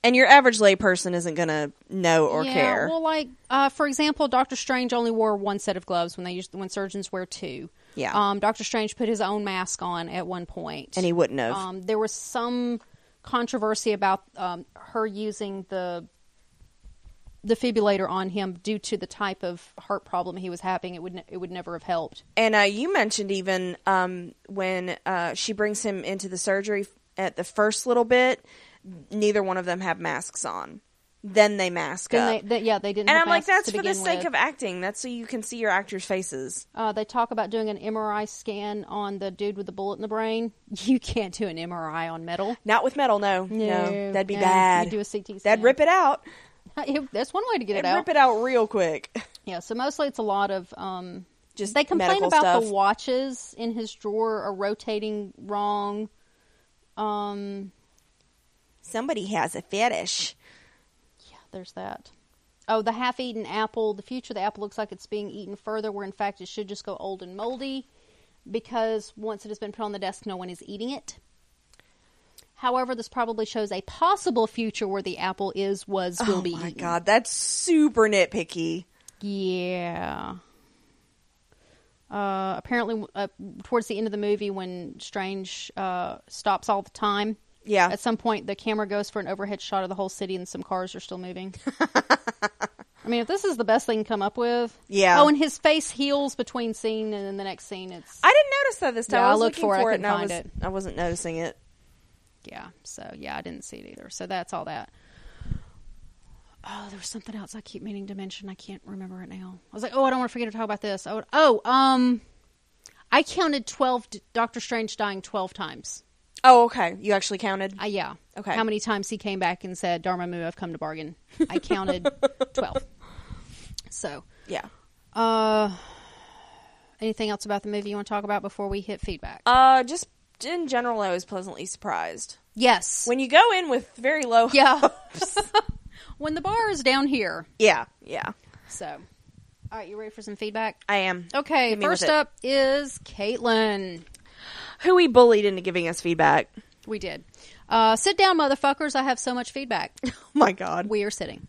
[SPEAKER 1] And your average layperson isn't going to know or
[SPEAKER 2] Yeah,
[SPEAKER 1] care.
[SPEAKER 2] Well, like uh, for example, Doctor Strange only wore one set of gloves when they used when surgeons wear two.
[SPEAKER 1] Yeah.
[SPEAKER 2] Um, Doctor Strange put his own mask on at one point,
[SPEAKER 1] and he wouldn't have.
[SPEAKER 2] um, there was some controversy about um, her using the defibrillator on him due to the type of heart problem he was having. It would ne- it would never have helped.
[SPEAKER 1] and uh, you mentioned even um, when uh, she brings him into the surgery at the first little bit, neither one of them have masks on. Then they mask
[SPEAKER 2] Then
[SPEAKER 1] up.
[SPEAKER 2] they, they, yeah, they didn't.
[SPEAKER 1] and
[SPEAKER 2] have
[SPEAKER 1] I'm like,
[SPEAKER 2] masks
[SPEAKER 1] that's
[SPEAKER 2] to
[SPEAKER 1] for the
[SPEAKER 2] begin
[SPEAKER 1] sake
[SPEAKER 2] with.
[SPEAKER 1] of acting. That's so you can see your actors' faces.
[SPEAKER 2] Uh, they talk about doing an MRI scan on the dude with the bullet in the brain. You can't do an MRI on metal.
[SPEAKER 1] Not with metal, no. No,
[SPEAKER 2] No,
[SPEAKER 1] that'd be
[SPEAKER 2] no.
[SPEAKER 1] bad.
[SPEAKER 2] You do a CT
[SPEAKER 1] That'd
[SPEAKER 2] scan.
[SPEAKER 1] rip it out.
[SPEAKER 2] That's one way to get it
[SPEAKER 1] It'd
[SPEAKER 2] out.
[SPEAKER 1] rip it out real quick.
[SPEAKER 2] Yeah, so mostly it's a lot of um,
[SPEAKER 1] Just
[SPEAKER 2] they complain
[SPEAKER 1] medical
[SPEAKER 2] about the
[SPEAKER 1] stuff.
[SPEAKER 2] watches in his drawer are rotating wrong. Um,
[SPEAKER 1] Somebody has a fetish.
[SPEAKER 2] yeah, there's that. Oh, the half-eaten apple. The future of the apple looks like it's being eaten further, where in fact it should just go old and moldy, because once it has been put on the desk, no one is eating it. However, this probably shows a possible future where the apple is, was, will
[SPEAKER 1] oh
[SPEAKER 2] be
[SPEAKER 1] my
[SPEAKER 2] eaten.
[SPEAKER 1] god, that's super nitpicky.
[SPEAKER 2] Yeah. Uh, apparently, uh, towards the end of the movie, when Strange uh, stops all the time,
[SPEAKER 1] Yeah.
[SPEAKER 2] at some point the camera goes for an overhead shot of the whole city, and some cars are still moving. I mean, if this is the best they can come up with,
[SPEAKER 1] Yeah.
[SPEAKER 2] Oh, and his face heals between scene, and then the next scene, it's
[SPEAKER 1] I didn't notice that this time.
[SPEAKER 2] Yeah,
[SPEAKER 1] I
[SPEAKER 2] I
[SPEAKER 1] was
[SPEAKER 2] looked
[SPEAKER 1] looking
[SPEAKER 2] for it. I
[SPEAKER 1] for it,
[SPEAKER 2] couldn't
[SPEAKER 1] and I was
[SPEAKER 2] find it.
[SPEAKER 1] I wasn't noticing it.
[SPEAKER 2] yeah. So yeah, I didn't see it either. So that's all that. Oh, there was something else I keep meaning to mention. I can't remember it now. I was like, oh, I don't want to forget to talk about this. Oh, oh, um, I counted twelve D- Doctor Strange dying twelve times.
[SPEAKER 1] Oh, okay. You actually counted.
[SPEAKER 2] Uh, yeah.
[SPEAKER 1] Okay.
[SPEAKER 2] How many times he came back and said, "Dharma Mu, I've come to bargain." I counted twelve. So,
[SPEAKER 1] yeah.
[SPEAKER 2] uh, anything else about the movie you want to talk about before we hit feedback?
[SPEAKER 1] Uh, just in general, I was pleasantly surprised
[SPEAKER 2] yes.
[SPEAKER 1] when you go in with very low.
[SPEAKER 2] yeah. when the bar is down here.
[SPEAKER 1] yeah, yeah.
[SPEAKER 2] So, all right, you ready for some feedback?
[SPEAKER 1] I am
[SPEAKER 2] Okay,
[SPEAKER 1] Hit me with
[SPEAKER 2] first
[SPEAKER 1] it.
[SPEAKER 2] up is Caitlin.
[SPEAKER 1] who we bullied into giving us feedback.
[SPEAKER 2] We did. Uh, sit down, motherfuckers. I have so much feedback.
[SPEAKER 1] Oh my god.
[SPEAKER 2] we are sitting.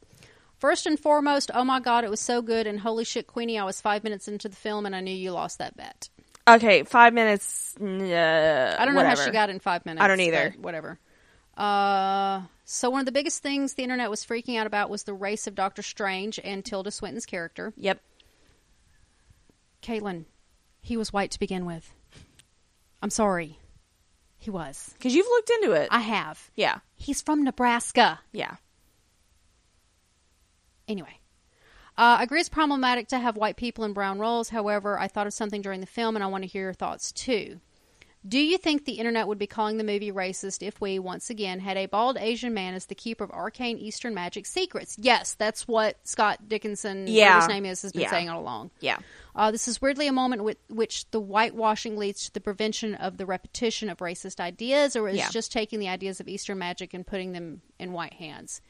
[SPEAKER 2] First and foremost, oh my god, it was so good, and holy shit, Queenie, I was five minutes into the film, and I knew you lost that bet.
[SPEAKER 1] Okay, five minutes. Uh, I
[SPEAKER 2] I don't know how she got in five minutes.
[SPEAKER 1] I don't either.
[SPEAKER 2] but Whatever. Uh, so one of the biggest things the internet was freaking out about was the race of Doctor Strange and Tilda Swinton's character,
[SPEAKER 1] Yep.
[SPEAKER 2] Caitlin. He was white to begin with. I'm sorry, he was.
[SPEAKER 1] Because you've looked into it.
[SPEAKER 2] I have.
[SPEAKER 1] yeah.
[SPEAKER 2] He's from Nebraska.
[SPEAKER 1] Yeah.
[SPEAKER 2] Anyway. Uh, I agree it's problematic to have white people in brown roles. However, I thought of something during the film and I want to hear your thoughts too. Do you think the internet would be calling the movie racist if we, once again, had a bald Asian man as the keeper of arcane Eastern magic secrets? Yes, that's what Scott Dickinson, whatever
[SPEAKER 1] Yeah.
[SPEAKER 2] his name is, has been
[SPEAKER 1] Yeah.
[SPEAKER 2] saying all along.
[SPEAKER 1] Yeah.
[SPEAKER 2] Uh, this is weirdly a moment with which the whitewashing leads to the prevention of the repetition of racist ideas, or is
[SPEAKER 1] Yeah.
[SPEAKER 2] just taking the ideas of Eastern magic and putting them in white hands.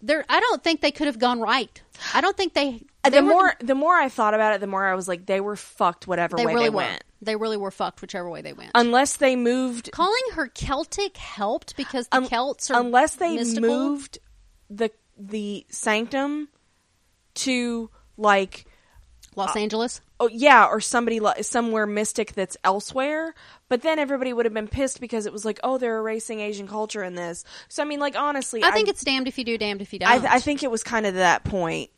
[SPEAKER 2] There, I don't think they could have gone right. I don't think they.
[SPEAKER 1] Uh,
[SPEAKER 2] they
[SPEAKER 1] The
[SPEAKER 2] were-
[SPEAKER 1] more the more I thought about it, the more I was like, they were fucked whatever
[SPEAKER 2] they
[SPEAKER 1] way
[SPEAKER 2] really
[SPEAKER 1] they
[SPEAKER 2] were.
[SPEAKER 1] went. Um,
[SPEAKER 2] They really were fucked, whichever way they went.
[SPEAKER 1] Unless they moved
[SPEAKER 2] Calling her Celtic helped because the Celts are
[SPEAKER 1] Um, unless they
[SPEAKER 2] mystical.
[SPEAKER 1] moved the the sanctum to like
[SPEAKER 2] Los Angeles.
[SPEAKER 1] oh yeah or somebody li- somewhere mystic that's elsewhere but then everybody would have been pissed because it was like oh they're erasing asian culture in this so i mean like honestly
[SPEAKER 2] I think it's damned if you do, damned if you don't.
[SPEAKER 1] I, I think it was kind of that point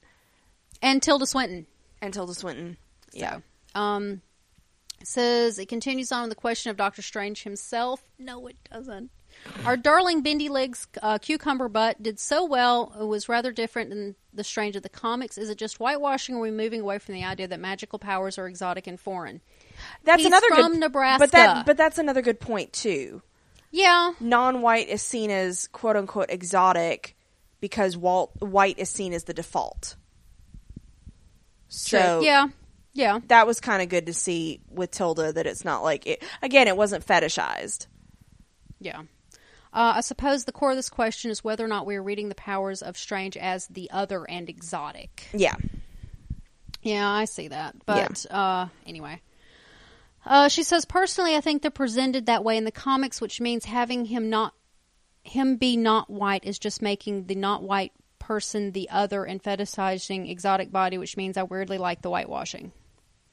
[SPEAKER 2] and Tilda Swinton.
[SPEAKER 1] and tilda swinton yeah
[SPEAKER 2] So, um, it says it continues on with the question of Doctor Strange himself. No, it doesn't. Our darling Bendy Legs uh, cucumber butt did so well. It was rather different than the Strange of the comics. Is it just whitewashing, or are we moving away from the idea that magical powers are exotic and foreign?
[SPEAKER 1] that's
[SPEAKER 2] He's
[SPEAKER 1] another
[SPEAKER 2] from
[SPEAKER 1] good
[SPEAKER 2] Nebraska.
[SPEAKER 1] but that but that's another good point too
[SPEAKER 2] Yeah,
[SPEAKER 1] non-white is seen as quote unquote exotic because Walt, white is seen as the default so
[SPEAKER 2] True. yeah, yeah.
[SPEAKER 1] that was kind of good to see with Tilda that it's not like it again it wasn't fetishized.
[SPEAKER 2] Yeah. Uh, I suppose the core of this question is whether or not we are reading the powers of Strange as the other and exotic.
[SPEAKER 1] Yeah.
[SPEAKER 2] Yeah, I see that. But uh, anyway. Uh, she says, personally, I think they're presented that way in the comics, which means having him not him be not white is just making the not white person the other and fetishizing exotic body, which means I weirdly like the whitewashing.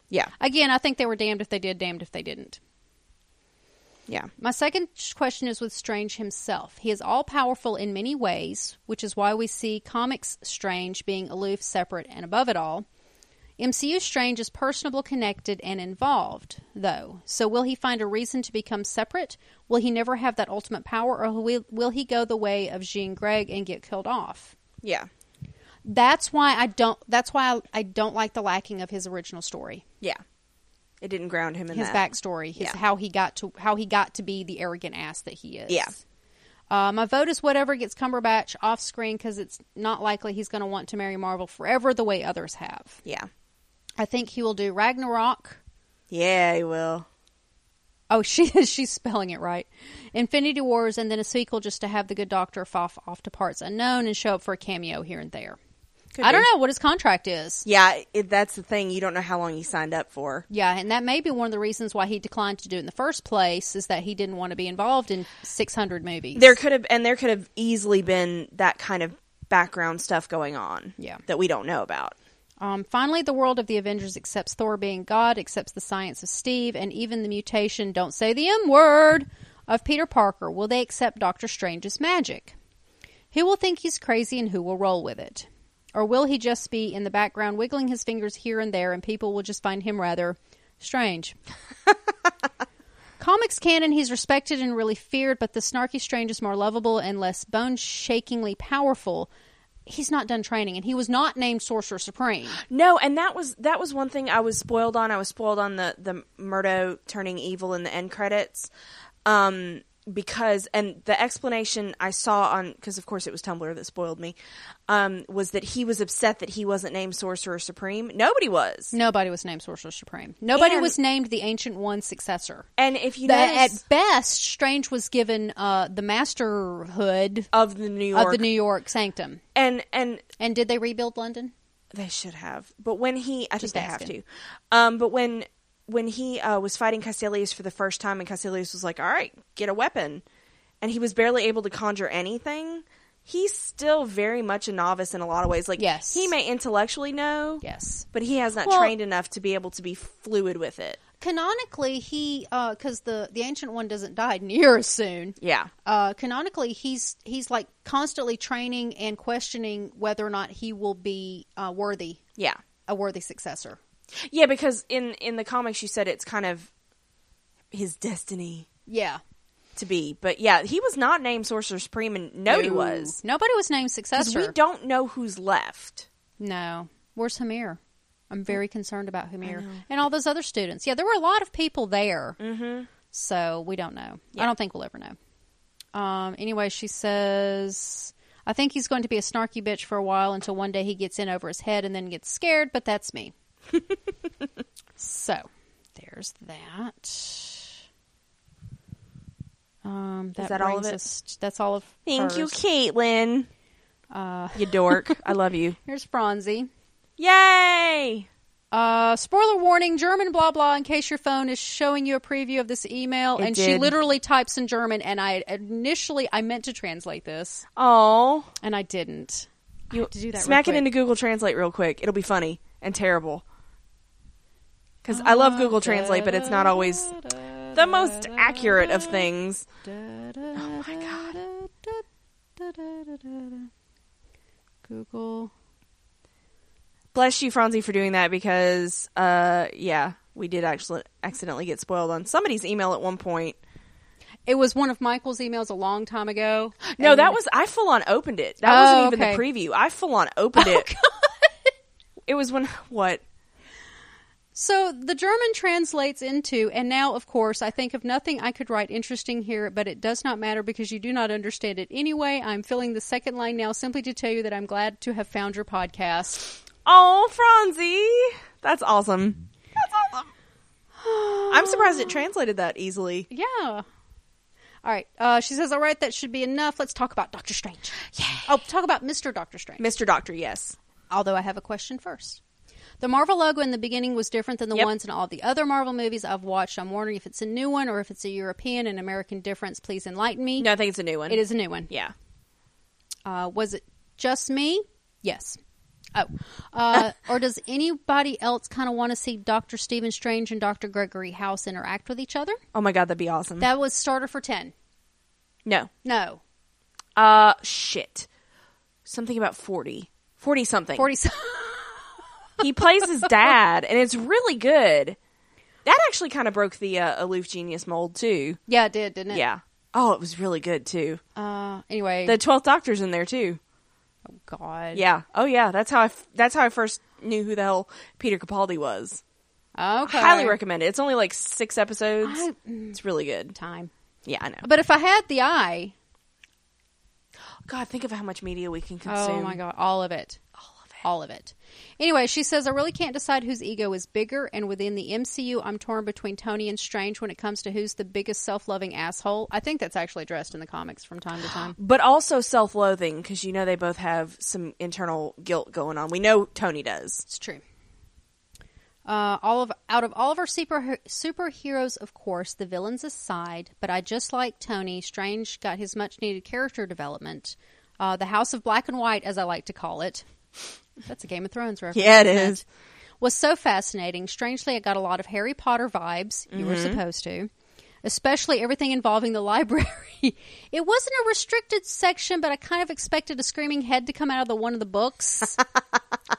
[SPEAKER 1] Yeah.
[SPEAKER 2] Again, I think they were damned if they did, damned if they didn't.
[SPEAKER 1] Yeah.
[SPEAKER 2] My second sh- question is with Strange himself. He is all powerful in many ways, which is why we see comics Strange being aloof, separate, and above it all. MCU Strange is personable, connected, and involved, though. So will he find a reason to become separate? Will he never have that ultimate power, or will, will he go the way of Jean Grey and get killed off?
[SPEAKER 1] Yeah.
[SPEAKER 2] That's why I don't. That's why I, I don't like the lacking of his original story,
[SPEAKER 1] Yeah. It didn't ground him in
[SPEAKER 2] his
[SPEAKER 1] that.
[SPEAKER 2] backstory, his
[SPEAKER 1] Yeah.
[SPEAKER 2] how he got to how he got to be the arrogant ass that he is.
[SPEAKER 1] Yeah.
[SPEAKER 2] Uh, my vote is whatever gets Cumberbatch off screen because it's not likely he's going to want to marry Marvel forever the way others have.
[SPEAKER 1] Yeah.
[SPEAKER 2] I think he will do Ragnarok.
[SPEAKER 1] Yeah, he will.
[SPEAKER 2] Oh, she is. She's spelling it right. Infinity Wars, and then a sequel just to have the good doctor foff off to parts unknown and show up for a cameo here and there.
[SPEAKER 1] Could
[SPEAKER 2] I don't
[SPEAKER 1] be.
[SPEAKER 2] know what his contract is.
[SPEAKER 1] Yeah, it, that's the thing. You don't know how long he signed up for.
[SPEAKER 2] Yeah, and that may be one of the reasons why he declined to do it in the first place is that he didn't want to be involved in 600 movies.
[SPEAKER 1] There could have, and there could have easily been that kind of background stuff going on.
[SPEAKER 2] Yeah.
[SPEAKER 1] That we don't know about.
[SPEAKER 2] Um, finally, the world of the Avengers accepts Thor being God, accepts the science of Steve, and even the mutation, don't say the M word, of Peter Parker. Will they accept Doctor Strange's magic? Who will think he's crazy and who will roll with it? Or will he just be in the background wiggling his fingers here and there and people will just find him rather strange? Comics canon, he's respected and really feared, but the snarky strange is more lovable and less bone shakingly powerful. He's not done training, and he was not named Sorcerer Supreme.
[SPEAKER 1] No, and that was that was one thing I was spoiled on. I was spoiled on the the Murdo turning evil in the end credits, um, because and the explanation I saw on because of course it was Tumblr that spoiled me, um, was that he was upset that he wasn't named Sorcerer Supreme. Nobody was,
[SPEAKER 2] Nobody was named Sorcerer Supreme. Nobody
[SPEAKER 1] And-
[SPEAKER 2] was named the Ancient One's successor.
[SPEAKER 1] and if you
[SPEAKER 2] The-
[SPEAKER 1] notice
[SPEAKER 2] at best, Strange was given uh, the masterhood
[SPEAKER 1] of the New York,
[SPEAKER 2] of the New York Sanctum.
[SPEAKER 1] and and
[SPEAKER 2] And did they rebuild London?
[SPEAKER 1] They should have. But when he, I
[SPEAKER 2] Just
[SPEAKER 1] think they
[SPEAKER 2] asking.
[SPEAKER 1] have to. Um, but when when he uh, was fighting Cassilius for the first time, and Cassilius was like, "All right, get a weapon," and he was barely able to conjure anything. He's still very much a novice in a lot of ways. Like,
[SPEAKER 2] Yes.
[SPEAKER 1] he may intellectually know,
[SPEAKER 2] Yes.
[SPEAKER 1] but he has not
[SPEAKER 2] Well-
[SPEAKER 1] trained enough to be able to be fluid with it.
[SPEAKER 2] Canonically, he because the the Ancient One doesn't die near as soon.
[SPEAKER 1] Yeah,
[SPEAKER 2] Uh, canonically, he's he's like constantly training and questioning whether or not he will be uh, worthy
[SPEAKER 1] yeah,
[SPEAKER 2] a worthy successor.
[SPEAKER 1] yeah. Because in in the comics, you said it's kind of his destiny
[SPEAKER 2] Yeah.
[SPEAKER 1] to be. But yeah, he was not named Sorcerer Supreme, and nobody
[SPEAKER 2] No.
[SPEAKER 1] was
[SPEAKER 2] Nobody was named
[SPEAKER 1] because
[SPEAKER 2] successor.
[SPEAKER 1] we don't know who's left.
[SPEAKER 2] No. Where's Hamir?
[SPEAKER 1] Oh.
[SPEAKER 2] I'm very concerned about Hamir and all those other students. Yeah, there were a lot of people there. Mm-hmm. So we don't know. I don't think we'll ever know. Um, anyway, she says, I think he's going to be a snarky bitch for a while until one day he gets in over his head and then gets scared, but that's me. so there's that. Um, that
[SPEAKER 1] that all of
[SPEAKER 2] brings
[SPEAKER 1] it?
[SPEAKER 2] us- that's all of
[SPEAKER 1] Thank you,
[SPEAKER 2] hers.
[SPEAKER 1] Caitlin.
[SPEAKER 2] Uh,
[SPEAKER 1] You dork. I love you.
[SPEAKER 2] here's Phronsie.
[SPEAKER 1] Yay!
[SPEAKER 2] Uh, spoiler warning, German blah blah in case your phone is showing you a preview of this email
[SPEAKER 1] It
[SPEAKER 2] and she
[SPEAKER 1] did.
[SPEAKER 2] literally types in German and I initially I meant to translate this
[SPEAKER 1] Oh,
[SPEAKER 2] and I didn't. I
[SPEAKER 1] you
[SPEAKER 2] have to do that
[SPEAKER 1] smack
[SPEAKER 2] real
[SPEAKER 1] it into
[SPEAKER 2] quick.
[SPEAKER 1] Google Translate real quick. It'll be funny and terrible. Because I love Google Translate, but it's not always the most accurate of things.
[SPEAKER 2] Oh my god. Google.
[SPEAKER 1] Bless you, Franzi, for doing that because, uh, yeah, we did actually accidentally get spoiled on somebody's email at one point.
[SPEAKER 2] It was one of Michael's emails a long time ago.
[SPEAKER 1] No,
[SPEAKER 2] and-
[SPEAKER 1] that was I full on opened it. That
[SPEAKER 2] Oh,
[SPEAKER 1] wasn't even
[SPEAKER 2] okay.
[SPEAKER 1] the preview. I full on opened it. It was when what?
[SPEAKER 2] So the German translates into, and now, of course, I think of nothing I could write interesting here, but it does not matter because you do not understand it anyway. I'm filling the second line now simply to tell you that I'm glad to have found your podcast.
[SPEAKER 1] Oh, Franzi! That's awesome. That's awesome. I'm surprised it translated that easily.
[SPEAKER 2] Yeah. All right. Uh, she says, all right, that should be enough. Let's talk about Doctor Strange. Yeah. Oh, talk about Mr. Doctor Strange.
[SPEAKER 1] Mr. Doctor, yes.
[SPEAKER 2] Although I have a question first. The Marvel logo in the beginning was different than the
[SPEAKER 1] Yep.
[SPEAKER 2] ones in all the other Marvel movies I've watched. I'm wondering if it's a new one or if it's a European and American difference. Please enlighten me.
[SPEAKER 1] No, I think it's a new one.
[SPEAKER 2] It is a new one.
[SPEAKER 1] Yeah.
[SPEAKER 2] Uh, was it just me? Yes. Oh. Uh, or does anybody else kind of want to see Dr. Stephen Strange and Dr. Gregory House interact with each other?
[SPEAKER 1] Oh my god, that'd be awesome.
[SPEAKER 2] That was starter for 10.
[SPEAKER 1] no.
[SPEAKER 2] No.
[SPEAKER 1] Uh, shit. Something about 40. 40 something.
[SPEAKER 2] 40.
[SPEAKER 1] he plays his dad, and it's really good. That actually kind of broke the uh, aloof genius mold, too.
[SPEAKER 2] yeah, it did, didn't it?
[SPEAKER 1] Yeah. Oh, it was really good, too.
[SPEAKER 2] Uh, anyway.
[SPEAKER 1] The 12th Doctor's in there, too.
[SPEAKER 2] oh, God.
[SPEAKER 1] Yeah. Oh, yeah. That's how I, f- that's how I first knew who the hell Peter Capaldi was.
[SPEAKER 2] Okay.
[SPEAKER 1] Highly recommend it. It's only like six episodes.
[SPEAKER 2] I- mm.
[SPEAKER 1] it's really good.
[SPEAKER 2] Time.
[SPEAKER 1] Yeah, I know.
[SPEAKER 2] But if I had the eye,
[SPEAKER 1] God, think of how much media we can
[SPEAKER 2] oh
[SPEAKER 1] consume.
[SPEAKER 2] my God, all of it.
[SPEAKER 1] All of it.
[SPEAKER 2] all of it. Anyway, she says, I really can't decide whose ego is bigger, and within the MCU, I'm torn between Tony and Strange when it comes to who's the biggest self loving asshole. I think that's actually addressed in the comics from time to time.
[SPEAKER 1] But also self loathing, because you know they both have some internal guilt going on. We know Tony does.
[SPEAKER 2] It's true. Uh, all of out of all of our super superheroes, of course, the villains aside, but I just like Tony. Strange got his much needed character development. Uh, the House of Black and White, as I like to call it. That's a Game of Thrones reference.
[SPEAKER 1] Yeah, it
[SPEAKER 2] isn't
[SPEAKER 1] is.
[SPEAKER 2] Was so fascinating. Strangely, I got a lot of Harry Potter vibes. You were
[SPEAKER 1] Mm-hmm.
[SPEAKER 2] supposed to, especially everything involving the library. it wasn't a restricted section, but I kind of expected a screaming head to come out of the one of the books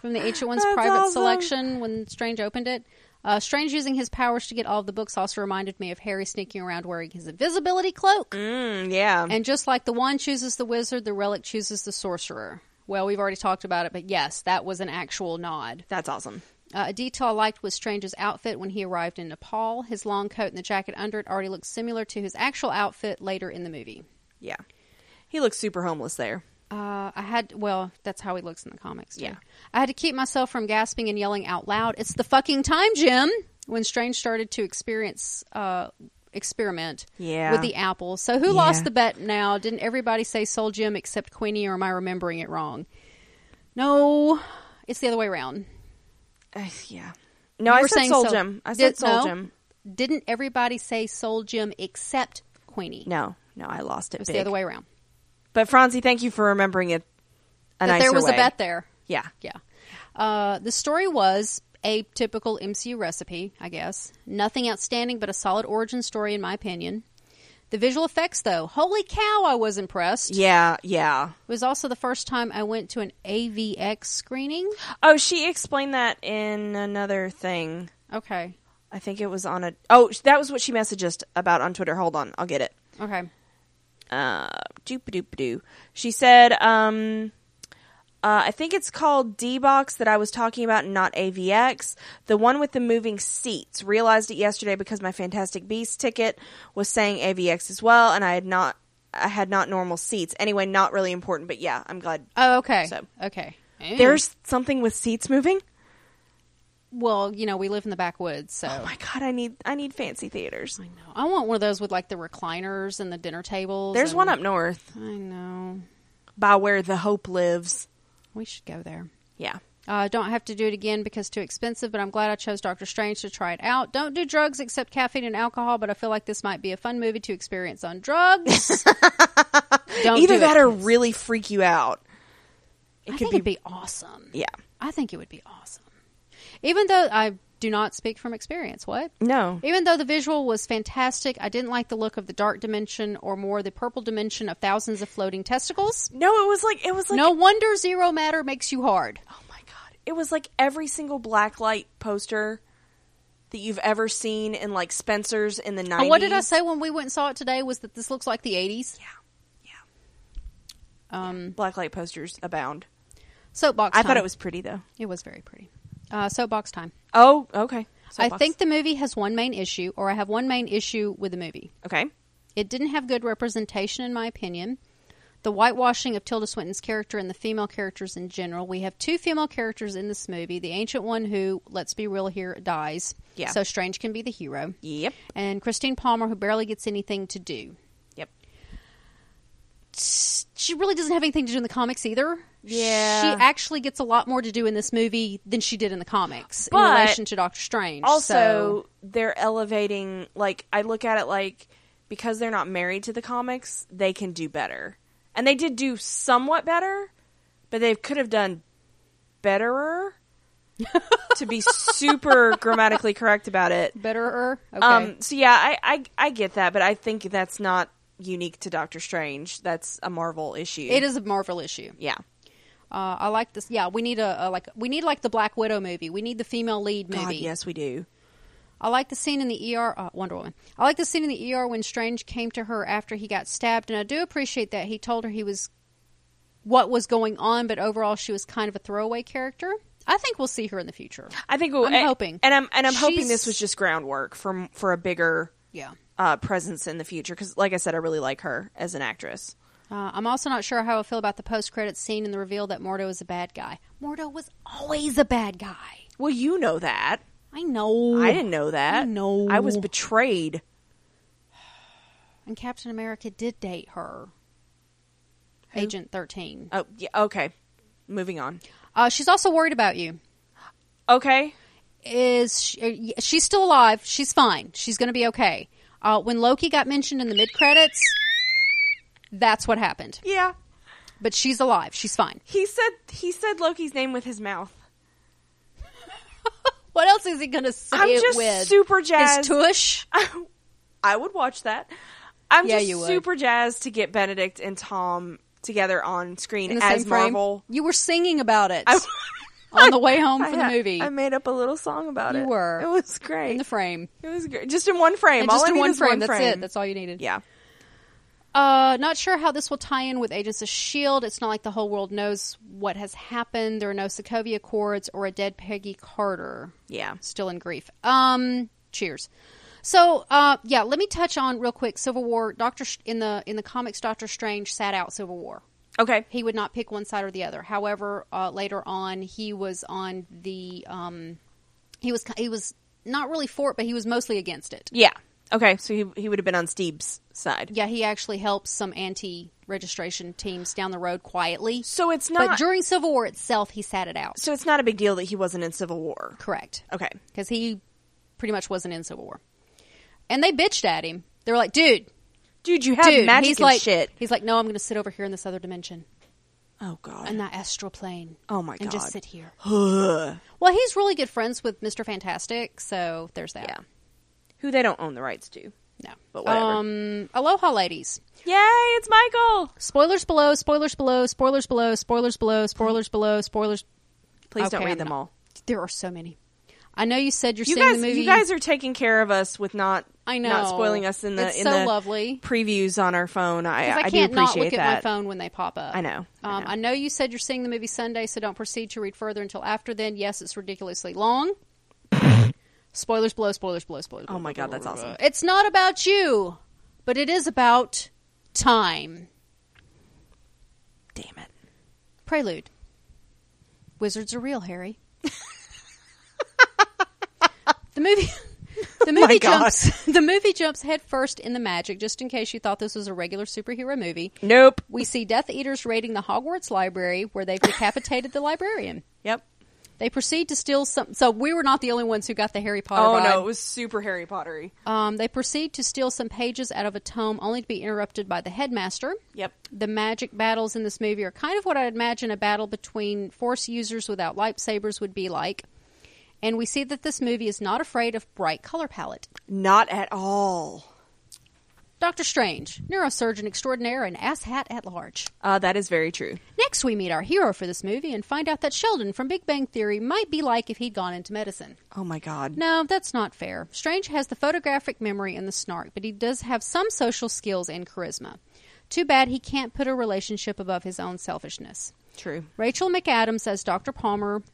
[SPEAKER 2] from the ancient one's
[SPEAKER 1] That's
[SPEAKER 2] private
[SPEAKER 1] awesome.
[SPEAKER 2] selection when Strange opened it. Uh, Strange using his powers to get all of the books also reminded me of Harry sneaking around wearing his invisibility cloak.
[SPEAKER 1] Mm, yeah.
[SPEAKER 2] And just like the wand chooses the wizard, the relic chooses the sorcerer. Well, we've already talked about it, but yes, that was an actual nod.
[SPEAKER 1] That's awesome.
[SPEAKER 2] Uh, a detail I liked was Strange's outfit when he arrived in Nepal. His long coat and the jacket under it already looked similar to his actual outfit later in the movie.
[SPEAKER 1] Yeah. He looks super homeless there.
[SPEAKER 2] Uh, I had well, that's how he looks in the comics. too.
[SPEAKER 1] Yeah.
[SPEAKER 2] I had to keep myself from gasping and yelling out loud. It's the fucking time, Jim. When Strange started to experience uh, experiment,
[SPEAKER 1] Yeah.
[SPEAKER 2] with the apple. So who
[SPEAKER 1] Yeah.
[SPEAKER 2] lost the bet? Now, didn't everybody say Soul Jim except Queenie, or am I remembering it wrong? No, it's the other way around.
[SPEAKER 1] Uh, yeah. No,
[SPEAKER 2] You
[SPEAKER 1] I
[SPEAKER 2] were
[SPEAKER 1] said
[SPEAKER 2] saying
[SPEAKER 1] Soul
[SPEAKER 2] Soul-
[SPEAKER 1] Gem. I said
[SPEAKER 2] Did-
[SPEAKER 1] Soul
[SPEAKER 2] no?
[SPEAKER 1] Gem.
[SPEAKER 2] Didn't everybody say Soul Jim except Queenie?
[SPEAKER 1] No, no, I lost it.
[SPEAKER 2] it's
[SPEAKER 1] big.
[SPEAKER 2] the other way around.
[SPEAKER 1] But Franzi, thank you for remembering it. A
[SPEAKER 2] That there
[SPEAKER 1] nicer
[SPEAKER 2] was
[SPEAKER 1] way.
[SPEAKER 2] a bet there.
[SPEAKER 1] Yeah.
[SPEAKER 2] Yeah. Uh, the story was a typical MCU recipe, I guess. Nothing outstanding, but a solid origin story, in my opinion. The visual effects, though, holy cow, I was impressed.
[SPEAKER 1] Yeah, yeah.
[SPEAKER 2] It was also the first time I went to an AVX screening.
[SPEAKER 1] Oh, she explained that in another thing.
[SPEAKER 2] Okay.
[SPEAKER 1] I think it was on a. Oh, that was what she messaged us about on Twitter. Hold on, I'll get it.
[SPEAKER 2] Okay.
[SPEAKER 1] uh doop doop doo. She said, um uh, I think it's called D box that I was talking about, not AVX. The one with the moving seats. Realized it yesterday because my Fantastic Beast ticket was saying AVX as well, and I had not, I had not normal seats. Anyway, not really important, but yeah, I'm glad.
[SPEAKER 2] Oh, okay.
[SPEAKER 1] So-
[SPEAKER 2] okay.
[SPEAKER 1] There's something with seats moving.
[SPEAKER 2] well, you know, we live in the backwoods, so
[SPEAKER 1] Oh my god, I need, I need fancy theaters.
[SPEAKER 2] I know. I want one of those with like the recliners and the dinner tables.
[SPEAKER 1] There's
[SPEAKER 2] and-
[SPEAKER 1] one up north
[SPEAKER 2] I know.
[SPEAKER 1] by where the Hope lives.
[SPEAKER 2] We should go there.
[SPEAKER 1] Yeah.
[SPEAKER 2] Uh, don't have to do it again because too expensive, but I'm glad I chose Doctor Strange to try it out. Don't do drugs except caffeine and alcohol, but I feel like this might be a fun movie to experience on drugs. don't
[SPEAKER 1] Either
[SPEAKER 2] Oh, do
[SPEAKER 1] that
[SPEAKER 2] it.
[SPEAKER 1] or really freak you out. It could
[SPEAKER 2] I think it'd be awesome.
[SPEAKER 1] Yeah.
[SPEAKER 2] I think it would be awesome. Even though I do not speak from experience, what?
[SPEAKER 1] No.
[SPEAKER 2] Even though the visual was fantastic, I didn't like the look of the dark dimension or more the purple dimension of thousands of floating testicles.
[SPEAKER 1] No, it was like it was like
[SPEAKER 2] no wonder zero matter makes you hard.
[SPEAKER 1] oh my god. It was like every single blacklight poster that you've ever seen in like Spencer's in the 90s.
[SPEAKER 2] And Oh, what did I say when we went and saw it today was that this looks like the 80s.
[SPEAKER 1] Yeah. Yeah.
[SPEAKER 2] Um,
[SPEAKER 1] Blacklight posters abound.
[SPEAKER 2] soapbox
[SPEAKER 1] I thought
[SPEAKER 2] time.
[SPEAKER 1] it was pretty though.
[SPEAKER 2] It was very pretty. Uh, soapbox time.
[SPEAKER 1] Oh, okay.
[SPEAKER 2] I
[SPEAKER 1] Soapbox.
[SPEAKER 2] think the movie has one main issue, or I have one main issue with the movie.
[SPEAKER 1] Okay.
[SPEAKER 2] It didn't have good representation, in my opinion. The whitewashing of Tilda Swinton's character and the female characters in general. We have two female characters in this movie the ancient one, who, let's be real here, dies.
[SPEAKER 1] Yeah.
[SPEAKER 2] So Strange can be the hero.
[SPEAKER 1] Yep.
[SPEAKER 2] And Christine Palmer, who barely gets anything to do.
[SPEAKER 1] Yep.
[SPEAKER 2] she really doesn't have anything to do in the comics either.
[SPEAKER 1] Yeah.
[SPEAKER 2] She actually gets a lot more to do in this movie than she did in the comics in
[SPEAKER 1] But-
[SPEAKER 2] relation to Doctor Strange.
[SPEAKER 1] also
[SPEAKER 2] So-
[SPEAKER 1] they're elevating like i look at it like because they're not married to the comics they can do better and they did do somewhat better but they could have done betterer to be super grammatically correct about it
[SPEAKER 2] better. Okay.
[SPEAKER 1] um so yeah I, I i get that but i think that's not unique to doctor strange that's a marvel issue
[SPEAKER 2] it is a Marvel issue.
[SPEAKER 1] yeah
[SPEAKER 2] Uh, I like this. Yeah, we need a, a like we need like the Black Widow movie. We need the female lead movie.
[SPEAKER 1] God, yes we do
[SPEAKER 2] I like the scene in the ER, uh, Wonder Woman. I like the scene in the ER when Strange came to her after he got stabbed, and I do appreciate that he told her he was what was going on, but overall she was kind of a throwaway character. I think we'll see her in the future.
[SPEAKER 1] i think
[SPEAKER 2] I'm
[SPEAKER 1] and-
[SPEAKER 2] hoping.
[SPEAKER 1] and i'm and i'm hoping
[SPEAKER 2] She's-
[SPEAKER 1] this was just groundwork from for a bigger
[SPEAKER 2] Yeah.
[SPEAKER 1] uh, presence in the future because, like I said, I really like her as an actress.
[SPEAKER 2] Uh, I'm also not sure how I feel about the post credit scene and the reveal that Mordo is a bad guy. Mordo was always a bad guy.
[SPEAKER 1] Well, you know that.
[SPEAKER 2] I know.
[SPEAKER 1] I didn't know that.
[SPEAKER 2] I know.
[SPEAKER 1] I was betrayed.
[SPEAKER 2] And Captain America did date her. Agent 13.
[SPEAKER 1] Oh, yeah, okay. Moving on.
[SPEAKER 2] Uh, she's also worried about you.
[SPEAKER 1] Okay.
[SPEAKER 2] is she, uh, she's still alive. She's fine. She's going to be okay. Uh, when Loki got mentioned in the mid credits, that's what happened.
[SPEAKER 1] Yeah.
[SPEAKER 2] But she's alive. She's fine.
[SPEAKER 1] He said he said Loki's name with his mouth.
[SPEAKER 2] What else is he going to say
[SPEAKER 1] I'm
[SPEAKER 2] it
[SPEAKER 1] just
[SPEAKER 2] with?
[SPEAKER 1] super
[SPEAKER 2] His
[SPEAKER 1] jazzed.
[SPEAKER 2] tush.
[SPEAKER 1] I would watch that. I'm
[SPEAKER 2] Yeah,
[SPEAKER 1] just
[SPEAKER 2] you would.
[SPEAKER 1] super jazzed to get Benedict and Tom together on screen
[SPEAKER 2] in the
[SPEAKER 1] as
[SPEAKER 2] same frame.
[SPEAKER 1] Marvel.
[SPEAKER 2] You were singing about it on the way home
[SPEAKER 1] I
[SPEAKER 2] from the
[SPEAKER 1] had-
[SPEAKER 2] movie.
[SPEAKER 1] I made up a little song about
[SPEAKER 2] You
[SPEAKER 1] it.
[SPEAKER 2] were.
[SPEAKER 1] It was great.
[SPEAKER 2] in the frame.
[SPEAKER 1] it was great. Just in one frame.
[SPEAKER 2] And
[SPEAKER 1] All
[SPEAKER 2] just
[SPEAKER 1] I
[SPEAKER 2] in
[SPEAKER 1] need
[SPEAKER 2] one
[SPEAKER 1] is
[SPEAKER 2] frame.
[SPEAKER 1] One
[SPEAKER 2] that's
[SPEAKER 1] frame.
[SPEAKER 2] it. That's all you needed.
[SPEAKER 1] yeah.
[SPEAKER 2] Uh, not sure how this will tie in with Agents of S.H.I.E.L.D. E It's not like the whole world knows what has happened. There are no Sokovia Accords or a dead Peggy Carter.
[SPEAKER 1] Yeah.
[SPEAKER 2] Still in grief. Um, cheers. So, uh, yeah, let me touch on real quick Civil War. Doctor Sh- in the in the comics Doctor Strange sat out Civil War.
[SPEAKER 1] Okay.
[SPEAKER 2] He would not pick one side or the other. However, uh, later on he was on the um he was he was not really for it, but he was mostly against it.
[SPEAKER 1] Yeah. Okay, so he he would have been on Steve's side.
[SPEAKER 2] Yeah, he actually helps some anti-registration teams down the road quietly.
[SPEAKER 1] So it's
[SPEAKER 2] but
[SPEAKER 1] not
[SPEAKER 2] during Civil War itself, he sat it out.
[SPEAKER 1] so it's not a big deal that he wasn't in Civil War.
[SPEAKER 2] Correct.
[SPEAKER 1] Okay.
[SPEAKER 2] Because he pretty much wasn't in Civil War. And they bitched at him. They were like, dude,
[SPEAKER 1] Dude, you have
[SPEAKER 2] dude.
[SPEAKER 1] magic
[SPEAKER 2] he's
[SPEAKER 1] and
[SPEAKER 2] like,
[SPEAKER 1] shit.
[SPEAKER 2] He's like, no, I'm going to sit over here in this other dimension.
[SPEAKER 1] Oh god.
[SPEAKER 2] In that astral plane.
[SPEAKER 1] Oh, my
[SPEAKER 2] And just
[SPEAKER 1] God.
[SPEAKER 2] sit here.
[SPEAKER 1] Ugh.
[SPEAKER 2] Well, he's really good friends with Mr. Fantastic, so there's that.
[SPEAKER 1] yeah. Who they don't own the rights to.
[SPEAKER 2] No.
[SPEAKER 1] But whatever.
[SPEAKER 2] Um, aloha, ladies.
[SPEAKER 1] Yay, it's Michael.
[SPEAKER 2] Spoilers below, spoilers below, spoilers below, spoilers below, spoilers below, spoilers
[SPEAKER 1] Please don't
[SPEAKER 2] Okay,
[SPEAKER 1] read
[SPEAKER 2] I'm
[SPEAKER 1] them
[SPEAKER 2] not-
[SPEAKER 1] all.
[SPEAKER 2] There are so many. I know you said you're
[SPEAKER 1] You
[SPEAKER 2] seeing
[SPEAKER 1] guys
[SPEAKER 2] the movie.
[SPEAKER 1] you guys are taking care of us with not
[SPEAKER 2] I know.
[SPEAKER 1] not spoiling us in the
[SPEAKER 2] It's
[SPEAKER 1] in
[SPEAKER 2] so
[SPEAKER 1] the
[SPEAKER 2] lovely.
[SPEAKER 1] previews on our phone. I
[SPEAKER 2] Because I,
[SPEAKER 1] I do
[SPEAKER 2] can't not look
[SPEAKER 1] appreciate
[SPEAKER 2] at my
[SPEAKER 1] that.
[SPEAKER 2] phone when they pop up.
[SPEAKER 1] I know. I
[SPEAKER 2] Um,
[SPEAKER 1] know.
[SPEAKER 2] I know you said you're seeing the movie Sunday, so don't proceed to read further until after then. Yes, it's ridiculously long. spoilers below, spoilers below, spoilers
[SPEAKER 1] Oh my
[SPEAKER 2] below,
[SPEAKER 1] God, that's
[SPEAKER 2] blah, blah, blah.
[SPEAKER 1] awesome.
[SPEAKER 2] It's not about you, but it is about time.
[SPEAKER 1] Damn it.
[SPEAKER 2] Prelude. Wizards are real, Harry. the movie The
[SPEAKER 1] Oh my
[SPEAKER 2] movie
[SPEAKER 1] God.
[SPEAKER 2] jumps the movie jumps headfirst in the magic, just in case you thought this was a regular superhero movie.
[SPEAKER 1] Nope.
[SPEAKER 2] We see Death Eaters raiding the Hogwarts library where they've decapitated the librarian.
[SPEAKER 1] Yep.
[SPEAKER 2] They proceed to steal some so we were not the only ones who got the Harry Potter.
[SPEAKER 1] Oh
[SPEAKER 2] vibe.
[SPEAKER 1] no, it was super Harry Pottery.
[SPEAKER 2] Um, they proceed to steal some pages out of a tome, only to be interrupted by the headmaster.
[SPEAKER 1] Yep.
[SPEAKER 2] The magic battles in this movie are kind of what I'd imagine a battle between force users without lightsabers would be like. And we see that this movie is not afraid of bright color palette.
[SPEAKER 1] Not at all.
[SPEAKER 2] Doctor Strange, neurosurgeon extraordinaire and asshat at large.
[SPEAKER 1] Uh, that is very true.
[SPEAKER 2] Next, we meet our hero for this movie and find out that Sheldon from Big Bang Theory might be like if he'd gone into medicine.
[SPEAKER 1] Oh my god.
[SPEAKER 2] No, that's not fair. Strange has the photographic memory and the snark, but he does have some social skills and charisma. Too bad he can't put a relationship above his own selfishness.
[SPEAKER 1] True.
[SPEAKER 2] Rachel McAdams as Dr. Palmer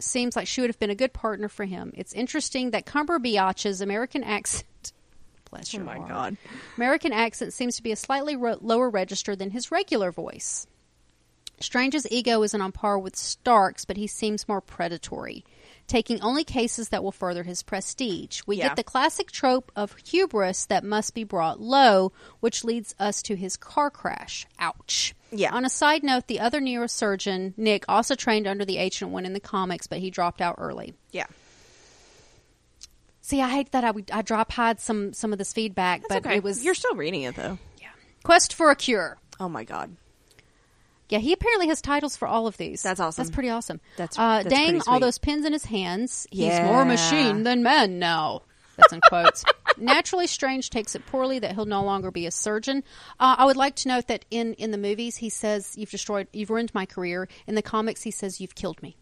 [SPEAKER 2] seems like she would have been a good partner for him. It's interesting that Cumberbatch's American accent. Bless your
[SPEAKER 1] Oh my
[SPEAKER 2] heart.
[SPEAKER 1] God.
[SPEAKER 2] American accent seems to be a slightly ro- lower register than his regular voice. Strange's ego isn't on par with Stark's, but he seems more predatory. taking only cases that will further his prestige. We
[SPEAKER 1] Yeah.
[SPEAKER 2] get the classic trope of hubris that must be brought low, which leads us to his car crash. Ouch.
[SPEAKER 1] Yeah.
[SPEAKER 2] On a side note, the other neurosurgeon, Nick, also trained under the ancient one in the comics, but he dropped out early.
[SPEAKER 1] Yeah.
[SPEAKER 2] See, I hate that I, would- I drop hide some some of this feedback,
[SPEAKER 1] That's
[SPEAKER 2] but
[SPEAKER 1] okay.
[SPEAKER 2] it was
[SPEAKER 1] You're still reading it though.
[SPEAKER 2] yeah. quest for a cure.
[SPEAKER 1] Oh my god.
[SPEAKER 2] Yeah, he apparently has titles for all of these.
[SPEAKER 1] That's awesome.
[SPEAKER 2] That's pretty awesome.
[SPEAKER 1] That's-
[SPEAKER 2] uh,
[SPEAKER 1] that's
[SPEAKER 2] dang
[SPEAKER 1] pretty
[SPEAKER 2] all
[SPEAKER 1] sweet.
[SPEAKER 2] those pins in his hands. He's
[SPEAKER 1] Yeah.
[SPEAKER 2] more machine than man now. That's in quotes. Naturally, Strange takes it poorly that he'll no longer be a surgeon. Uh, I would like to note that in in the movies he says you've destroyed, you've ruined my career. In the comics he says you've killed me.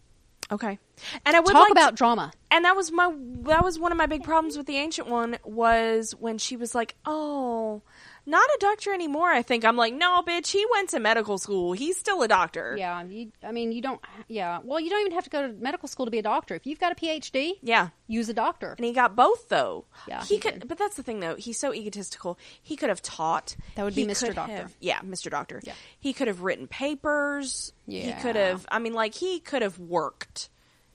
[SPEAKER 1] Okay. And I would
[SPEAKER 2] Talk
[SPEAKER 1] like
[SPEAKER 2] about
[SPEAKER 1] to-
[SPEAKER 2] drama.
[SPEAKER 1] and that was my that was one of my big problems with the ancient one was when she was like, "Oh, not a doctor anymore." I think I'm like, "No, bitch, he went to medical school. He's still a doctor."
[SPEAKER 2] Yeah, you, I mean you don't. Yeah, well you don't even have to go to medical school to be a doctor. If you've got a PhD,
[SPEAKER 1] Yeah.
[SPEAKER 2] use a doctor.
[SPEAKER 1] And he got both though.
[SPEAKER 2] Yeah,
[SPEAKER 1] he,
[SPEAKER 2] he
[SPEAKER 1] could.
[SPEAKER 2] did.
[SPEAKER 1] But that's the thing though. He's so egotistical. He could have taught.
[SPEAKER 2] That would
[SPEAKER 1] He
[SPEAKER 2] be Mr.
[SPEAKER 1] could
[SPEAKER 2] Doctor.
[SPEAKER 1] have- yeah, Mr. Doctor.
[SPEAKER 2] Yeah.
[SPEAKER 1] He could have written papers. He could
[SPEAKER 2] Yeah.
[SPEAKER 1] have. I mean, like he could have worked.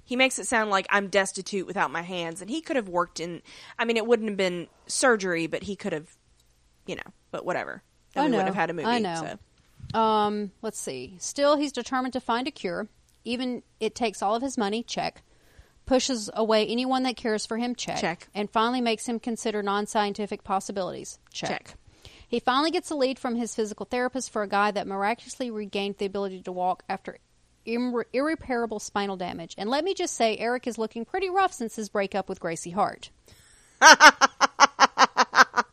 [SPEAKER 1] He makes it sound like I'm destitute without my hands, and he could have worked in. I mean, it wouldn't have been surgery, but he could have. You know, but whatever. Then
[SPEAKER 2] I
[SPEAKER 1] we would
[SPEAKER 2] know.
[SPEAKER 1] have had a movie.
[SPEAKER 2] I know.
[SPEAKER 1] So.
[SPEAKER 2] Um, let's see. Still, he's determined to find a cure. Even it takes all of his money, check. Pushes away anyone that cares for him, check.
[SPEAKER 1] Check.
[SPEAKER 2] And finally makes him consider non scientific possibilities, check.
[SPEAKER 1] Check.
[SPEAKER 2] He finally gets a lead from his physical therapist for a guy that miraculously regained the ability to walk after irre- irreparable spinal damage. And let me just say, Eric is looking pretty rough since his breakup with Gracie Hart.
[SPEAKER 1] That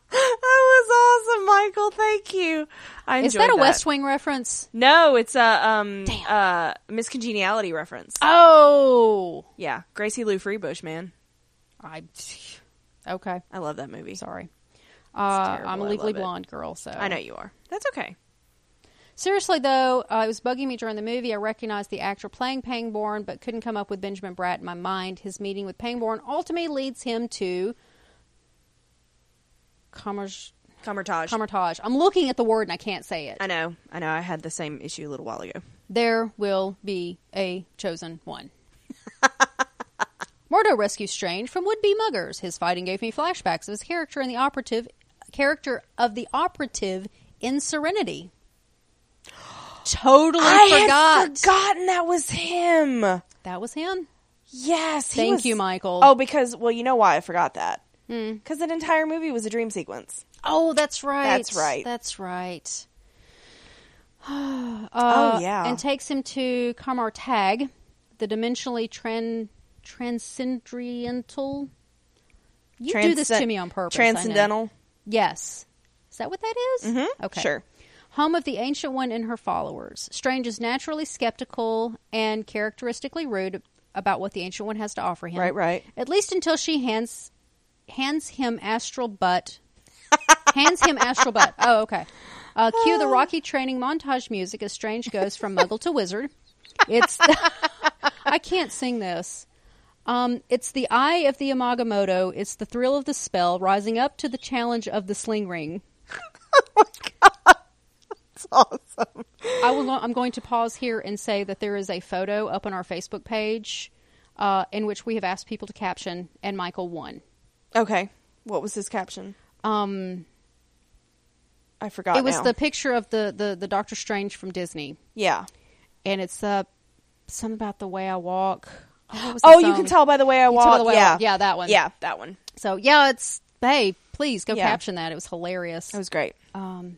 [SPEAKER 1] was awesome, Michael. Thank you. I
[SPEAKER 2] Is
[SPEAKER 1] enjoyed
[SPEAKER 2] that a West Wing reference?
[SPEAKER 1] No, it's a um
[SPEAKER 2] Damn.
[SPEAKER 1] uh Miss Congeniality reference.
[SPEAKER 2] Oh!
[SPEAKER 1] Yeah, Gracie Lou Freebush, man.
[SPEAKER 2] I. Okay.
[SPEAKER 1] I love that movie.
[SPEAKER 2] Sorry. Uh,
[SPEAKER 1] terrible.
[SPEAKER 2] I'm a
[SPEAKER 1] I
[SPEAKER 2] legally
[SPEAKER 1] love it.
[SPEAKER 2] blonde girl, so
[SPEAKER 1] I know you are. That's okay.
[SPEAKER 2] Seriously though, uh, it was bugging me during the movie. I recognized the actor playing Pangborn, but couldn't come up with Benjamin Bratt in my mind. His meeting with Pangborn ultimately leads him to Commerce
[SPEAKER 1] Comertage.
[SPEAKER 2] Comertage. I'm looking at the word and I can't say it.
[SPEAKER 1] I know. I know. I had the same issue a little while ago.
[SPEAKER 2] There will be a chosen one. Mordo rescues Strange from would-be muggers. His fighting gave me flashbacks of his character in the operative character of the operative in Serenity. Totally
[SPEAKER 1] I
[SPEAKER 2] forgot.
[SPEAKER 1] had forgotten that was him.
[SPEAKER 2] That was him.
[SPEAKER 1] Yes. he
[SPEAKER 2] Thank
[SPEAKER 1] was-
[SPEAKER 2] you, Michael.
[SPEAKER 1] Oh, because well, you know why I forgot that. Because that entire movie was a dream sequence.
[SPEAKER 2] Oh, that's right.
[SPEAKER 1] That's right.
[SPEAKER 2] That's right. Uh,
[SPEAKER 1] oh yeah.
[SPEAKER 2] And takes him to Kamar Tag, the dimensionally tran- transcendental. You do this
[SPEAKER 1] Transcen-
[SPEAKER 2] to me on purpose. I know.
[SPEAKER 1] Transcendental.
[SPEAKER 2] Yes. Is that what that is?
[SPEAKER 1] Mhm.
[SPEAKER 2] Okay.
[SPEAKER 1] Sure.
[SPEAKER 2] Home of the Ancient One and her followers. Strange is naturally skeptical and characteristically rude about what the Ancient One has to offer him.
[SPEAKER 1] Right, right.
[SPEAKER 2] At least until she hands hands him astral butt. hands him astral butt. Oh, okay. Uh, cue the Rocky training montage music as Strange goes from muggle to wizard. It's I can't sing this. Um, it's the eye of the Amagamoto. It's the thrill of the spell, rising up to the challenge of the sling ring. I will. Go- I'm going to pause here and say that there is a photo up on our Facebook page uh, in which we have asked people to caption, and Michael won.
[SPEAKER 1] Okay. What was his caption?
[SPEAKER 2] Um,
[SPEAKER 1] I forgot.
[SPEAKER 2] it was
[SPEAKER 1] now.
[SPEAKER 2] the picture of the, the the Doctor Strange from Disney,
[SPEAKER 1] yeah.
[SPEAKER 2] and it's uh, something about the way I walk. Oh, what was the
[SPEAKER 1] Oh, you
[SPEAKER 2] song?
[SPEAKER 1] can tell by the way I
[SPEAKER 2] You can tell by
[SPEAKER 1] walk.
[SPEAKER 2] the way I
[SPEAKER 1] yeah,
[SPEAKER 2] walk. Yeah, that one.
[SPEAKER 1] Yeah, that one.
[SPEAKER 2] So yeah, it's hey, please go
[SPEAKER 1] Yeah.
[SPEAKER 2] caption that. It was hilarious.
[SPEAKER 1] That was great.
[SPEAKER 2] Um,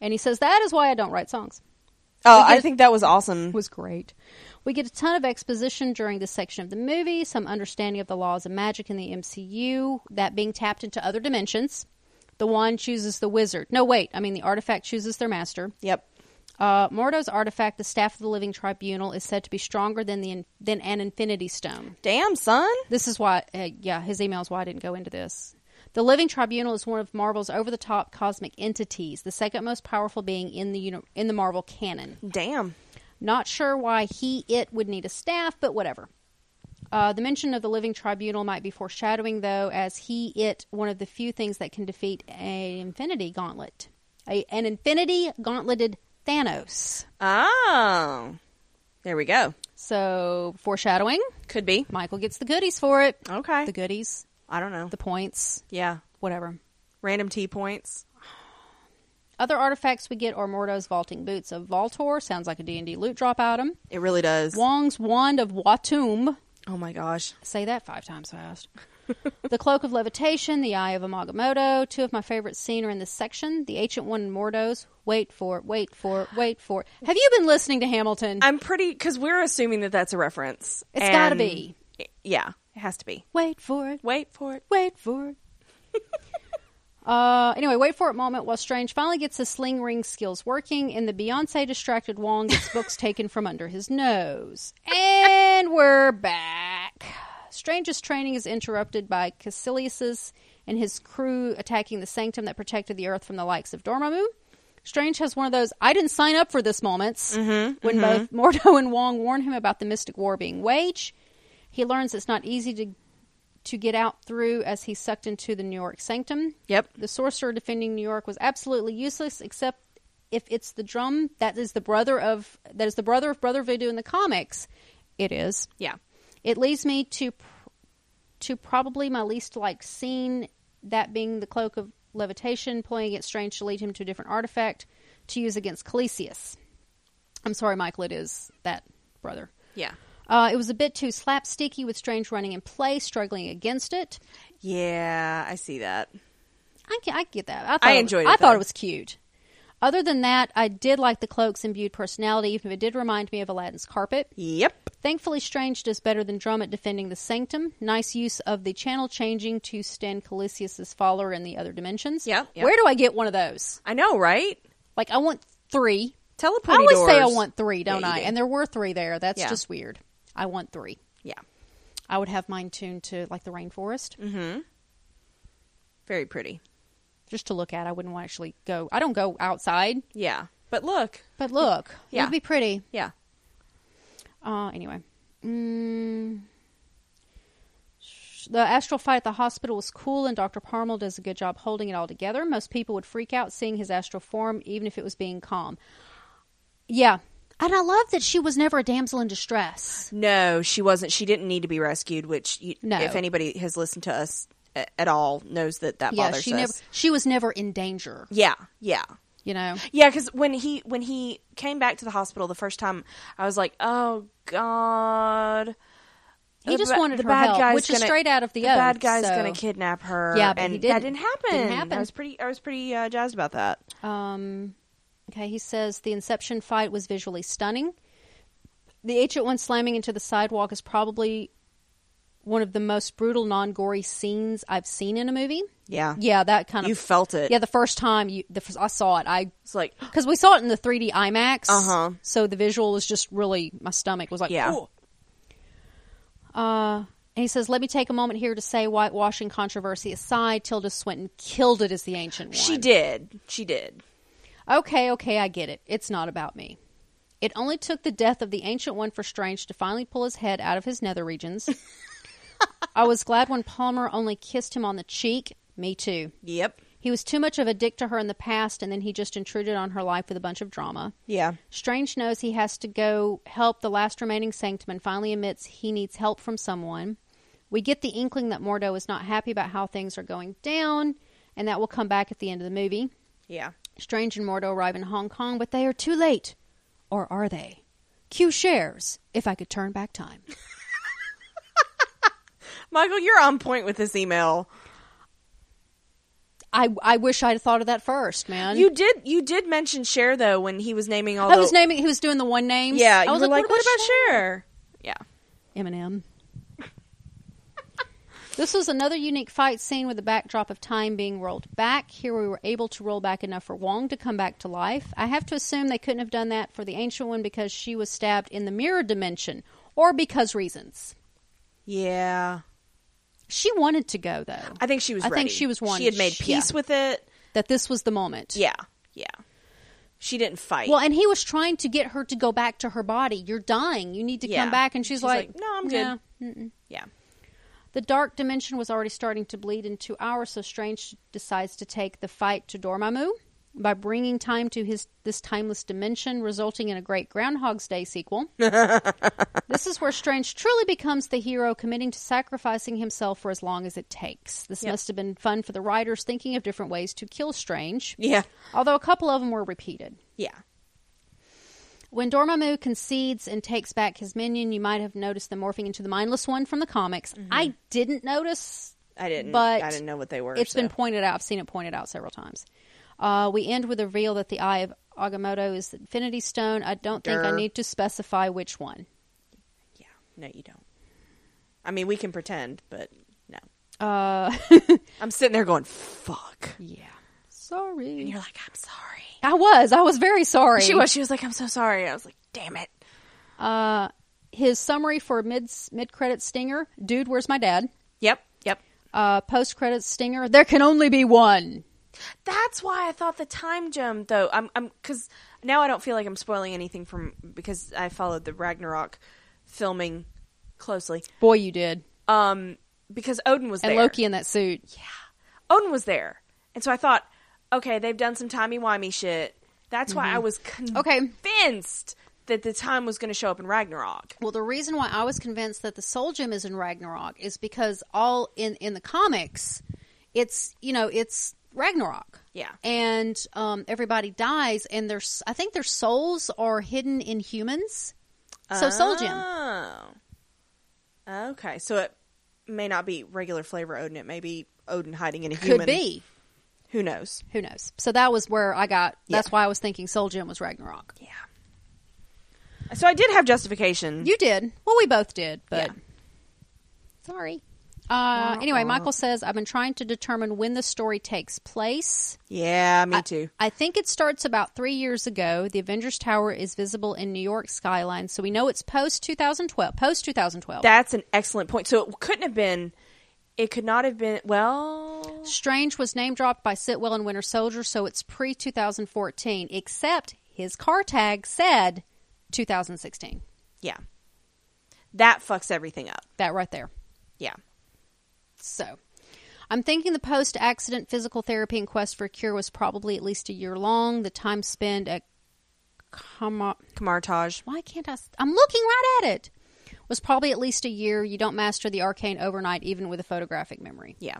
[SPEAKER 2] and he says that is why I don't write songs.
[SPEAKER 1] Oh,
[SPEAKER 2] get
[SPEAKER 1] I
[SPEAKER 2] a-
[SPEAKER 1] think that was awesome.
[SPEAKER 2] was great. We get a ton of exposition during this section of the movie, some understanding of the laws of magic in the MCU, that being tapped into other dimensions. The wand chooses the wizard. No, wait, I mean the artifact chooses their master.
[SPEAKER 1] Yep.
[SPEAKER 2] Uh, Mordo's artifact, the Staff of the Living Tribunal, is said to be stronger than the than an Infinity Stone.
[SPEAKER 1] Damn, son.
[SPEAKER 2] This is why, uh, yeah, his email is why I didn't go into this. The Living Tribunal is one of Marvel's over-the-top cosmic entities, the second most powerful being in the uni- in the Marvel canon.
[SPEAKER 1] Damn.
[SPEAKER 2] Not sure why he it would need a staff, but whatever. Uh, the mention of the Living Tribunal might be foreshadowing, though, as he it one of the few things that can defeat an Infinity Gauntlet, a, an Infinity Gauntleted Thanos.
[SPEAKER 1] Oh. There we go.
[SPEAKER 2] So foreshadowing.
[SPEAKER 1] Could be.
[SPEAKER 2] Michael gets the goodies for it.
[SPEAKER 1] Okay.
[SPEAKER 2] The goodies,
[SPEAKER 1] I don't know.
[SPEAKER 2] the points,
[SPEAKER 1] yeah.
[SPEAKER 2] whatever.
[SPEAKER 1] Random T points.
[SPEAKER 2] Other artifacts we get are Mordo's vaulting boots of Voltor. Sounds like a D&D loot drop item.
[SPEAKER 1] It really does.
[SPEAKER 2] Wong's wand of Watum.
[SPEAKER 1] Oh my gosh.
[SPEAKER 2] Say that five times fast. the Cloak of Levitation, the Eye of Amagamoto. Two of my favorite scenes are in this section. The Ancient One in Mordo's. Wait for it, wait for it, wait for it. Have you been listening to Hamilton?
[SPEAKER 1] I'm pretty because we're assuming that that's a reference.
[SPEAKER 2] It's
[SPEAKER 1] And-
[SPEAKER 2] gotta be.
[SPEAKER 1] Yeah, it has to be.
[SPEAKER 2] Wait for it,
[SPEAKER 1] Wait for it.
[SPEAKER 2] wait for it. uh, anyway, wait for it moment while Strange finally gets his sling ring skills working and the Beyonce distracted Wong gets books taken from under his nose. And we're back. Strange's training is interrupted by Cassilius's and his crew attacking the sanctum that protected the earth from the likes of Dormammu. Strange has one of those I didn't sign up for this moments when both Mordo and Wong warn him about the mystic war being waged. He learns it's not easy to to get out through as he's sucked into the New York sanctum.
[SPEAKER 1] Yep.
[SPEAKER 2] The sorcerer defending New York was absolutely useless except if it's the drum that is the brother of that is the brother of Brother Voodoo in the comics. It is.
[SPEAKER 1] Yeah.
[SPEAKER 2] It leads me to pr- to probably my least liked scene, that being the cloak of levitation playing against Strange to lead him to a different artifact to use against Calisius. I'm sorry, Michael. It is that brother.
[SPEAKER 1] Yeah.
[SPEAKER 2] Uh, it was a bit too slapsticky with Strange running in place, struggling against it.
[SPEAKER 1] Yeah, I see that.
[SPEAKER 2] I, ca- I get that. I, thought
[SPEAKER 1] I
[SPEAKER 2] it was-
[SPEAKER 1] enjoyed it,
[SPEAKER 2] I thought
[SPEAKER 1] though.
[SPEAKER 2] it was cute. Other than that, I did like the cloak's imbued personality, even if it did remind me of Aladdin's carpet.
[SPEAKER 1] Yep.
[SPEAKER 2] Thankfully, Strange does better than Drum at defending the Sanctum. Nice use of the channel changing to stand Calisius's follower in the other dimensions.
[SPEAKER 1] Yep, yep.
[SPEAKER 2] Where do I get one of those?
[SPEAKER 1] I know, right?
[SPEAKER 2] Like, I want three.
[SPEAKER 1] Teleport.
[SPEAKER 2] I always say I want three, don't
[SPEAKER 1] you
[SPEAKER 2] I?
[SPEAKER 1] do.
[SPEAKER 2] And there were three there. That's
[SPEAKER 1] Yeah.
[SPEAKER 2] just weird. I want three.
[SPEAKER 1] Yeah.
[SPEAKER 2] I would have mine tuned to like the rainforest,
[SPEAKER 1] Very pretty.
[SPEAKER 2] just to look at. I wouldn't want to actually go. I don't go outside,
[SPEAKER 1] Yeah. But look.
[SPEAKER 2] but look,
[SPEAKER 1] Yeah.
[SPEAKER 2] it'd be pretty.
[SPEAKER 1] Yeah.
[SPEAKER 2] Uh, anyway. Mm. Sh- The astral fight at the hospital was cool, and Dr. Parmel does a good job holding it all together. Most people would freak out seeing his astral form, even if it was being calm. Yeah. And I love that she was never a damsel in distress.
[SPEAKER 1] No, she wasn't. She didn't need to be rescued. Which, you,
[SPEAKER 2] No.
[SPEAKER 1] if anybody has listened to us a- at all, knows that that
[SPEAKER 2] Yeah,
[SPEAKER 1] bothers
[SPEAKER 2] she
[SPEAKER 1] us.
[SPEAKER 2] never she was never in danger,
[SPEAKER 1] yeah. Yeah.
[SPEAKER 2] you know.
[SPEAKER 1] Yeah, because when he when he came back to the hospital the first time, I was like, "Oh God!"
[SPEAKER 2] He just
[SPEAKER 1] ba-
[SPEAKER 2] wanted
[SPEAKER 1] the
[SPEAKER 2] her
[SPEAKER 1] bad
[SPEAKER 2] help,
[SPEAKER 1] guy's
[SPEAKER 2] which is
[SPEAKER 1] gonna-
[SPEAKER 2] straight out of the
[SPEAKER 1] the bad
[SPEAKER 2] Oath,
[SPEAKER 1] guy's
[SPEAKER 2] so-
[SPEAKER 1] going to kidnap her.
[SPEAKER 2] Yeah, but
[SPEAKER 1] and
[SPEAKER 2] he
[SPEAKER 1] that
[SPEAKER 2] didn't.
[SPEAKER 1] didn't happen.
[SPEAKER 2] Didn't happen.
[SPEAKER 1] I was pretty. I was pretty uh, jazzed about that.
[SPEAKER 2] Um, okay, he says the Inception fight was visually stunning. The Ancient One slamming into the sidewalk is probably one of the most brutal, non-gory scenes I've seen in a movie.
[SPEAKER 1] Yeah,
[SPEAKER 2] Yeah, that kind
[SPEAKER 1] you
[SPEAKER 2] of.
[SPEAKER 1] felt it.
[SPEAKER 2] yeah, the first time you, the first, I saw it, I
[SPEAKER 1] it's like
[SPEAKER 2] because we saw it in the 3D IMAX.
[SPEAKER 1] Uh-huh.
[SPEAKER 2] So the visual was just really my stomach was like,
[SPEAKER 1] Yeah.
[SPEAKER 2] "Ooh." Uh, and he says, "Let me take a moment here to say, whitewashing controversy aside, Tilda Swinton killed it as the Ancient One.
[SPEAKER 1] she did. She did.
[SPEAKER 2] Okay, okay, I get it. It's not about me. It only took the death of the Ancient One for Strange to finally pull his head out of his nether regions. I was glad when Palmer only kissed him on the cheek. Me too.
[SPEAKER 1] Yep.
[SPEAKER 2] He was too much of a dick to her in the past, and then he just intruded on her life with a bunch of drama.
[SPEAKER 1] Yeah.
[SPEAKER 2] Strange knows he has to go help the last remaining sanctum and finally admits he needs help from someone. We get the inkling that Mordo is not happy about how things are going down, and that will come back at the end of the movie.
[SPEAKER 1] Yeah.
[SPEAKER 2] Strange and Mordo arrive in Hong Kong, but they are too late. Or are they? Q shares if I could turn back time.
[SPEAKER 1] Michael, you're on point with this email.
[SPEAKER 2] I, I wish I'd thought of that first, man.
[SPEAKER 1] You did. You did mention Cher though when he was naming all.
[SPEAKER 2] I
[SPEAKER 1] the,
[SPEAKER 2] was naming. He was doing the one names.
[SPEAKER 1] Yeah,
[SPEAKER 2] I
[SPEAKER 1] you
[SPEAKER 2] was
[SPEAKER 1] were like, "What,
[SPEAKER 2] about Cher?"
[SPEAKER 1] about Cher? Yeah.
[SPEAKER 2] Eminem. this was another unique fight scene with the backdrop of time being rolled back. Here we were able to roll back enough for Wong to come back to life. I have to assume they couldn't have done that for the ancient one because she was stabbed in the mirror dimension, or because reasons.
[SPEAKER 1] Yeah.
[SPEAKER 2] She wanted to go though.
[SPEAKER 1] I think she was.
[SPEAKER 2] I
[SPEAKER 1] ready.
[SPEAKER 2] think she was one.
[SPEAKER 1] She had made
[SPEAKER 2] She- yeah.
[SPEAKER 1] peace with it.
[SPEAKER 2] that this was the moment.
[SPEAKER 1] Yeah, yeah. She didn't fight.
[SPEAKER 2] Well, and he was trying to get her to go back to her body. You're dying. You need to
[SPEAKER 1] Yeah.
[SPEAKER 2] come back. And she's,
[SPEAKER 1] She's
[SPEAKER 2] like,
[SPEAKER 1] like, "No, I'm good."
[SPEAKER 2] "Nah, mm-mm."
[SPEAKER 1] yeah,
[SPEAKER 2] The dark dimension was already starting to bleed into ours, so Strange decides to take the fight to Dormammu by bringing time to his this timeless dimension, resulting in a great Groundhog's Day sequel. this This is where Strange truly becomes the hero, committing to sacrificing himself for as long as it takes. This
[SPEAKER 1] Yep.
[SPEAKER 2] must have been fun for the writers, thinking of different ways to kill Strange,
[SPEAKER 1] Yeah.
[SPEAKER 2] although a couple of them were repeated.
[SPEAKER 1] Yeah.
[SPEAKER 2] When Dormammu concedes and takes back his minion, you might have noticed them morphing into the mindless one from the comics.
[SPEAKER 1] Mm-hmm.
[SPEAKER 2] I didn't notice.
[SPEAKER 1] I didn't.
[SPEAKER 2] But
[SPEAKER 1] I didn't know what they were.
[SPEAKER 2] It's
[SPEAKER 1] so.
[SPEAKER 2] been pointed out. I've seen it pointed out several times. Uh, we end with a reveal that the Eye of Agamotto is the Infinity Stone. I don't think I
[SPEAKER 1] Durr.
[SPEAKER 2] need to specify which one.
[SPEAKER 1] Yeah. No, you don't. I mean, we can pretend, but no.
[SPEAKER 2] Uh,
[SPEAKER 1] I'm sitting there going, "Fuck."
[SPEAKER 2] yeah.
[SPEAKER 1] And
[SPEAKER 2] Sorry.
[SPEAKER 1] you're like, "I'm sorry."
[SPEAKER 2] I was. I was very sorry.
[SPEAKER 1] She was. She was like, "I'm so sorry." I was like, "Damn it."
[SPEAKER 2] Uh, his summary for mid mid credit stinger, dude, where's my dad?
[SPEAKER 1] Yep. Yep.
[SPEAKER 2] Uh, post credit stinger, there can only be one.
[SPEAKER 1] That's why I thought the time gem, though. I'm, I'm, because now I don't feel like I'm spoiling anything from because I followed the Ragnarok filming closely.
[SPEAKER 2] Boy, you did.
[SPEAKER 1] Um, because Odin was
[SPEAKER 2] And
[SPEAKER 1] there.
[SPEAKER 2] Loki in that suit.
[SPEAKER 1] Odin was there, and so I thought, okay, they've done some timey wimey shit. That's why I
[SPEAKER 2] Mm-hmm.
[SPEAKER 1] was convinced that the time was going to show up in Ragnarok.
[SPEAKER 2] Well, the reason why I was convinced that the soul gem is in Ragnarok is because all in in the comics, it's you know it's Ragnarok.
[SPEAKER 1] Yeah.
[SPEAKER 2] and um, everybody dies, and there's I think their souls are hidden in humans. So soul gem.
[SPEAKER 1] Oh. Okay, so it may not be regular flavor Odin. It may be Odin hiding in a human.
[SPEAKER 2] Could be.
[SPEAKER 1] Who knows?
[SPEAKER 2] Who knows? So that was where I got. That's
[SPEAKER 1] Yeah.
[SPEAKER 2] why I was thinking Soul Gem was Ragnarok.
[SPEAKER 1] Yeah. So I did have justification.
[SPEAKER 2] You did. Well, we both did, but
[SPEAKER 1] Yeah.
[SPEAKER 2] sorry. Uh,
[SPEAKER 1] Wah,
[SPEAKER 2] anyway,
[SPEAKER 1] wah.
[SPEAKER 2] Michael says I've been trying to determine when the story takes place.
[SPEAKER 1] yeah, me
[SPEAKER 2] I-
[SPEAKER 1] too.
[SPEAKER 2] I, think it starts about three years ago. The Avengers Tower is visible in New York skyline, so we know it's post 2012. Post 2012.
[SPEAKER 1] That's an excellent point. So it couldn't have been. It could not have been. Well,
[SPEAKER 2] Strange was name dropped by Sitwell and Winter Soldier, so it's pre 2014, except his car tag said 2016.
[SPEAKER 1] yeah. That fucks everything up.
[SPEAKER 2] That right there.
[SPEAKER 1] Yeah.
[SPEAKER 2] So, I'm thinking the post accident physical therapy and quest for a cure was probably at least a year long. The time spent at Kama.
[SPEAKER 1] Kamartage.
[SPEAKER 2] Why can't I? s- I'm looking right at it! Was probably at least a year. You don't master the arcane overnight, even with a photographic memory.
[SPEAKER 1] Yeah.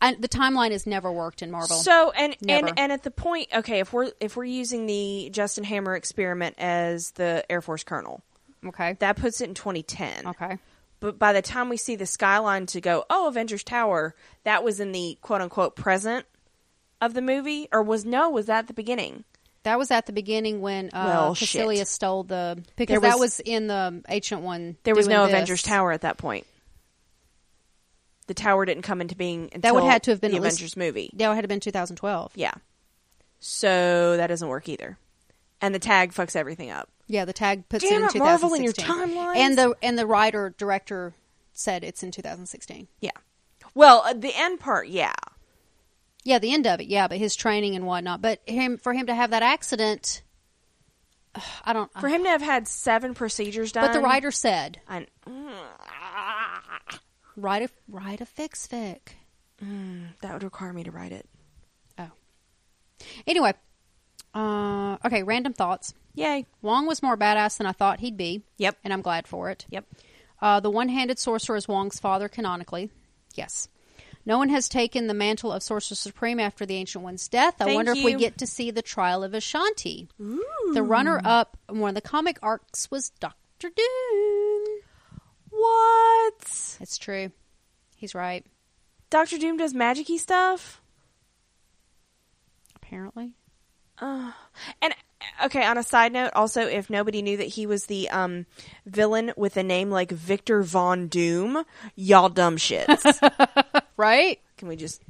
[SPEAKER 2] And the timeline has never worked in Marvel.
[SPEAKER 1] So and
[SPEAKER 2] Never.
[SPEAKER 1] and and at the point, okay, if we're if we're using the Justin Hammer experiment as the Air Force colonel,
[SPEAKER 2] okay.
[SPEAKER 1] that puts it in 2010.
[SPEAKER 2] okay.
[SPEAKER 1] But by the time we see the skyline to go, oh, Avengers Tower, that was in the quote unquote present of the movie, or was no, was that the beginning?
[SPEAKER 2] That was at the beginning when uh,
[SPEAKER 1] Well, shit.
[SPEAKER 2] Cassilia stole the because
[SPEAKER 1] There was-
[SPEAKER 2] that was in the ancient one.
[SPEAKER 1] There was
[SPEAKER 2] doing
[SPEAKER 1] no
[SPEAKER 2] this.
[SPEAKER 1] Avengers Tower at that point. The tower didn't come into being until
[SPEAKER 2] That would had to have been
[SPEAKER 1] the
[SPEAKER 2] at least-
[SPEAKER 1] Avengers movie.
[SPEAKER 2] Yeah, it had been 2012.
[SPEAKER 1] Yeah. So that doesn't work either. And the tag fucks everything up.
[SPEAKER 2] Yeah, the tag puts
[SPEAKER 1] Damn
[SPEAKER 2] in
[SPEAKER 1] it, Marvel and your
[SPEAKER 2] 2016.
[SPEAKER 1] timelines.
[SPEAKER 2] And the and the writer director said it's in 2016.
[SPEAKER 1] Yeah. Well, uh, the end part, yeah.
[SPEAKER 2] Yeah, the end of it. Yeah, but his training and whatnot. But him for him to have that accident, ugh, I don't.
[SPEAKER 1] For him to have had seven procedures done.
[SPEAKER 2] but the writer said,
[SPEAKER 1] I, Mm,
[SPEAKER 2] "Write a write a fix, fic."
[SPEAKER 1] that would require me to write it.
[SPEAKER 2] Oh. Anyway, uh, okay. Random thoughts.
[SPEAKER 1] Yay.
[SPEAKER 2] Wong was more badass than I thought he'd be.
[SPEAKER 1] Yep.
[SPEAKER 2] and I'm glad for it.
[SPEAKER 1] Yep.
[SPEAKER 2] Uh, the one handed sorcerer is Wong's father canonically. Yes. No one has taken the mantle of Sorcerer Supreme after the Ancient One's death. I
[SPEAKER 1] Thank
[SPEAKER 2] wonder if we
[SPEAKER 1] you.
[SPEAKER 2] get to see the trial of Ashanti. The runner up in one of the comic arcs was Doctor Doom.
[SPEAKER 1] What?
[SPEAKER 2] That's true. He's right,
[SPEAKER 1] Doctor Doom does magic y stuff?
[SPEAKER 2] apparently.
[SPEAKER 1] And okay, on a side note, also if nobody knew that he was the um, villain with a name like Victor Von Doom, y'all dumb shits.
[SPEAKER 2] Right?
[SPEAKER 1] Can we just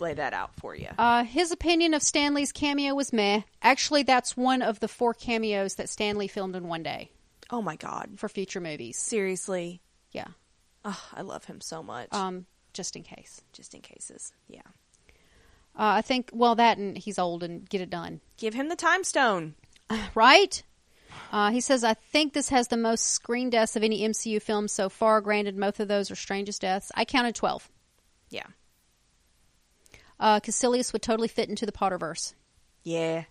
[SPEAKER 1] lay that out for you?
[SPEAKER 2] Uh, his opinion of Stanley's cameo was meh. Actually, that's one of the four cameos that Stanley filmed in one day
[SPEAKER 1] oh my god,
[SPEAKER 2] for future movies.
[SPEAKER 1] seriously,
[SPEAKER 2] Yeah.
[SPEAKER 1] oh, I love him so much.
[SPEAKER 2] Um, just in case.
[SPEAKER 1] just in cases, yeah.
[SPEAKER 2] Uh, I think, well, that and he's old and get it done.
[SPEAKER 1] Give him the time stone.
[SPEAKER 2] right? Uh, he says, I think this has the most screen deaths of any MCU film so far. Granted, most of those are strangest deaths. I counted 12.
[SPEAKER 1] Yeah,
[SPEAKER 2] Uh, Cassilius would totally fit into the Potterverse.
[SPEAKER 1] yeah,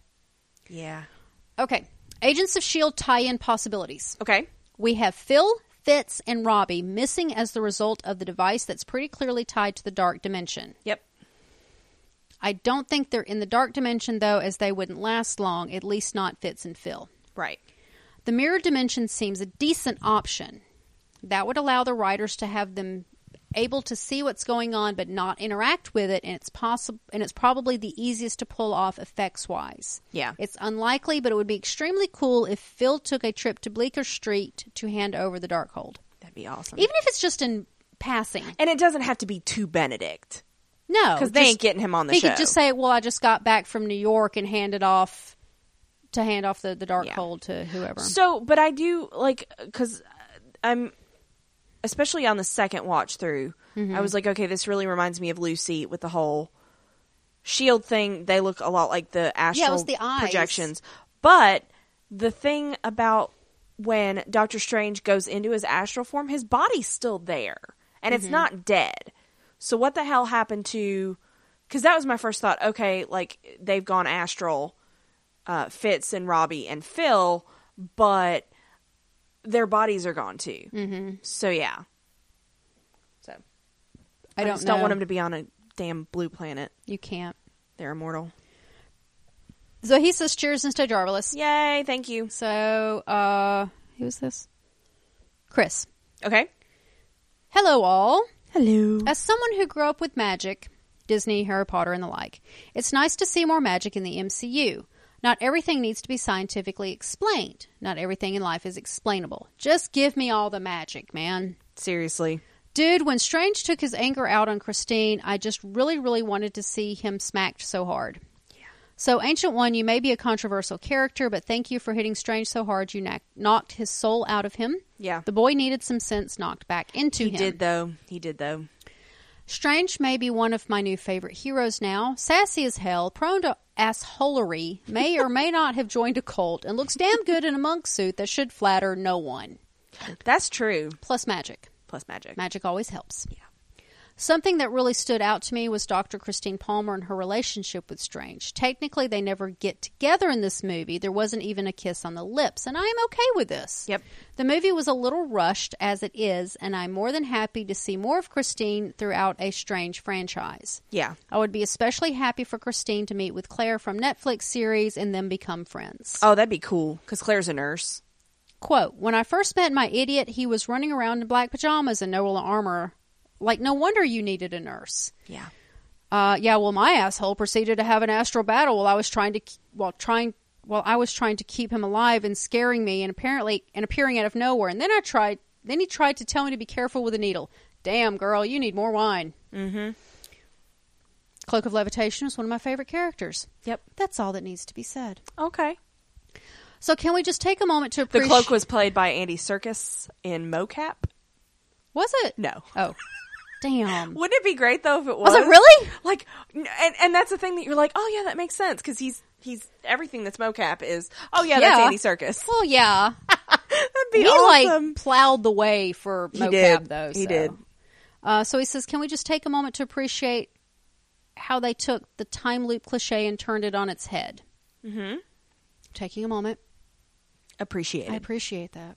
[SPEAKER 1] yeah.
[SPEAKER 2] E Okay. Agents of S.H.I.E.L.D. tie in possibilities.
[SPEAKER 1] Okay,
[SPEAKER 2] We have Phil, Fitz and Robbie missing as the result of the device that's pretty clearly tied to the dark dimension.
[SPEAKER 1] Yep.
[SPEAKER 2] I don't think they're in the dark dimension, though, as they wouldn't last long, at least not Fitz and Phil.
[SPEAKER 1] Right.
[SPEAKER 2] The mirror dimension seems a decent option. That would allow the writers to have them able to see what's going on but not interact with it and it's possible and it's probably the easiest to pull off effects wise.
[SPEAKER 1] Yeah.
[SPEAKER 2] It's unlikely but it would be extremely cool if Phil took a trip to Bleecker Street to hand over the Darkhold.
[SPEAKER 1] That'd be awesome.
[SPEAKER 2] Even if it's just in passing.
[SPEAKER 1] and it doesn't have to be to Benedict.
[SPEAKER 2] No,
[SPEAKER 1] 'Cause they ain't getting him on the
[SPEAKER 2] he
[SPEAKER 1] show.
[SPEAKER 2] Oh, could just say, "Well, I just got back from New York and handed off to hand off the the dark
[SPEAKER 1] Yeah.
[SPEAKER 2] hold to whoever."
[SPEAKER 1] So, but I do like because I'm especially on the second watch through. I was like, okay, this really reminds me of Lucy with the whole shield thing. They look a lot like the astral
[SPEAKER 2] it was the eyes.
[SPEAKER 1] projections. But the thing about when Doctor Strange goes into his astral form, his body's still there and
[SPEAKER 2] Mm-hmm.
[SPEAKER 1] it's not dead. So what the hell happened to? Because that was my first thought. Okay, like they've gone astral uh, Fitz and Robbie and Phil, but their bodies are gone too. Mm-hmm. So yeah, so
[SPEAKER 2] I don't
[SPEAKER 1] just
[SPEAKER 2] know.
[SPEAKER 1] don't want them to be on a damn blue planet.
[SPEAKER 2] You can't.
[SPEAKER 1] They're immortal.
[SPEAKER 2] So he says, "Cheers and stay jarvelous."
[SPEAKER 1] Yay! Thank you.
[SPEAKER 2] So, uh, who is this? Chris.
[SPEAKER 1] Okay.
[SPEAKER 2] Hello, all.
[SPEAKER 1] Hello.
[SPEAKER 2] As someone who grew up with magic, Disney, Harry Potter, and the like, it's nice to see more magic in the MCU. Not everything needs to be scientifically explained. Not everything in life is explainable. Just give me all the magic, man.
[SPEAKER 1] Seriously.
[SPEAKER 2] Dude, when Strange took his anger out on Christine, I just really, really wanted to see him smacked so hard. So, Ancient One, you may be a controversial character, but thank you for hitting Strange so hard you knack- knocked his soul out of him.
[SPEAKER 1] Yeah.
[SPEAKER 2] The boy needed some sense knocked back into
[SPEAKER 1] He
[SPEAKER 2] him.
[SPEAKER 1] did though. He did though.
[SPEAKER 2] Strange may be one of my new favorite heroes now. Sassy as hell, prone to assholery, may or may not have joined a cult, and looks damn good in a monk suit that should flatter no one.
[SPEAKER 1] That's true.
[SPEAKER 2] Plus magic.
[SPEAKER 1] Plus magic.
[SPEAKER 2] Magic always helps. Yeah. Something that really stood out to me was Dr. Christine Palmer and her relationship with Strange. Technically, they never get together in this movie. There wasn't even a kiss on the lips, and I am okay with this.
[SPEAKER 1] Yep.
[SPEAKER 2] The movie was a little rushed as it is, and I'm more than happy to see more of Christine throughout a Strange franchise.
[SPEAKER 1] yeah.
[SPEAKER 2] I would be especially happy for Christine to meet with Claire from Netflix series and then become friends.
[SPEAKER 1] Oh, that'd be cool because Claire's a nurse.
[SPEAKER 2] Quote, when I first met my idiot, he was running around in black pajamas and no armor. Like, no wonder you needed a nurse.
[SPEAKER 1] Yeah.
[SPEAKER 2] Uh, yeah, well, my asshole proceeded to have an astral battle while I was trying to, k- while trying, while I was trying to keep him alive and scaring me and apparently, and appearing out of nowhere. And then I tried, then he tried to tell me to be careful with a needle. Damn, girl, you need more wine. Mm-hmm. Cloak of Levitation was one of my favorite characters.
[SPEAKER 1] Yep.
[SPEAKER 2] That's all that needs to be said.
[SPEAKER 1] Okay.
[SPEAKER 2] So can we just take a moment to
[SPEAKER 1] The
[SPEAKER 2] appreciate?
[SPEAKER 1] cloak was played by Andy Circus in mocap.
[SPEAKER 2] was it?
[SPEAKER 1] No.
[SPEAKER 2] Oh, damn.
[SPEAKER 1] Wouldn't it be great though if it
[SPEAKER 2] I
[SPEAKER 1] was?
[SPEAKER 2] was like, really?
[SPEAKER 1] Like, n- and and that's the thing that you're like, oh yeah, that makes sense because he's he's everything that's mocap is. Oh yeah, that's
[SPEAKER 2] Yeah.
[SPEAKER 1] Andy Circus.
[SPEAKER 2] Well, yeah.
[SPEAKER 1] That'd be
[SPEAKER 2] he
[SPEAKER 1] awesome.
[SPEAKER 2] like plowed the way for
[SPEAKER 1] He
[SPEAKER 2] mocap,
[SPEAKER 1] did.
[SPEAKER 2] though.
[SPEAKER 1] He
[SPEAKER 2] so.
[SPEAKER 1] did.
[SPEAKER 2] Uh, so he says, "Can we just take a moment to appreciate how they took the time loop cliche and turned it on its head?" Mm-hmm. Taking a moment,
[SPEAKER 1] Appreciate
[SPEAKER 2] I
[SPEAKER 1] it.
[SPEAKER 2] appreciate that.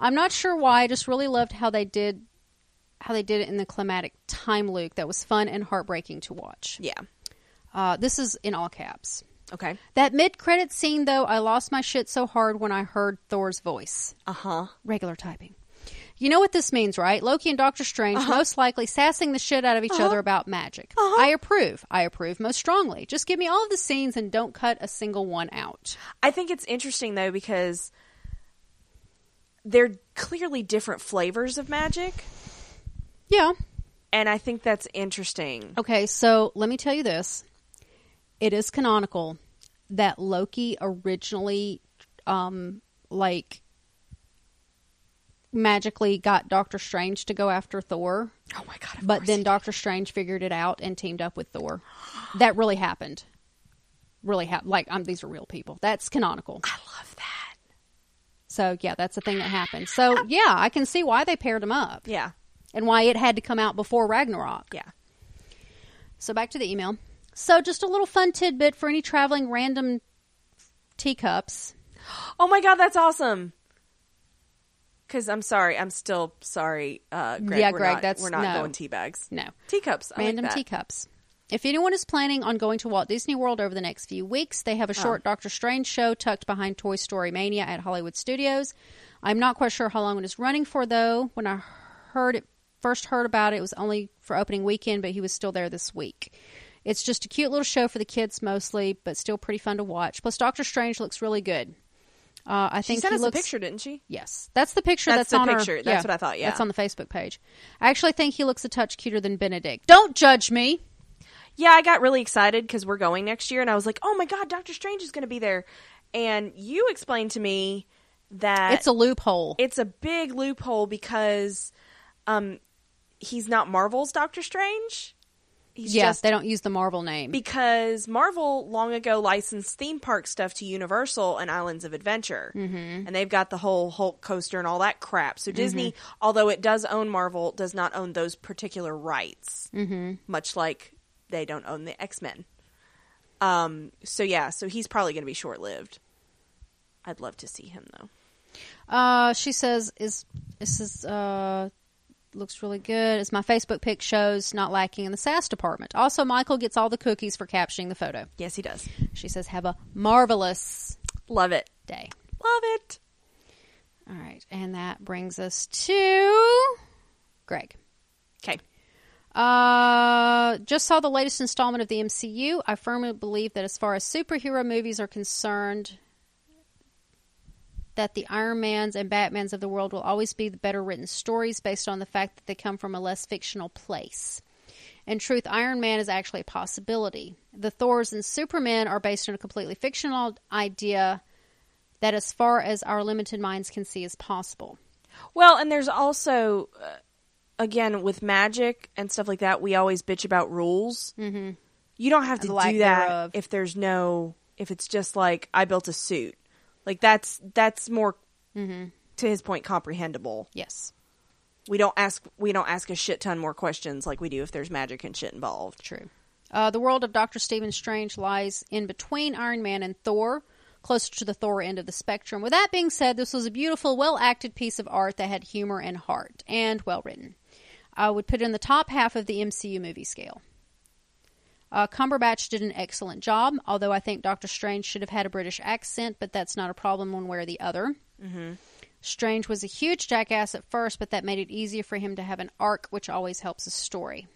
[SPEAKER 2] I'm not sure why. I just really loved how they did how they did it in the climatic time loop. That was fun and heartbreaking to watch.
[SPEAKER 1] Yeah.
[SPEAKER 2] Uh, this is in all caps.
[SPEAKER 1] Okay.
[SPEAKER 2] That mid credit scene, though, I lost my shit so hard when I heard Thor's voice.
[SPEAKER 1] Uh huh.
[SPEAKER 2] Regular typing. You know what this means, right? Loki and Doctor Strange most likely sassing the shit out of each other about magic. I approve. I approve most strongly. Just give me all of the scenes and don't cut a single one out.
[SPEAKER 1] I think it's interesting though because they're clearly different flavors of magic,
[SPEAKER 2] Yeah.
[SPEAKER 1] and I think that's interesting.
[SPEAKER 2] Okay, so let me tell you this. It is canonical that Loki originally, um, like, magically got Doctor Strange to go after Thor.
[SPEAKER 1] Oh my god! of
[SPEAKER 2] But
[SPEAKER 1] course.
[SPEAKER 2] then Doctor Strange figured it out and teamed up with Thor. That really happened. Really happened. Like, um, these are real people. That's canonical.
[SPEAKER 1] I love that.
[SPEAKER 2] So, yeah, that's the thing that happened. So, yeah, I can see why they paired them up
[SPEAKER 1] Yeah.
[SPEAKER 2] and why it had to come out before Ragnarok.
[SPEAKER 1] Yeah.
[SPEAKER 2] So, back to the email. So, just a little fun tidbit for any traveling random teacups.
[SPEAKER 1] Oh my god, that's awesome. Because I'm sorry, I'm still sorry, uh, Greg.
[SPEAKER 2] Yeah,
[SPEAKER 1] we're
[SPEAKER 2] Greg,
[SPEAKER 1] not,
[SPEAKER 2] that's-
[SPEAKER 1] we're not
[SPEAKER 2] no.
[SPEAKER 1] going tea bags.
[SPEAKER 2] No.
[SPEAKER 1] Teacups. I like
[SPEAKER 2] Random
[SPEAKER 1] that.
[SPEAKER 2] teacups. If anyone is planning on going to Walt Disney World over the next few weeks, they
[SPEAKER 1] Oh.
[SPEAKER 2] have a short Doctor Strange show tucked behind Toy Story Mania at Hollywood Studios. I'm not quite sure how long it is running for, though. When I heard it, first heard about it, it was only for opening weekend, but he was still there this week. It's just a cute little show for the kids mostly, but still pretty fun to watch. Plus, Doctor Strange looks really good. Uh, I
[SPEAKER 1] She
[SPEAKER 2] think
[SPEAKER 1] sent
[SPEAKER 2] he
[SPEAKER 1] us
[SPEAKER 2] looks
[SPEAKER 1] a picture, didn't she?
[SPEAKER 2] Yes, that's the picture.
[SPEAKER 1] That's
[SPEAKER 2] That's,
[SPEAKER 1] the
[SPEAKER 2] on our-
[SPEAKER 1] picture. That's what I thought, yeah.
[SPEAKER 2] that's on the Facebook page. I actually think he looks a touch cuter than Benedict. Don't judge me.
[SPEAKER 1] Yeah, I got really excited because we're going next year, and I was like, "Oh my god, Doctor Strange is going to be there!" And you explained to me that
[SPEAKER 2] It's a loophole.
[SPEAKER 1] it's a big loophole because um, he's not Marvel's Doctor Strange. He's
[SPEAKER 2] yes,
[SPEAKER 1] just
[SPEAKER 2] they don't use the Marvel name.
[SPEAKER 1] because Marvel long ago licensed theme park stuff to Universal and Islands of Adventure, mm-hmm. and they've got the whole Hulk coaster and all that crap. So Disney, although it does own Marvel, does not own those particular rights. Mm-hmm. Much like they don't own the X Men. Um. So yeah. So he's probably going to be short lived. I'd love to see him though.
[SPEAKER 2] uh, she says is this is uh, looks really good. As my Facebook pic shows, not lacking in the sass department. Also, Michael gets all the cookies for captioning the photo.
[SPEAKER 1] Yes, he does.
[SPEAKER 2] She says, "Have a marvelous
[SPEAKER 1] Love it.
[SPEAKER 2] day."
[SPEAKER 1] Love it.
[SPEAKER 2] All right, and that brings us to Greg.
[SPEAKER 1] Okay.
[SPEAKER 2] Uh, just saw the latest installment of the MCU. I firmly believe that as far as superhero movies are concerned, that the Iron Mans and Batmans of the world will always be the better written stories based on the fact that they come from a less fictional place. In truth, Iron Man is actually a possibility. The Thors and Superman are based on a completely fictional idea that, as far as our limited minds can see, is possible.
[SPEAKER 1] Well, and there's also, uh, again, with magic and stuff like that, we always bitch about rules. Mm-hmm. You don't have to
[SPEAKER 2] the lack
[SPEAKER 1] do that
[SPEAKER 2] thereof.
[SPEAKER 1] if there's no, if it's just like I built a suit. Like that's that's more to his point comprehensible.
[SPEAKER 2] Yes,
[SPEAKER 1] We don't ask we don't ask a shit ton more questions like we do if there's magic and shit involved.
[SPEAKER 2] True. Uh, the world of Doctor Stephen Strange lies in between Iron Man and Thor, closer to the Thor end of the spectrum. With that being said, this was a beautiful, well acted piece of art that had humor and heart, and well written. I would put it in the top half of the MCU movie scale. Uh, Cumberbatch did an excellent job, although I think Doctor Strange should have had a British accent, but that's not a problem one way or the other. Strange was a huge jackass at first, but that made it easier for him to have an arc, which always helps a story.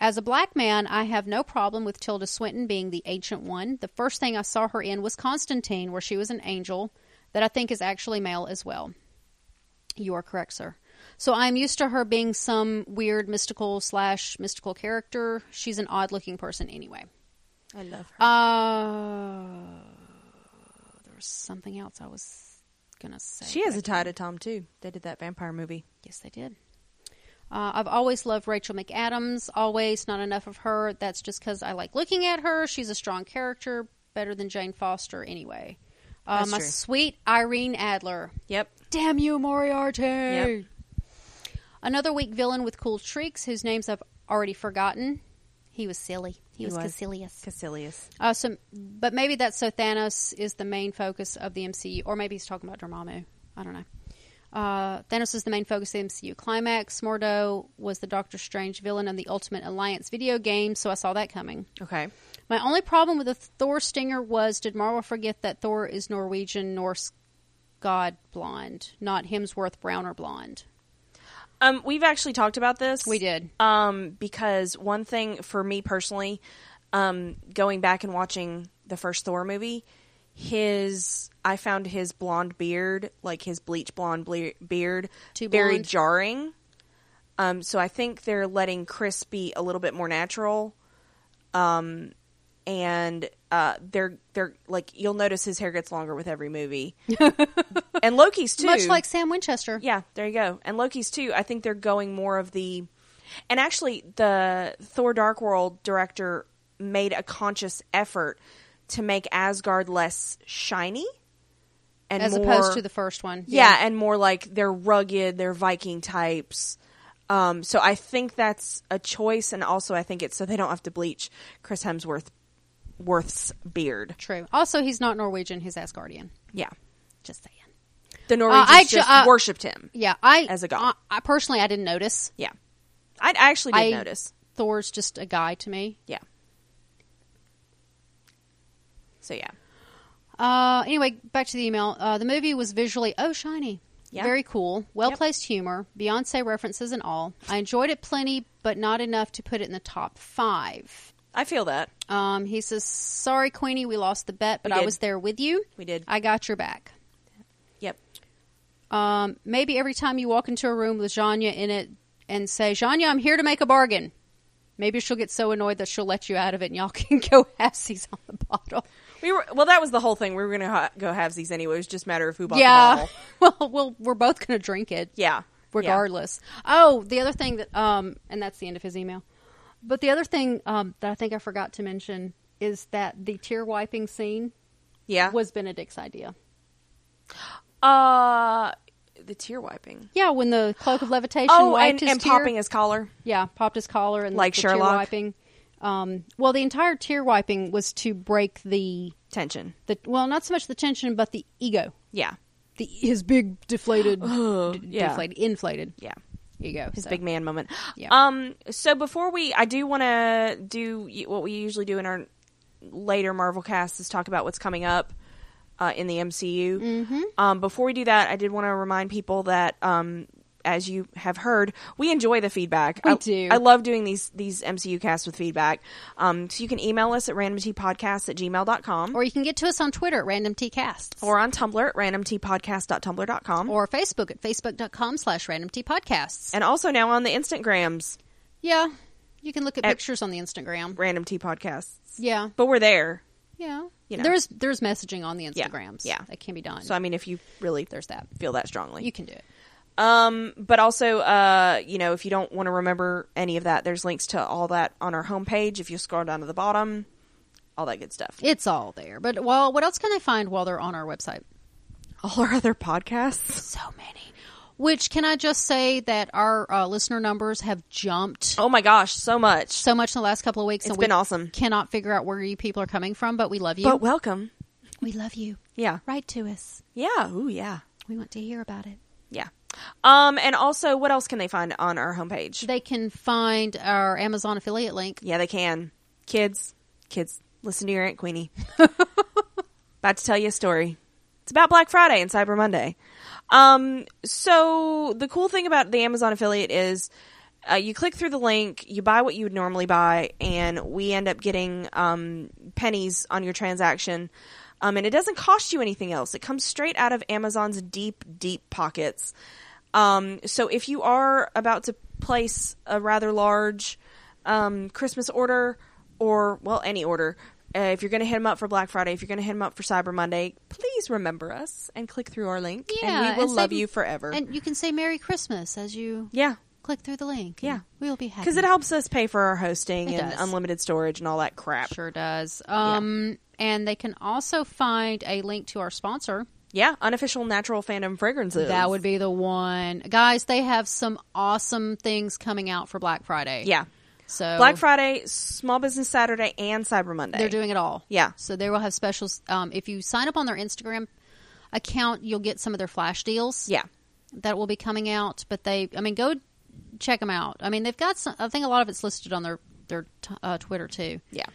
[SPEAKER 2] As a black man, I have no problem with Tilda Swinton being the ancient one. The first thing I saw her in was Constantine, where she was an angel, that I think is actually male as well. You are correct, sir. So I am used to her being some weird mystical slash mystical character. She's an odd looking person anyway.
[SPEAKER 1] I love her.
[SPEAKER 2] Uh, there was something else I was gonna say.
[SPEAKER 1] she has a tie to Tom too. They did that vampire movie.
[SPEAKER 2] Yes, they did. Uh, I've always loved Rachel McAdams. Always not enough of her. That's just because I like looking at her. She's a strong character, better than Jane Foster anyway. Uh,
[SPEAKER 1] That's
[SPEAKER 2] my
[SPEAKER 1] true.
[SPEAKER 2] sweet Irene Adler.
[SPEAKER 1] Yep.
[SPEAKER 2] Damn you, Moriarty!
[SPEAKER 1] Yep.
[SPEAKER 2] Another weak villain with cool tricks whose names I've already forgotten. He was silly.
[SPEAKER 1] He
[SPEAKER 2] He, was,
[SPEAKER 1] was.
[SPEAKER 2] Cassilius.
[SPEAKER 1] Cassilius.
[SPEAKER 2] Uh, so, but maybe that's so Thanos is the main focus of the MCU, or maybe he's talking about Dormammu. I don't know. Uh, Thanos is the main focus of the MCU. Climax Mordo was the Doctor Strange villain in the Ultimate Alliance video game, so I saw that coming.
[SPEAKER 1] Okay.
[SPEAKER 2] My only problem with the Thor stinger was did Marvel forget that Thor is Norwegian Norse god blonde, not Hemsworth brown or blonde?
[SPEAKER 1] Um, we've actually talked about this.
[SPEAKER 2] We did.
[SPEAKER 1] Um, because one thing for me personally, um, going back and watching the first Thor movie, his I found his blonde beard, like his bleach blonde ble- beard,
[SPEAKER 2] Too
[SPEAKER 1] very
[SPEAKER 2] blonde?
[SPEAKER 1] jarring. Um, so I think they're letting Chris be a little bit more natural. Um, and uh, they're they're like you'll notice his hair gets longer with every movie, and Loki's too.
[SPEAKER 2] Much like Sam Winchester.
[SPEAKER 1] Yeah, there you go. And Loki's too. I think they're going more of the and actually the Thor Dark World director made a conscious effort to make Asgard less shiny and
[SPEAKER 2] As
[SPEAKER 1] more,
[SPEAKER 2] opposed to the first one.
[SPEAKER 1] yeah, and more like they're rugged, they're Viking types. Um, so I think that's a choice, and also I think it's so they don't have to bleach Chris Hemsworth Worth's beard.
[SPEAKER 2] True. Also, he's not Norwegian, he's Asgardian.
[SPEAKER 1] Yeah,
[SPEAKER 2] Just saying.
[SPEAKER 1] The Norwegians
[SPEAKER 2] I actu-
[SPEAKER 1] just
[SPEAKER 2] uh,
[SPEAKER 1] worshipped him.
[SPEAKER 2] Yeah, I
[SPEAKER 1] As a god.
[SPEAKER 2] I, I personally, I didn't notice.
[SPEAKER 1] Yeah, I actually did
[SPEAKER 2] I
[SPEAKER 1] notice.
[SPEAKER 2] Thor's just a guy to me.
[SPEAKER 1] Yeah. So yeah,
[SPEAKER 2] Uh, anyway, back to the email. Uh, the movie was visually oh shiny,
[SPEAKER 1] Yeah.
[SPEAKER 2] very cool, well placed humor, Beyonce references and all. I enjoyed it plenty, but not enough to put it in the top five.
[SPEAKER 1] I feel that
[SPEAKER 2] Um, he says, "Sorry, Queenie, we lost the bet, but
[SPEAKER 1] We
[SPEAKER 2] I
[SPEAKER 1] did.
[SPEAKER 2] was there with you.
[SPEAKER 1] we did.
[SPEAKER 2] I got your back."
[SPEAKER 1] yep.
[SPEAKER 2] Um, maybe every time you walk into a room with Janya in it and say, Janya, I'm here to make a bargain. Maybe she'll get so annoyed that she'll let you out of it and y'all can go halfsies on the bottle.
[SPEAKER 1] We were well. That was the whole thing. We were going to ha- go halvesies anyway. It was just a matter of who bought the
[SPEAKER 2] yeah.
[SPEAKER 1] bottle.
[SPEAKER 2] Well, well, we're both going to drink it
[SPEAKER 1] Yeah.
[SPEAKER 2] regardless. Oh, the other thing that, um, and that's the end of his email. But the other thing um, that I think I forgot to mention is that the tear wiping scene
[SPEAKER 1] Yeah.
[SPEAKER 2] was Benedict's idea.
[SPEAKER 1] uh the tear wiping?
[SPEAKER 2] Yeah, when the cloak of levitation
[SPEAKER 1] Oh, and,
[SPEAKER 2] wiped his
[SPEAKER 1] and
[SPEAKER 2] tear.
[SPEAKER 1] popping his collar.
[SPEAKER 2] Yeah, popped his collar and
[SPEAKER 1] Like
[SPEAKER 2] the
[SPEAKER 1] Sherlock?
[SPEAKER 2] Tear wiping. Um, well, the entire tear wiping was to break the
[SPEAKER 1] Tension.
[SPEAKER 2] the well, not so much the tension, but the ego,
[SPEAKER 1] Yeah.
[SPEAKER 2] the his big deflated, d-
[SPEAKER 1] yeah.
[SPEAKER 2] deflated, inflated
[SPEAKER 1] Yeah.
[SPEAKER 2] ego.
[SPEAKER 1] His
[SPEAKER 2] So,
[SPEAKER 1] big man moment.
[SPEAKER 2] Yeah.
[SPEAKER 1] Um. So before we, I do want to do y- what we usually do in our later Marvel casts is talk about what's coming up uh, in the MCU. Mm-hmm. Um. Before we do that, I did want to remind people that um. As you have heard, we enjoy the feedback.
[SPEAKER 2] We
[SPEAKER 1] I,
[SPEAKER 2] do.
[SPEAKER 1] I love doing these these MCU casts with feedback. Um, so you can email us at randomtpodcast at gmail.com
[SPEAKER 2] or you can get to us on Twitter at Random T Casts
[SPEAKER 1] or on Tumblr at randomtpodcast.tumblr.com.
[SPEAKER 2] or Facebook at facebook.com slash Random T Podcasts.
[SPEAKER 1] and also now on the Instagrams,
[SPEAKER 2] Yeah, you can look at
[SPEAKER 1] At-
[SPEAKER 2] pictures on the Instagram.
[SPEAKER 1] Random Tea Podcasts.
[SPEAKER 2] Yeah,
[SPEAKER 1] But we're there.
[SPEAKER 2] yeah.
[SPEAKER 1] You know.
[SPEAKER 2] There's there's messaging on the Instagrams.
[SPEAKER 1] yeah.
[SPEAKER 2] that can be done.
[SPEAKER 1] So I mean, if you really
[SPEAKER 2] there's that.
[SPEAKER 1] feel that strongly,
[SPEAKER 2] You can do it.
[SPEAKER 1] um, but also, uh, you know, if you don't want to remember any of that, there's links to all that on our homepage. If you scroll down to the bottom, all that good stuff.
[SPEAKER 2] It's all there. But well, what else can they find while they're on our website?
[SPEAKER 1] All our other podcasts.
[SPEAKER 2] so many. Which can I just say that our uh, listener numbers have jumped
[SPEAKER 1] Oh my gosh, so much.
[SPEAKER 2] so much in the last couple of weeks.
[SPEAKER 1] It's
[SPEAKER 2] and we
[SPEAKER 1] been awesome.
[SPEAKER 2] Cannot figure out where you people are coming from, but we love you.
[SPEAKER 1] But welcome.
[SPEAKER 2] we love you.
[SPEAKER 1] Yeah.
[SPEAKER 2] Write to us.
[SPEAKER 1] Yeah. Ooh, yeah.
[SPEAKER 2] We want to hear about it.
[SPEAKER 1] Yeah. Um, and also, what else can they find on our homepage?
[SPEAKER 2] They can find our Amazon affiliate link.
[SPEAKER 1] Yeah, they can. Kids, kids, listen to your Aunt Queenie. about to tell you a story. It's about Black Friday and Cyber Monday. Um, so the cool thing about the Amazon affiliate is uh, you click through the link, you buy what you would normally buy, and we end up getting um, pennies on your transaction. Um, and it doesn't cost you anything else. It comes straight out of Amazon's deep, deep pockets. Um, so if you are about to place a rather large um, Christmas order or, well, any order, uh, if you're going to hit them up for Black Friday, if you're going to hit them up for Cyber Monday, please remember us and click through our link.
[SPEAKER 2] Yeah,
[SPEAKER 1] and we will
[SPEAKER 2] and
[SPEAKER 1] love
[SPEAKER 2] save-
[SPEAKER 1] you forever.
[SPEAKER 2] And you can say Merry Christmas as you
[SPEAKER 1] yeah.
[SPEAKER 2] click through the link.
[SPEAKER 1] Yeah.
[SPEAKER 2] We'll be happy.
[SPEAKER 1] Because it helps us pay for our hosting
[SPEAKER 2] It
[SPEAKER 1] and
[SPEAKER 2] does.
[SPEAKER 1] unlimited storage and all that crap.
[SPEAKER 2] sure does. Um, And they can also find a link to our sponsor.
[SPEAKER 1] Yeah, unofficial natural fandom fragrances.
[SPEAKER 2] That would be the one. Guys, they have some awesome things coming out for Black Friday.
[SPEAKER 1] yeah.
[SPEAKER 2] So
[SPEAKER 1] Black Friday, Small Business Saturday, and Cyber Monday.
[SPEAKER 2] Oh. they're doing it all.
[SPEAKER 1] Yeah.
[SPEAKER 2] So they will have specials. Um, if you sign up on their Instagram account, you'll get some of their flash deals.
[SPEAKER 1] Yeah.
[SPEAKER 2] That will be coming out. But they, I mean, go check them out. I mean, they've got some, I think a lot of it's listed on their, their t- uh, Twitter too.
[SPEAKER 1] Yeah.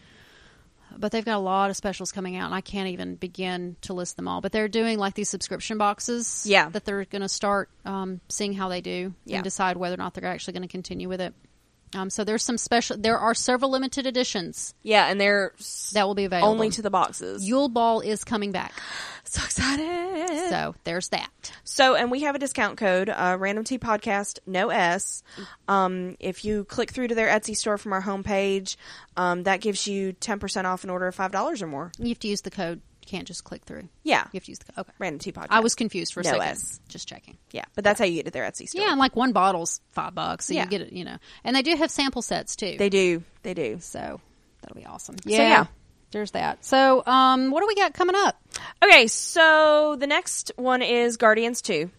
[SPEAKER 2] But they've got a lot of specials coming out, and I can't even begin to list them all. But they're doing like these subscription boxes.
[SPEAKER 1] Yeah.
[SPEAKER 2] That they're going to start um, seeing how they do
[SPEAKER 1] Yeah.
[SPEAKER 2] and decide whether or not they're actually going to continue with it. Um, so there's some special, there are several limited editions
[SPEAKER 1] Yeah, and they're s-
[SPEAKER 2] that will be available.
[SPEAKER 1] only to the boxes.
[SPEAKER 2] Yule Ball is coming back.
[SPEAKER 1] so excited.
[SPEAKER 2] So there's that.
[SPEAKER 1] So, and we have a discount code, uh, Random Tea Podcast, no S. Um, if you click through to their Etsy store from our homepage, um, that gives you 10% off an order of $5 or more.
[SPEAKER 2] You have to use the code. You can't just click through.
[SPEAKER 1] Yeah.
[SPEAKER 2] You have to use the code. Okay.
[SPEAKER 1] Random Tea Podcast.
[SPEAKER 2] I was confused for a
[SPEAKER 1] No
[SPEAKER 2] second.
[SPEAKER 1] S.
[SPEAKER 2] Just checking.
[SPEAKER 1] Yeah, but that's how you get to their Etsy store.
[SPEAKER 2] Yeah, and like one bottle's five bucks. So
[SPEAKER 1] Yeah.
[SPEAKER 2] you get it, you know. And they do have sample sets too.
[SPEAKER 1] They do. They do.
[SPEAKER 2] So that'll be awesome.
[SPEAKER 1] yeah.
[SPEAKER 2] There's that. So, um, what do we got coming up?
[SPEAKER 1] Okay, so the next one is Guardians 2.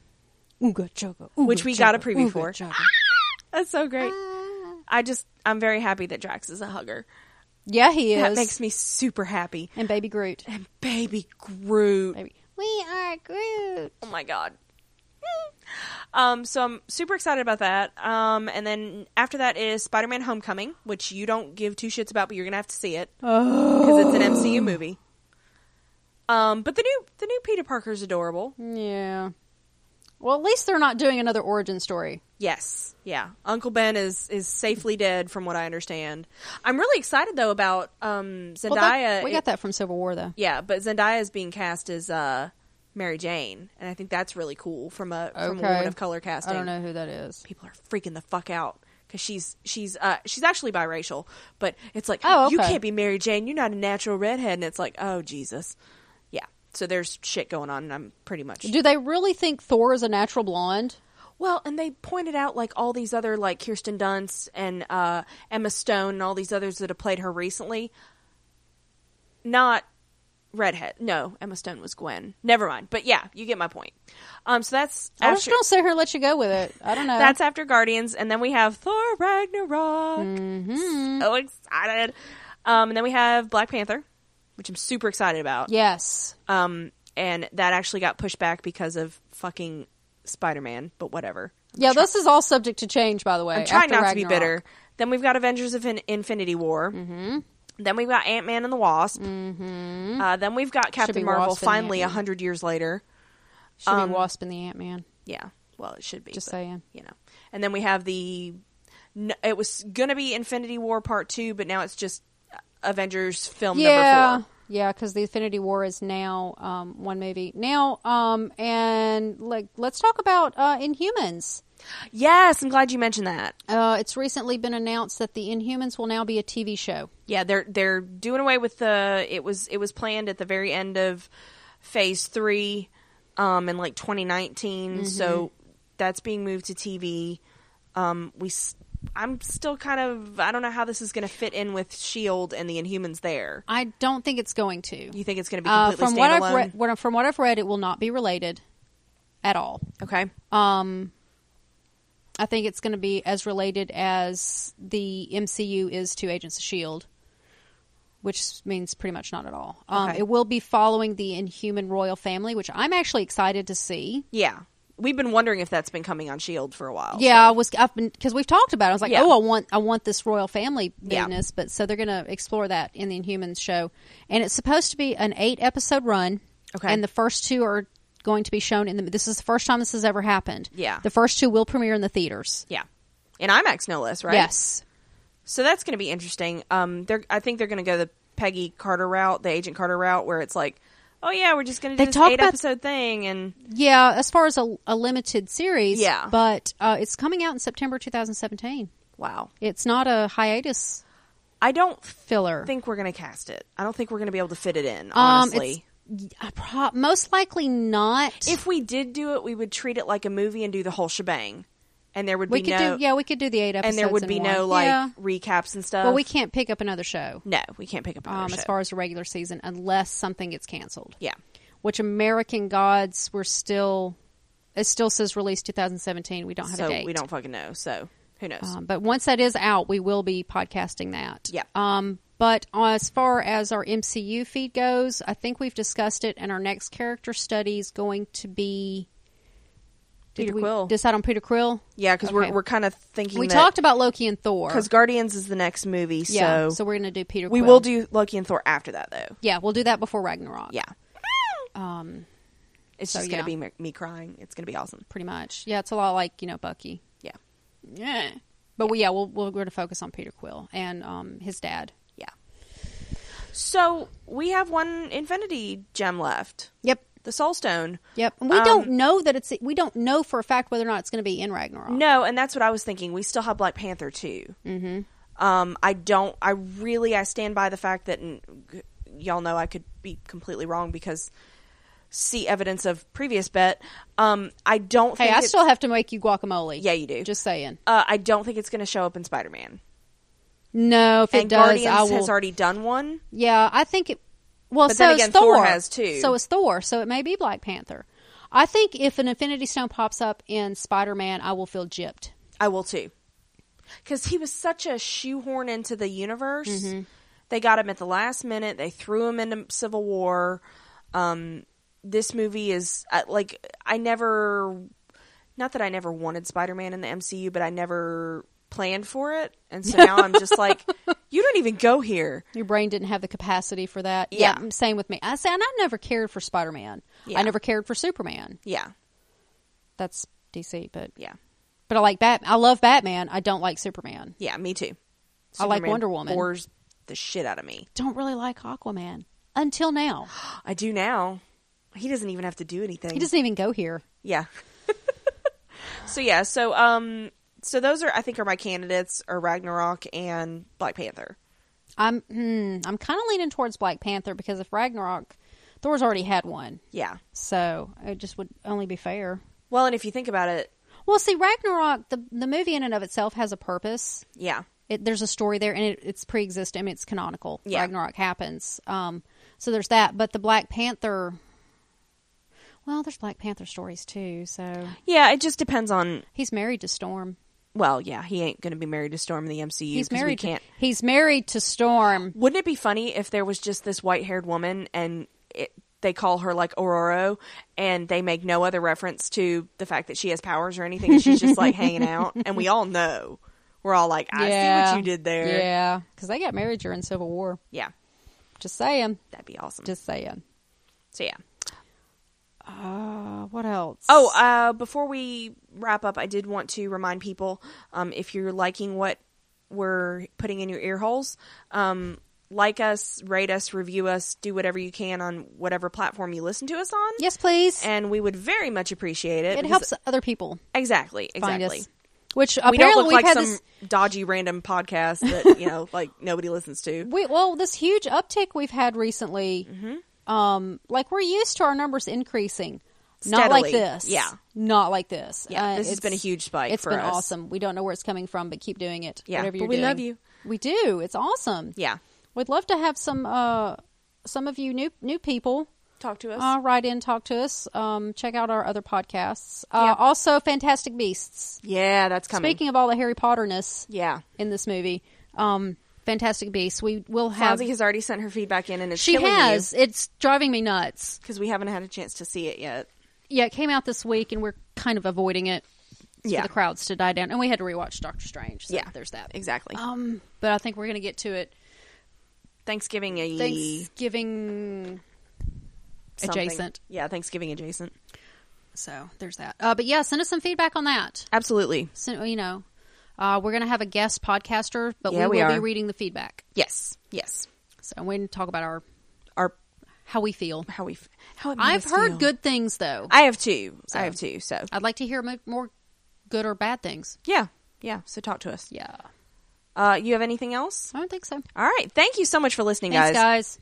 [SPEAKER 2] Ooga chugga,
[SPEAKER 1] Which we got a preview for. That's so great. I just, I'm very happy that Drax is a hugger.
[SPEAKER 2] Yeah, he is.
[SPEAKER 1] That makes me super happy.
[SPEAKER 2] and Baby Groot.
[SPEAKER 1] And baby Groot.
[SPEAKER 2] Baby. We are Groot.
[SPEAKER 1] Oh my god. Um, so I'm super excited about that. Um, and then after that is Spider-Man: Homecoming, which you don't give two shits about, but you're gonna have to see it
[SPEAKER 2] Oh.
[SPEAKER 1] because it's an MCU movie. Um, but the new the new Peter Parker's adorable.
[SPEAKER 2] Yeah. Well, at least they're not doing another origin story.
[SPEAKER 1] Yes, yeah. Uncle Ben is is safely dead, from what I understand. I'm really excited though about um, Zendaya.
[SPEAKER 2] Well, that- we
[SPEAKER 1] It-
[SPEAKER 2] got that from Civil War, though.
[SPEAKER 1] Yeah, but Zendaya is being cast as uh, Mary Jane, and I think that's really cool from a from a woman of color casting.
[SPEAKER 2] I don't know who that is.
[SPEAKER 1] People are freaking the fuck out because she's she's uh, she's actually biracial, but it's like
[SPEAKER 2] Oh,
[SPEAKER 1] you
[SPEAKER 2] okay.
[SPEAKER 1] can't be Mary Jane. You're not a natural redhead, and it's like oh Jesus, yeah. So there's shit going on, and I'm pretty much
[SPEAKER 2] Do they really think Thor is a natural blonde?
[SPEAKER 1] well. And they pointed out like all these other like Kirsten Dunst and uh, Emma Stone and all these others that have played her recently, not redhead. No, Emma Stone was Gwen. Never mind. But yeah, you get my point. Um, so that's
[SPEAKER 2] I was just gonna sit here and let you go with it. I don't know.
[SPEAKER 1] That's after Guardians, and then we have Thor Ragnarok.
[SPEAKER 2] Mm-hmm.
[SPEAKER 1] So excited! Um, and then we have Black Panther, which I'm super excited about.
[SPEAKER 2] yes.
[SPEAKER 1] Um, and that actually got pushed back because of fucking Spider Man, but whatever.
[SPEAKER 2] Yeah, this is all subject to change, by the way.
[SPEAKER 1] I'm trying
[SPEAKER 2] after
[SPEAKER 1] not to be
[SPEAKER 2] Ragnarok.
[SPEAKER 1] bitter. Then we've got Avengers of In- Infinity War. Mm-hmm. Then we've got Ant Man and the Wasp. Mm-hmm. Uh, then we've got
[SPEAKER 2] be
[SPEAKER 1] Captain Marvel.
[SPEAKER 2] Wasp and
[SPEAKER 1] Finally, a
[SPEAKER 2] Ant-Man.
[SPEAKER 1] hundred years later.
[SPEAKER 2] Should
[SPEAKER 1] Um,
[SPEAKER 2] be Wasp and the Ant Man.
[SPEAKER 1] Yeah. Well, it should be.
[SPEAKER 2] Just
[SPEAKER 1] but,
[SPEAKER 2] saying.
[SPEAKER 1] You know. And then we have the. n it was going to be Infinity War Part 2, but now it's just Avengers film
[SPEAKER 2] Yeah,
[SPEAKER 1] number 4.
[SPEAKER 2] yeah, because the Infinity War is now um, one movie now, um, and like let's talk about uh, Inhumans.
[SPEAKER 1] Yes, I'm glad you mentioned that.
[SPEAKER 2] Uh, it's recently been announced that the Inhumans will now be a TV show.
[SPEAKER 1] Yeah, they're they're doing away with the it was it was planned at the very end of phase 3 um in like 2019.
[SPEAKER 2] Mm-hmm.
[SPEAKER 1] So that's being moved to TV. Um we s- I'm still kind of I don't know how this is going to fit in with Shield E and the Inhumans there.
[SPEAKER 2] I don't think it's going to.
[SPEAKER 1] You think it's going to be
[SPEAKER 2] Uh,
[SPEAKER 1] completely
[SPEAKER 2] from
[SPEAKER 1] standalone?
[SPEAKER 2] what I've read, what- from what I've read, it will not be related at all.
[SPEAKER 1] okay.
[SPEAKER 2] Um, I think it's going to be as related as the MCU is to Agents of Shield, E which means pretty much not at all. Um,
[SPEAKER 1] Okay.
[SPEAKER 2] It will be following the Inhuman royal family, which I'm actually excited to see.
[SPEAKER 1] Yeah. We've been wondering if that's been coming on Shield E for a while.
[SPEAKER 2] Yeah, I was. I've been because we've talked about. it. I was like,
[SPEAKER 1] Yeah.
[SPEAKER 2] oh, I want, I want this royal family
[SPEAKER 1] Yeah.
[SPEAKER 2] business. But so they're going to explore that in the Inhumans show, and it's supposed to be an eight episode run.
[SPEAKER 1] Okay.
[SPEAKER 2] and the first two are going to be shown in the. This is the first time this has ever happened.
[SPEAKER 1] Yeah.
[SPEAKER 2] the first two will premiere in the theaters.
[SPEAKER 1] Yeah. In IMAX no less, right?
[SPEAKER 2] Yes,
[SPEAKER 1] So that's going to be interesting. Um they're I think they're going to go the Peggy Carter route, the Agent Carter route where it's like, "Oh yeah, we're just going to do
[SPEAKER 2] They
[SPEAKER 1] this
[SPEAKER 2] talk
[SPEAKER 1] eight
[SPEAKER 2] about-
[SPEAKER 1] episode thing and
[SPEAKER 2] yeah. As far as a, a limited series,
[SPEAKER 1] Yeah.
[SPEAKER 2] but uh, it's coming out in September 2017.
[SPEAKER 1] wow.
[SPEAKER 2] It's not a hiatus
[SPEAKER 1] I don't
[SPEAKER 2] filler.
[SPEAKER 1] think we're going to cast it. I don't think we're going to be able to fit it in,
[SPEAKER 2] Um,
[SPEAKER 1] honestly.
[SPEAKER 2] it's- I pro- most likely not.
[SPEAKER 1] if we did do it, we would treat it like a movie and do the whole shebang. And there would
[SPEAKER 2] we
[SPEAKER 1] be
[SPEAKER 2] could
[SPEAKER 1] no
[SPEAKER 2] do, yeah, we could do the eight episodes,
[SPEAKER 1] and there would
[SPEAKER 2] in
[SPEAKER 1] be
[SPEAKER 2] one.
[SPEAKER 1] no like
[SPEAKER 2] Yeah.
[SPEAKER 1] recaps and stuff.
[SPEAKER 2] Well, we can't pick up another show
[SPEAKER 1] no, we can't pick up another
[SPEAKER 2] um, as
[SPEAKER 1] show.
[SPEAKER 2] far as the regular season unless something gets canceled.
[SPEAKER 1] Yeah.
[SPEAKER 2] Which American Gods we're still it still says release 2017. We don't have
[SPEAKER 1] so
[SPEAKER 2] a date.
[SPEAKER 1] we don't fucking know. So who knows?
[SPEAKER 2] Um, but once that is out, we will be podcasting that.
[SPEAKER 1] Yeah.
[SPEAKER 2] Um, but as far as our MCU feed goes, I think we've discussed it, and our next character study is going to be. Did
[SPEAKER 1] Peter
[SPEAKER 2] we
[SPEAKER 1] Quill.
[SPEAKER 2] decide on Peter Quill?
[SPEAKER 1] yeah, because
[SPEAKER 2] Okay.
[SPEAKER 1] we're we're kind of thinking
[SPEAKER 2] We talked about Loki and Thor.
[SPEAKER 1] because Guardians is the next movie, so,
[SPEAKER 2] yeah, so we're going to do Peter.
[SPEAKER 1] we
[SPEAKER 2] Quill.
[SPEAKER 1] will do Loki and Thor after that, though.
[SPEAKER 2] Yeah, we'll do that before Ragnarok.
[SPEAKER 1] Yeah,
[SPEAKER 2] Um,
[SPEAKER 1] it's
[SPEAKER 2] So,
[SPEAKER 1] just gonna
[SPEAKER 2] yeah.
[SPEAKER 1] be me, me crying. It's gonna be awesome.
[SPEAKER 2] pretty much. Yeah, it's a lot like you know Bucky.
[SPEAKER 1] Yeah,
[SPEAKER 2] Yeah. But we, yeah, we'll, we'll, we're going to focus on Peter Quill and um, his dad.
[SPEAKER 1] yeah. So we have one Infinity gem left,
[SPEAKER 2] Yep.
[SPEAKER 1] the Soul Stone.
[SPEAKER 2] Yep. And we
[SPEAKER 1] Um,
[SPEAKER 2] don't know that it's we don't know for a fact whether or not it's going to be in Ragnarok.
[SPEAKER 1] No, and that's what I was thinking. We still have Black Panther too. Mm-hmm. Um, I don't. I really. I stand by the fact that and g- y'all know I could be completely wrong because see evidence of previous bet. Um, I don't.
[SPEAKER 2] Hey,
[SPEAKER 1] think
[SPEAKER 2] I
[SPEAKER 1] it-
[SPEAKER 2] still have to make you guacamole.
[SPEAKER 1] Yeah, you do.
[SPEAKER 2] Just saying.
[SPEAKER 1] Uh, I don't think it's going to show up in Spider Man.
[SPEAKER 2] No, if
[SPEAKER 1] And
[SPEAKER 2] it does,
[SPEAKER 1] Guardians
[SPEAKER 2] I will.
[SPEAKER 1] has already done one.
[SPEAKER 2] yeah, I think it. Well,
[SPEAKER 1] But
[SPEAKER 2] so
[SPEAKER 1] then
[SPEAKER 2] is
[SPEAKER 1] again,
[SPEAKER 2] Thor.
[SPEAKER 1] Thor has two.
[SPEAKER 2] So is Thor. So it may be Black Panther. I think if an Infinity Stone pops up in Spider Man, I will feel gypped.
[SPEAKER 1] I will too. Because he was such a shoehorn into the universe.
[SPEAKER 2] Mm-hmm.
[SPEAKER 1] They got him at the last minute. They threw him into Civil War. Um, this movie is uh, like I never not that I never wanted Spider Man in the MCU, but I never planned for it. And so now I'm just like, you don't even go here.
[SPEAKER 2] Your brain didn't have the capacity for that.
[SPEAKER 1] Yeah.
[SPEAKER 2] same with me. I say, and I never cared for Spider Man.
[SPEAKER 1] Yeah.
[SPEAKER 2] I never cared for Superman.
[SPEAKER 1] Yeah.
[SPEAKER 2] That's DC, but
[SPEAKER 1] Yeah.
[SPEAKER 2] but I like Bat. I love Batman. I don't like Superman.
[SPEAKER 1] Yeah, me too.
[SPEAKER 2] I like
[SPEAKER 1] Superman
[SPEAKER 2] Wonder Woman.
[SPEAKER 1] Bores the shit out of me.
[SPEAKER 2] Don't really like Aquaman until now.
[SPEAKER 1] I do now. He doesn't even have to do anything.
[SPEAKER 2] He doesn't even go here.
[SPEAKER 1] Yeah. so yeah, so um so those are I think are my candidates are Ragnarok and Black Panther.
[SPEAKER 2] I'm hmm, I'm kind of leaning towards Black Panther because if Ragnarok, Thor's already had one,
[SPEAKER 1] Yeah.
[SPEAKER 2] so it just would only be fair.
[SPEAKER 1] Well, and if you think about it,
[SPEAKER 2] Well, see, Ragnarok, the the movie in and of itself has a purpose.
[SPEAKER 1] yeah.
[SPEAKER 2] It, there's a story there, and it, it's pre-existing. I mean, it's canonical.
[SPEAKER 1] Yeah.
[SPEAKER 2] Ragnarok happens, um, so there's that. But the Black Panther, well, there's Black Panther stories too. So
[SPEAKER 1] Yeah, it just depends on
[SPEAKER 2] he's married to Storm.
[SPEAKER 1] well, yeah, he ain't going to be married to Storm in the MCU.
[SPEAKER 2] He's
[SPEAKER 1] 'cause we
[SPEAKER 2] married.
[SPEAKER 1] can't.
[SPEAKER 2] To, he's married to Storm.
[SPEAKER 1] Wouldn't it be funny if there was just this white-haired woman and it, they call her like Ororo and they make no other reference to the fact that she has powers or anything and she's just like hanging out and we all know. We're all like, I see
[SPEAKER 2] Yeah.
[SPEAKER 1] what you did there.
[SPEAKER 2] Yeah, because they got married during Civil War.
[SPEAKER 1] Yeah,
[SPEAKER 2] Just saying.
[SPEAKER 1] that'd be awesome.
[SPEAKER 2] Just saying.
[SPEAKER 1] so yeah.
[SPEAKER 2] Uh, what else?
[SPEAKER 1] Oh, uh, before we wrap up, I did want to remind people um, if you're liking what we're putting in your ear holes, um, like us, rate us, review us, do whatever you can on whatever platform you listen to us on.
[SPEAKER 2] yes, please.
[SPEAKER 1] And we would very much appreciate it.
[SPEAKER 2] it
[SPEAKER 1] because-
[SPEAKER 2] helps other people
[SPEAKER 1] Exactly.
[SPEAKER 2] find
[SPEAKER 1] Exactly.
[SPEAKER 2] us. Which
[SPEAKER 1] We don't
[SPEAKER 2] apparently
[SPEAKER 1] look
[SPEAKER 2] we've
[SPEAKER 1] like
[SPEAKER 2] had
[SPEAKER 1] some
[SPEAKER 2] this.
[SPEAKER 1] dodgy random podcast that, you know, like nobody listens to.
[SPEAKER 2] We, well, this huge uptick we've had recently.
[SPEAKER 1] Mm-hmm.
[SPEAKER 2] Um, like we're used to our numbers increasing. Not like
[SPEAKER 1] Steadily.
[SPEAKER 2] this.
[SPEAKER 1] Yeah.
[SPEAKER 2] Not like this.
[SPEAKER 1] Yeah,
[SPEAKER 2] Uh,
[SPEAKER 1] this has
[SPEAKER 2] it's-
[SPEAKER 1] been a huge spike
[SPEAKER 2] It's
[SPEAKER 1] for
[SPEAKER 2] been
[SPEAKER 1] us.
[SPEAKER 2] awesome. We don't know where it's coming from, but keep doing it.
[SPEAKER 1] Yeah,
[SPEAKER 2] Whatever
[SPEAKER 1] but
[SPEAKER 2] you're
[SPEAKER 1] we love
[SPEAKER 2] doing.
[SPEAKER 1] you.
[SPEAKER 2] We do. It's awesome.
[SPEAKER 1] Yeah.
[SPEAKER 2] We'd love to have some uh some of you new new people
[SPEAKER 1] Talk to us.
[SPEAKER 2] uh, write in, talk to us. Um, check out our other podcasts. Uh,
[SPEAKER 1] Yeah.
[SPEAKER 2] Also, Fantastic Beasts.
[SPEAKER 1] yeah, that's coming.
[SPEAKER 2] Speaking of all the Harry Potterness
[SPEAKER 1] yeah.
[SPEAKER 2] in this movie, um, Fantastic Beasts. We will have.
[SPEAKER 1] Fonzie has already sent her feedback in and it's
[SPEAKER 2] she
[SPEAKER 1] killing you.
[SPEAKER 2] has. It's driving me nuts.
[SPEAKER 1] because we haven't had a chance to see it yet.
[SPEAKER 2] Yeah, it came out this week, and we're kind of avoiding it
[SPEAKER 1] Yeah.
[SPEAKER 2] for the crowds to die down. And we had to rewatch Doctor Strange. So
[SPEAKER 1] Yeah.
[SPEAKER 2] there's that.
[SPEAKER 1] Exactly.
[SPEAKER 2] Um, but I think we're going to get to it.
[SPEAKER 1] Thanksgiving a
[SPEAKER 2] Thanksgiving
[SPEAKER 1] something.
[SPEAKER 2] adjacent.
[SPEAKER 1] Yeah, Thanksgiving adjacent.
[SPEAKER 2] So there's that. Uh, but yeah, send us some feedback on that.
[SPEAKER 1] Absolutely.
[SPEAKER 2] so, you know, uh, we're going to have a guest podcaster, but
[SPEAKER 1] Yeah,
[SPEAKER 2] we
[SPEAKER 1] we
[SPEAKER 2] will be
[SPEAKER 1] are.
[SPEAKER 2] reading the feedback.
[SPEAKER 1] Yes. Yes.
[SPEAKER 2] So we're going to talk about our
[SPEAKER 1] Our
[SPEAKER 2] how we feel.
[SPEAKER 1] how we f- how it made
[SPEAKER 2] I've
[SPEAKER 1] us
[SPEAKER 2] heard
[SPEAKER 1] feel.
[SPEAKER 2] good things though. I,
[SPEAKER 1] I have two. I have two. So
[SPEAKER 2] would like to hear mo- more good or bad things.
[SPEAKER 1] yeah, yeah. So talk to us.
[SPEAKER 2] Yeah,
[SPEAKER 1] Uh, you have anything else?
[SPEAKER 2] I don't think so.
[SPEAKER 1] All right. Thank you so much for listening,
[SPEAKER 2] Thanks, guys.